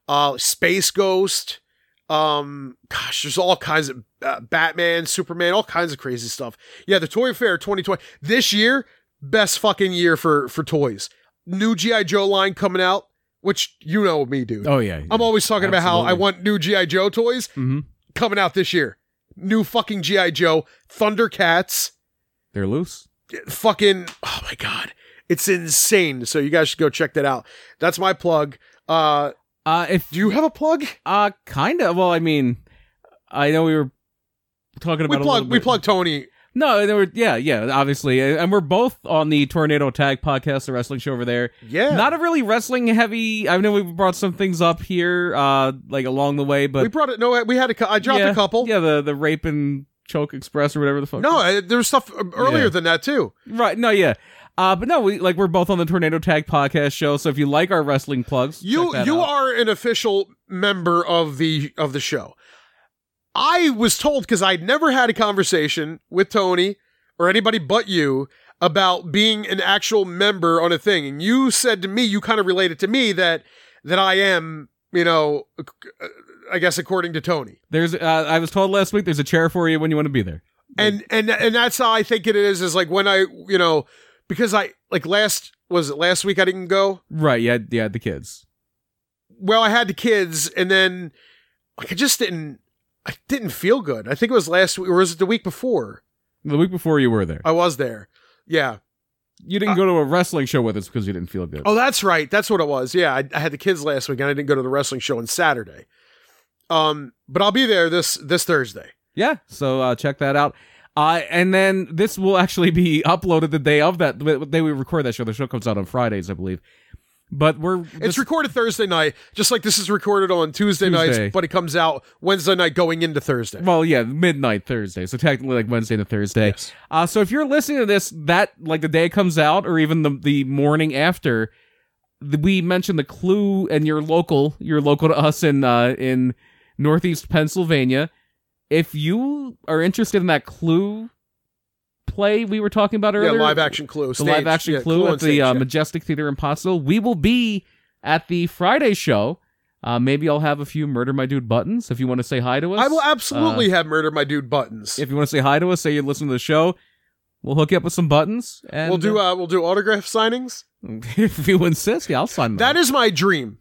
Speaker 3: uh, Space Ghost. Um, gosh, there's all kinds of uh, Batman, Superman, all kinds of crazy stuff. Yeah, the Toy Fair 2020 this year, best fucking year for for toys. New GI Joe line coming out, which you know me, dude.
Speaker 2: oh yeah.
Speaker 3: I'm always talking about how I
Speaker 2: Absolutely.
Speaker 3: want new GI Joe toys
Speaker 2: hmm
Speaker 3: coming out this year. New fucking GI Joe, Thundercats,
Speaker 2: They're loose.
Speaker 3: fucking oh my god, it's insane. So you guys should go check that out. That's my plug. Uh,
Speaker 2: Uh if
Speaker 3: do you have a plug?
Speaker 2: uh kind of well, I mean I know we were talking
Speaker 3: We
Speaker 2: about a little
Speaker 3: plug we
Speaker 2: bit-
Speaker 3: plug Tony.
Speaker 2: No, they were yeah, yeah, obviously. Uh, And we're both on the Tornado Tag podcast, the wrestling show over there.
Speaker 3: Yeah,
Speaker 2: Not a really wrestling heavy. I know we brought some things up here uh like along the way, but
Speaker 3: we brought it. No, we had a. cou- I dropped
Speaker 2: yeah,
Speaker 3: a couple.
Speaker 2: Yeah, the the rape and choke express or whatever the fuck.
Speaker 3: No, I, there was stuff um, earlier
Speaker 2: Yeah.
Speaker 3: than that too.
Speaker 2: Right. No, yeah. Uh, but no, we like we're both on the Tornado Tag podcast show. So if you like our wrestling plugs,
Speaker 3: You
Speaker 2: check that
Speaker 3: you
Speaker 2: out.
Speaker 3: are an official member of the of the show. I was told because I'd never had a conversation with Tony or anybody but you about being an actual member on a thing, and you said to me, you kind of related to me that that I am, you know, uh, I guess according to Tony.
Speaker 2: There's. Uh, I was told last week there's a chair for you when you want to be there.
Speaker 3: and and and that's how I think it is. Is like when I you know because I like last was it last week I didn't go.
Speaker 2: Right. Yeah. Yeah. The kids.
Speaker 3: Well, I had the kids, and then like I just didn't. I didn't feel good. I think it was last week, or was it the week before?
Speaker 2: The week before you were there,
Speaker 3: I was there. Yeah.
Speaker 2: you
Speaker 3: uh,
Speaker 2: didn't go to a wrestling show with us because you didn't feel good.
Speaker 3: Oh, that's right. That's what it was. Yeah, I, I had the kids last week, and I didn't go to the wrestling show on Saturday. Um, but I'll be there this this Thursday.
Speaker 2: Yeah. So uh, check that out. Uh, and then this will actually be uploaded the day of that the day we record that show. The show comes out on Fridays, I believe. But we're
Speaker 3: It's recorded Thursday night, just like this is recorded on Tuesday,
Speaker 2: Tuesday.
Speaker 3: nights, but it comes out Wednesday night going into Thursday.
Speaker 2: Well, yeah, midnight Thursday. So technically, like Wednesday to Thursday. Uh, so if you're listening to this, that like the day it comes out, or even the the morning after, the, we mentioned the clue, and you're local. You're local to us in uh, in Northeast Pennsylvania. If you are interested in that clue play we were talking about
Speaker 3: yeah,
Speaker 2: earlier.
Speaker 3: live action clue.
Speaker 2: the live action clue at the uh, Majestic Theater in Pottsville. We will be at the Friday show. Uh, maybe I'll have a few Murder My Dude buttons if you want to say hi to us. Uh,
Speaker 3: I will absolutely have murder my dude buttons.
Speaker 2: If you want to say hi to us, say you listen to the show. We'll hook you up with some buttons. And
Speaker 3: we'll do uh, we'll do autograph signings.
Speaker 2: if you insist, yeah, I'll sign
Speaker 3: That is my dream.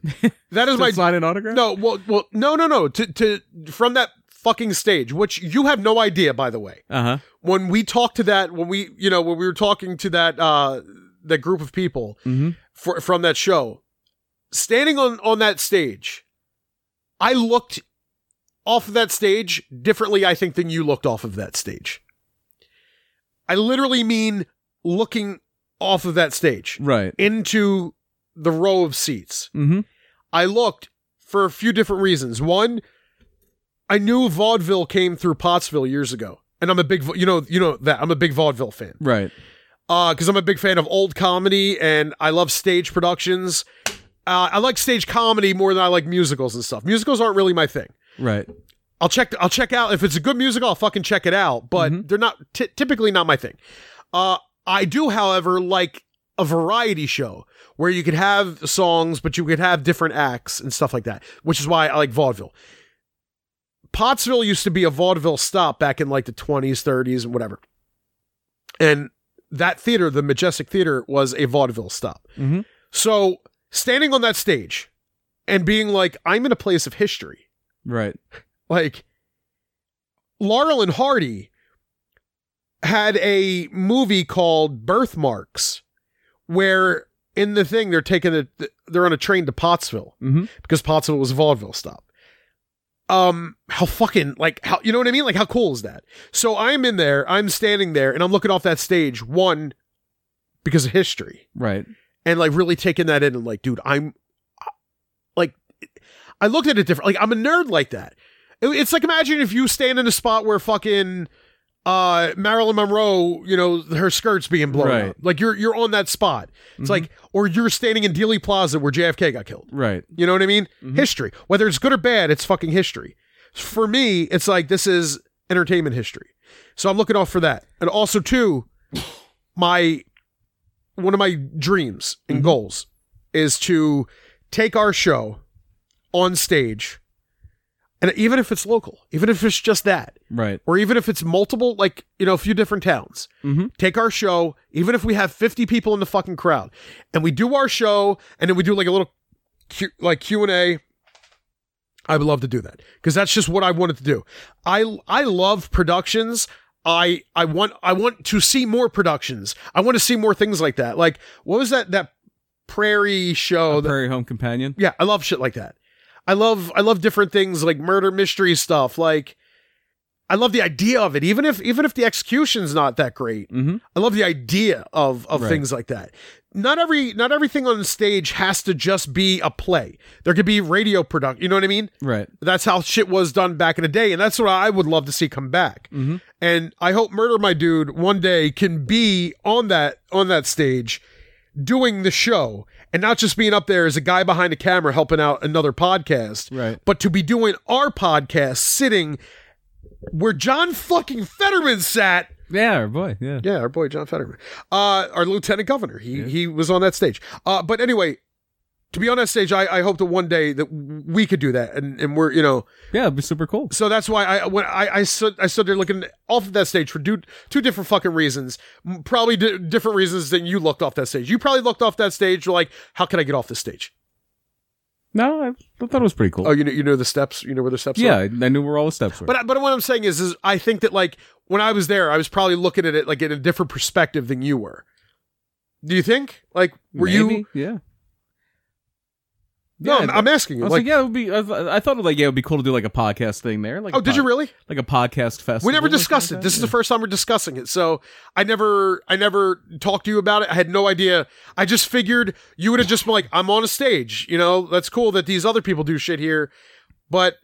Speaker 3: That is my
Speaker 2: sign an autograph.
Speaker 3: no. Well, well, no, no, no. To to from that fucking stage, which you have no idea, by the way.
Speaker 2: Uh huh.
Speaker 3: When we talked to that, when we you know when we were talking to that uh that group of people
Speaker 2: Mm-hmm.
Speaker 3: for, from that show, standing on on that stage, I looked off of that stage differently, I think, than you looked off of that stage. I literally mean looking off of that stage
Speaker 2: Right.
Speaker 3: into the row of seats.
Speaker 2: Mm-hmm.
Speaker 3: I looked for a few different reasons. One, I knew vaudeville came through Pottsville years ago, and I'm a big, va- you know, you know that I'm a big vaudeville fan
Speaker 2: Right.
Speaker 3: because I'm a big fan of old comedy and I love stage productions. Uh, I like stage comedy more than I like musicals and stuff. Musicals aren't really my thing.
Speaker 2: Right.
Speaker 3: I'll check. I'll check out if it's a good musical. I'll fucking check it out. But
Speaker 2: Mhm.
Speaker 3: they're not ty- typically not my thing. Uh, I do, however, like a variety show where you could have songs, but you could have different acts and stuff like that. Which is why I like vaudeville. Pottsville used to be a vaudeville stop back in like the twenties, thirties, and whatever. And that theater, the Majestic Theater, was a vaudeville stop.
Speaker 2: Mhm.
Speaker 3: So standing on that stage and being like, "I'm in a place of history."
Speaker 2: Right.
Speaker 3: like Laurel and Hardy had a movie called Birthmarks where in the thing they're taking a they're on a train to Pottsville
Speaker 2: Mm-hmm.
Speaker 3: because Pottsville was a vaudeville stop. Um, how fucking like how you know what I mean? Like how cool is that? So I'm in there, I'm standing there, and I'm looking off that stage one because of history
Speaker 2: Right.
Speaker 3: and like really taking that in and like, dude, I'm like, I looked at it different. Like, I'm a nerd like that. It- it's like imagine if you stand in a spot where fucking uh Marilyn Monroe, you know, her skirt's being blown
Speaker 2: Right.
Speaker 3: up. Like you're you're on that spot. It's
Speaker 2: Mhm.
Speaker 3: like, or you're standing in Dealey Plaza where JFK got killed.
Speaker 2: Right.
Speaker 3: You know what I mean?
Speaker 2: Mhm.
Speaker 3: History. Whether it's good or bad, it's fucking history. For me, it's like this is entertainment history. So I'm looking off for that. And also too, my one of my dreams and
Speaker 2: Mhm.
Speaker 3: goals is to take our show on stage. And even if it's local, even if it's just that,
Speaker 2: Right.
Speaker 3: or even if it's multiple, like, you know, a few different towns,
Speaker 2: Mm-hmm.
Speaker 3: take our show, even if we have 50 people in the fucking crowd, and we do our show, and then we do like a little Q, like Q and A. I would love to do that because that's just what I wanted to do. I I love productions. I I want I want to see more productions. I want to see more things like that. Like what was that that prairie show? that-
Speaker 2: Prairie Home Companion.
Speaker 3: yeah, I love shit like that. I love I love different things like murder mystery stuff. Like I love the idea of it, even if even if the execution's not that great.
Speaker 2: Mm-hmm.
Speaker 3: I love the idea of of
Speaker 2: Right.
Speaker 3: things like that. Not every not everything on stage has to just be a play. There could be radio product. You know what I mean?
Speaker 2: Right.
Speaker 3: That's how shit was done back in the day, and that's what I would love to see come back.
Speaker 2: Mm-hmm.
Speaker 3: And I hope Murder My Dude one day can be on that on that stage doing the show and not just being up there as a guy behind a camera helping out another podcast
Speaker 2: Right.
Speaker 3: but to be doing our podcast sitting where John fucking Fetterman sat
Speaker 2: Yeah, our boy. Yeah.
Speaker 3: yeah, our boy John Fetterman, uh, our lieutenant governor. He
Speaker 2: Yeah.
Speaker 3: he was on that stage. Uh, but anyway, to be on that stage, I, I hope that one day that we could do that, and and we're you know.
Speaker 2: Yeah, it'd be super cool.
Speaker 3: So that's why I when I I stood I stood there looking off of that stage for two, two different fucking reasons, M- probably di- different reasons than you looked off that stage. You probably looked off that stage you're like, how can I get off this stage?
Speaker 2: No, I thought it was pretty cool.
Speaker 3: Oh, you know you know the steps. You know where the steps.
Speaker 2: yeah,
Speaker 3: Are?
Speaker 2: I I knew where all the steps were.
Speaker 3: But uh, I- but what I'm saying is is I think that like when I was there, I was probably looking at it like in a different perspective than you were. Do you think? Like, were you?
Speaker 2: Maybe, Yeah.
Speaker 3: No, I'm,
Speaker 2: I-
Speaker 3: I'm asking
Speaker 2: I
Speaker 3: you.
Speaker 2: was
Speaker 3: Like,
Speaker 2: like, yeah, it would be. I, th- I thought like, yeah, it would be cool to do like a podcast thing there. Like,
Speaker 3: oh,
Speaker 2: a
Speaker 3: did
Speaker 2: pod-
Speaker 3: you really?
Speaker 2: Like a podcast festival.
Speaker 3: We never
Speaker 2: or something
Speaker 3: discussed
Speaker 2: like
Speaker 3: it.
Speaker 2: that?
Speaker 3: This is the
Speaker 2: Yeah.
Speaker 3: first time we're discussing it, so I never, I never talked to you about it. I had no idea. I just figured you would have just been like, "I'm on a stage," you know. That's cool that these other people do shit here, but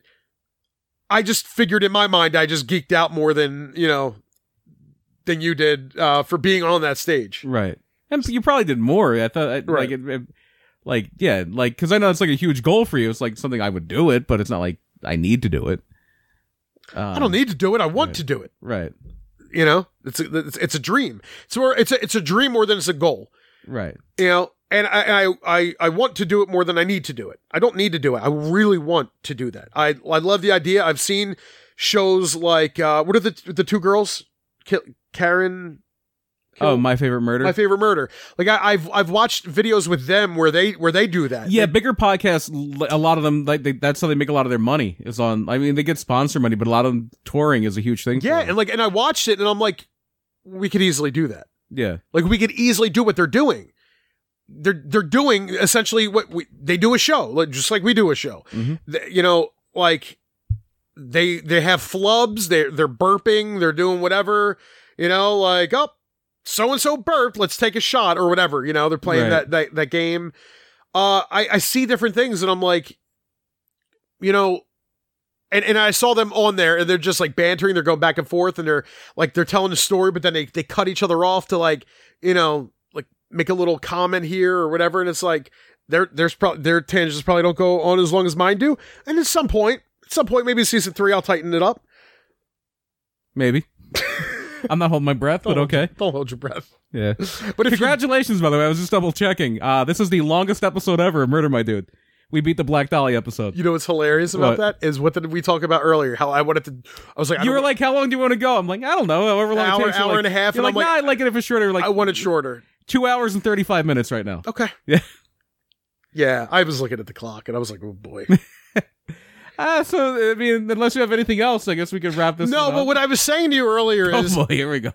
Speaker 3: I just figured in my mind, I just geeked out more than you know, than you did uh, for being on that stage.
Speaker 2: right. And you probably did more. I thought I,
Speaker 3: Right.
Speaker 2: like it, it- like yeah, like because I know it's like a huge goal for you. It's like something I would do it, but it's not like I need to do it. Um,
Speaker 3: I don't need to do it. I want
Speaker 2: Right.
Speaker 3: to do it.
Speaker 2: Right.
Speaker 3: You know, it's a, it's, it's a dream. It's more it's a, it's a dream more than it's a goal.
Speaker 2: Right.
Speaker 3: You know, and I, I I I want to do it more than I need to do it. I don't need to do it. I really want to do that. I I love the idea. I've seen shows like uh, what are the the two girls, Ki- Karen.
Speaker 2: Oh, my favorite murder.
Speaker 3: My favorite murder. Like I, I've I've watched videos with them where they where they do that.
Speaker 2: yeah, bigger podcasts. l- A lot of them, like they, that's how they make a lot of their money. Is on. I mean, they get sponsor money, but a lot of them touring is a huge thing. for
Speaker 3: Yeah,
Speaker 2: them.
Speaker 3: and like and I watched it and I'm like, we could easily do that.
Speaker 2: yeah,
Speaker 3: Like we could easily do what they're doing. They're they're doing essentially what we they do a show, like just like we do a show.
Speaker 2: Mhm.
Speaker 3: Th- you know, like they they have flubs, they are they're burping, they're doing whatever, you know, like oh so and so burped, let's take a shot or whatever, you know, they're playing
Speaker 2: Right.
Speaker 3: that, that that game. Uh I I see different things and I'm like you know and, and I saw them on there and they're just like bantering, they're going back and forth and they're like they're telling a story, but then they, they cut each other off to like, you know, like make a little comment here or whatever, and it's like their there's probably their tangents probably don't go on as long as mine do. And at some point, at some point, maybe season three, I'll tighten it up.
Speaker 2: maybe. I'm not holding my breath,
Speaker 3: Oh.
Speaker 2: but okay.
Speaker 3: Don't hold your breath.
Speaker 2: Yeah.
Speaker 3: But if you-
Speaker 2: Congratulations, by the way. I was just double checking. Uh, this is the longest episode ever of Murder My Dude. We beat the Black Dolly episode.
Speaker 3: you know what's hilarious about that is what did we talk about earlier? How I wanted to, I was like, I
Speaker 2: You
Speaker 3: don't-
Speaker 2: were like, "How long do you want to go?" I'm like, "I don't know, however long
Speaker 3: Hour-
Speaker 2: it takes." You're
Speaker 3: hour
Speaker 2: like-
Speaker 3: and a half,
Speaker 2: You're
Speaker 3: and
Speaker 2: like,
Speaker 3: I'm like-
Speaker 2: "Nah, I like it if it's shorter." Like,
Speaker 3: I want it Oh. shorter.
Speaker 2: two hours and thirty five minutes right now.
Speaker 3: Okay.
Speaker 2: Yeah.
Speaker 3: Yeah, I was looking at the clock and I was like, oh boy.
Speaker 2: Ah, so I mean, unless you have anything else, I guess we could wrap this.
Speaker 3: no,
Speaker 2: one
Speaker 3: but
Speaker 2: up.
Speaker 3: what I was saying to you earlier is
Speaker 2: Oh boy, here we go.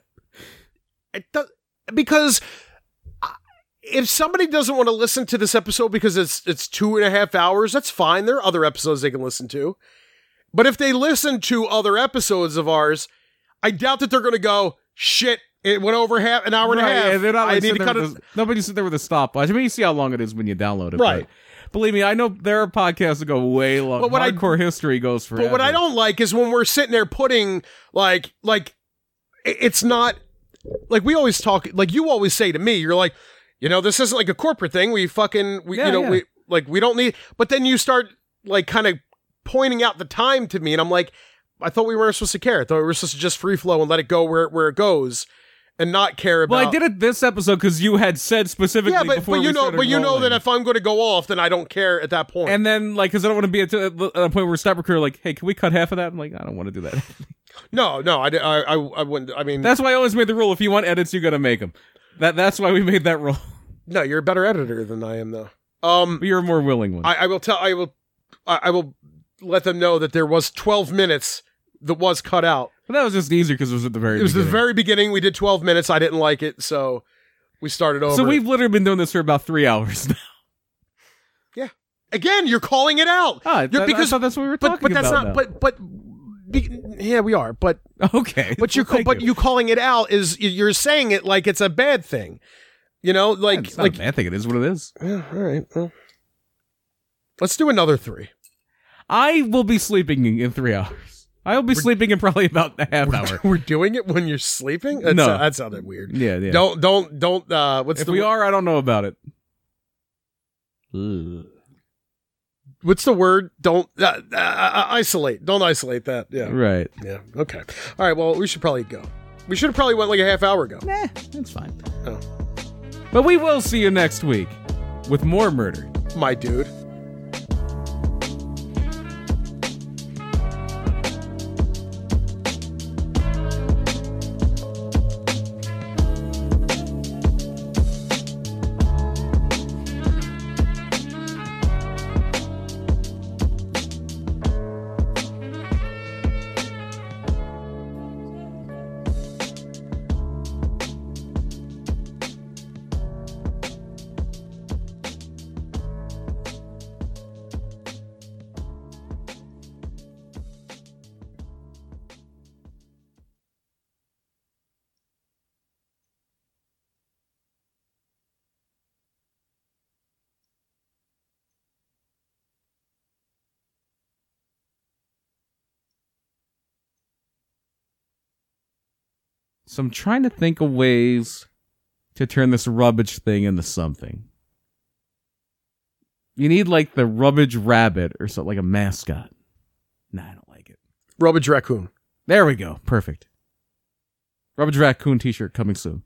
Speaker 3: it does, because I- if somebody doesn't want to listen to this episode because it's it's two and a half hours, that's fine. There are other episodes they can listen to. But if they listen to other episodes of ours, I doubt that they're going to go shit. It went over half an hour and
Speaker 2: Right,
Speaker 3: a half.
Speaker 2: yeah, they're not, like,
Speaker 3: I need
Speaker 2: sitting
Speaker 3: to
Speaker 2: there
Speaker 3: cut
Speaker 2: with
Speaker 3: it.
Speaker 2: a- nobody's sitting there with a stopwatch. I mean, you see how long it is when you download it, but
Speaker 3: Right.
Speaker 2: believe me, I know there are podcasts that go way long.
Speaker 3: But what I-
Speaker 2: Hardcore history goes forever.
Speaker 3: But what I don't like is when we're sitting there putting like like i- it's not like we always talk like you always say to me, you're like, you know, this isn't like a corporate thing. We fucking we
Speaker 2: Yeah,
Speaker 3: you know,
Speaker 2: yeah.
Speaker 3: we like we don't need but then you start like kind of pointing out the time to me and I'm like, I thought we weren't supposed to care. I thought we were supposed to just free flow and let it go where where it goes and not care about
Speaker 2: Well, I did it this episode because you had said specifically
Speaker 3: yeah, but,
Speaker 2: before
Speaker 3: but
Speaker 2: we
Speaker 3: you know,
Speaker 2: started
Speaker 3: but you know that
Speaker 2: rolling.
Speaker 3: if I'm going to go off, then I don't care at that point.
Speaker 2: And then, like, because I don't want to be at at a point where stop recruiter like, hey, can we cut half of that? I'm like, I don't want to do that.
Speaker 3: no, no, I, di- I, I, I wouldn't. I mean,
Speaker 2: that's why I always made the rule: if you want edits, you got to make them. That that's why we made that rule.
Speaker 3: No, you're a better editor than I am, though. Um,
Speaker 2: But you're a more willing one.
Speaker 3: I, I will tell. I will. I, I will let them know that there was 12 minutes that was cut out.
Speaker 2: but that was just easier because it was at the very.
Speaker 3: It was the
Speaker 2: beginning.
Speaker 3: very beginning. We did 12 minutes. I didn't like it, so we started over.
Speaker 2: So we've literally been doing this for about three hours now.
Speaker 3: again. You're calling it out.
Speaker 2: Ah,
Speaker 3: You're-
Speaker 2: that-
Speaker 3: because-
Speaker 2: I thought that's what we were
Speaker 3: but
Speaker 2: talking
Speaker 3: but that's
Speaker 2: about.
Speaker 3: not. But but. Be, yeah, we are, but
Speaker 2: But okay.
Speaker 3: but you
Speaker 2: Well,
Speaker 3: ca-
Speaker 2: thank
Speaker 3: but you calling it out is y- you're saying it like it's a bad thing, you know,
Speaker 2: Yeah,
Speaker 3: like
Speaker 2: it's not
Speaker 3: like
Speaker 2: a bad thing. It is what it is.
Speaker 3: yeah, all right, well, let's do another three.
Speaker 2: I will be sleeping in, in three hours. I will be sleeping in probably about a half hour.
Speaker 3: We're doing it when you're sleeping. That's,
Speaker 2: No.
Speaker 3: that sounded weird.
Speaker 2: Yeah, yeah.
Speaker 3: Don't don't don't. Uh, what's
Speaker 2: if
Speaker 3: the
Speaker 2: we are, I don't know about it.
Speaker 3: what's the word? Don't uh, uh, uh, isolate. Don't isolate that. Yeah.
Speaker 2: Right.
Speaker 3: Yeah. Okay. All right. Well, we should probably go. We should have probably went like a half hour ago.
Speaker 2: Nah, that's fine.
Speaker 3: Oh.
Speaker 2: But we will see you next week with more murder.
Speaker 3: My dude.
Speaker 2: So I'm trying to think of ways to turn this rubbish thing into something. You need like the rubbish rabbit or something, like a mascot. Nah, I don't like it.
Speaker 3: Rubbish raccoon.
Speaker 2: There we go. Perfect. Rubbish Raccoon t shirt coming soon.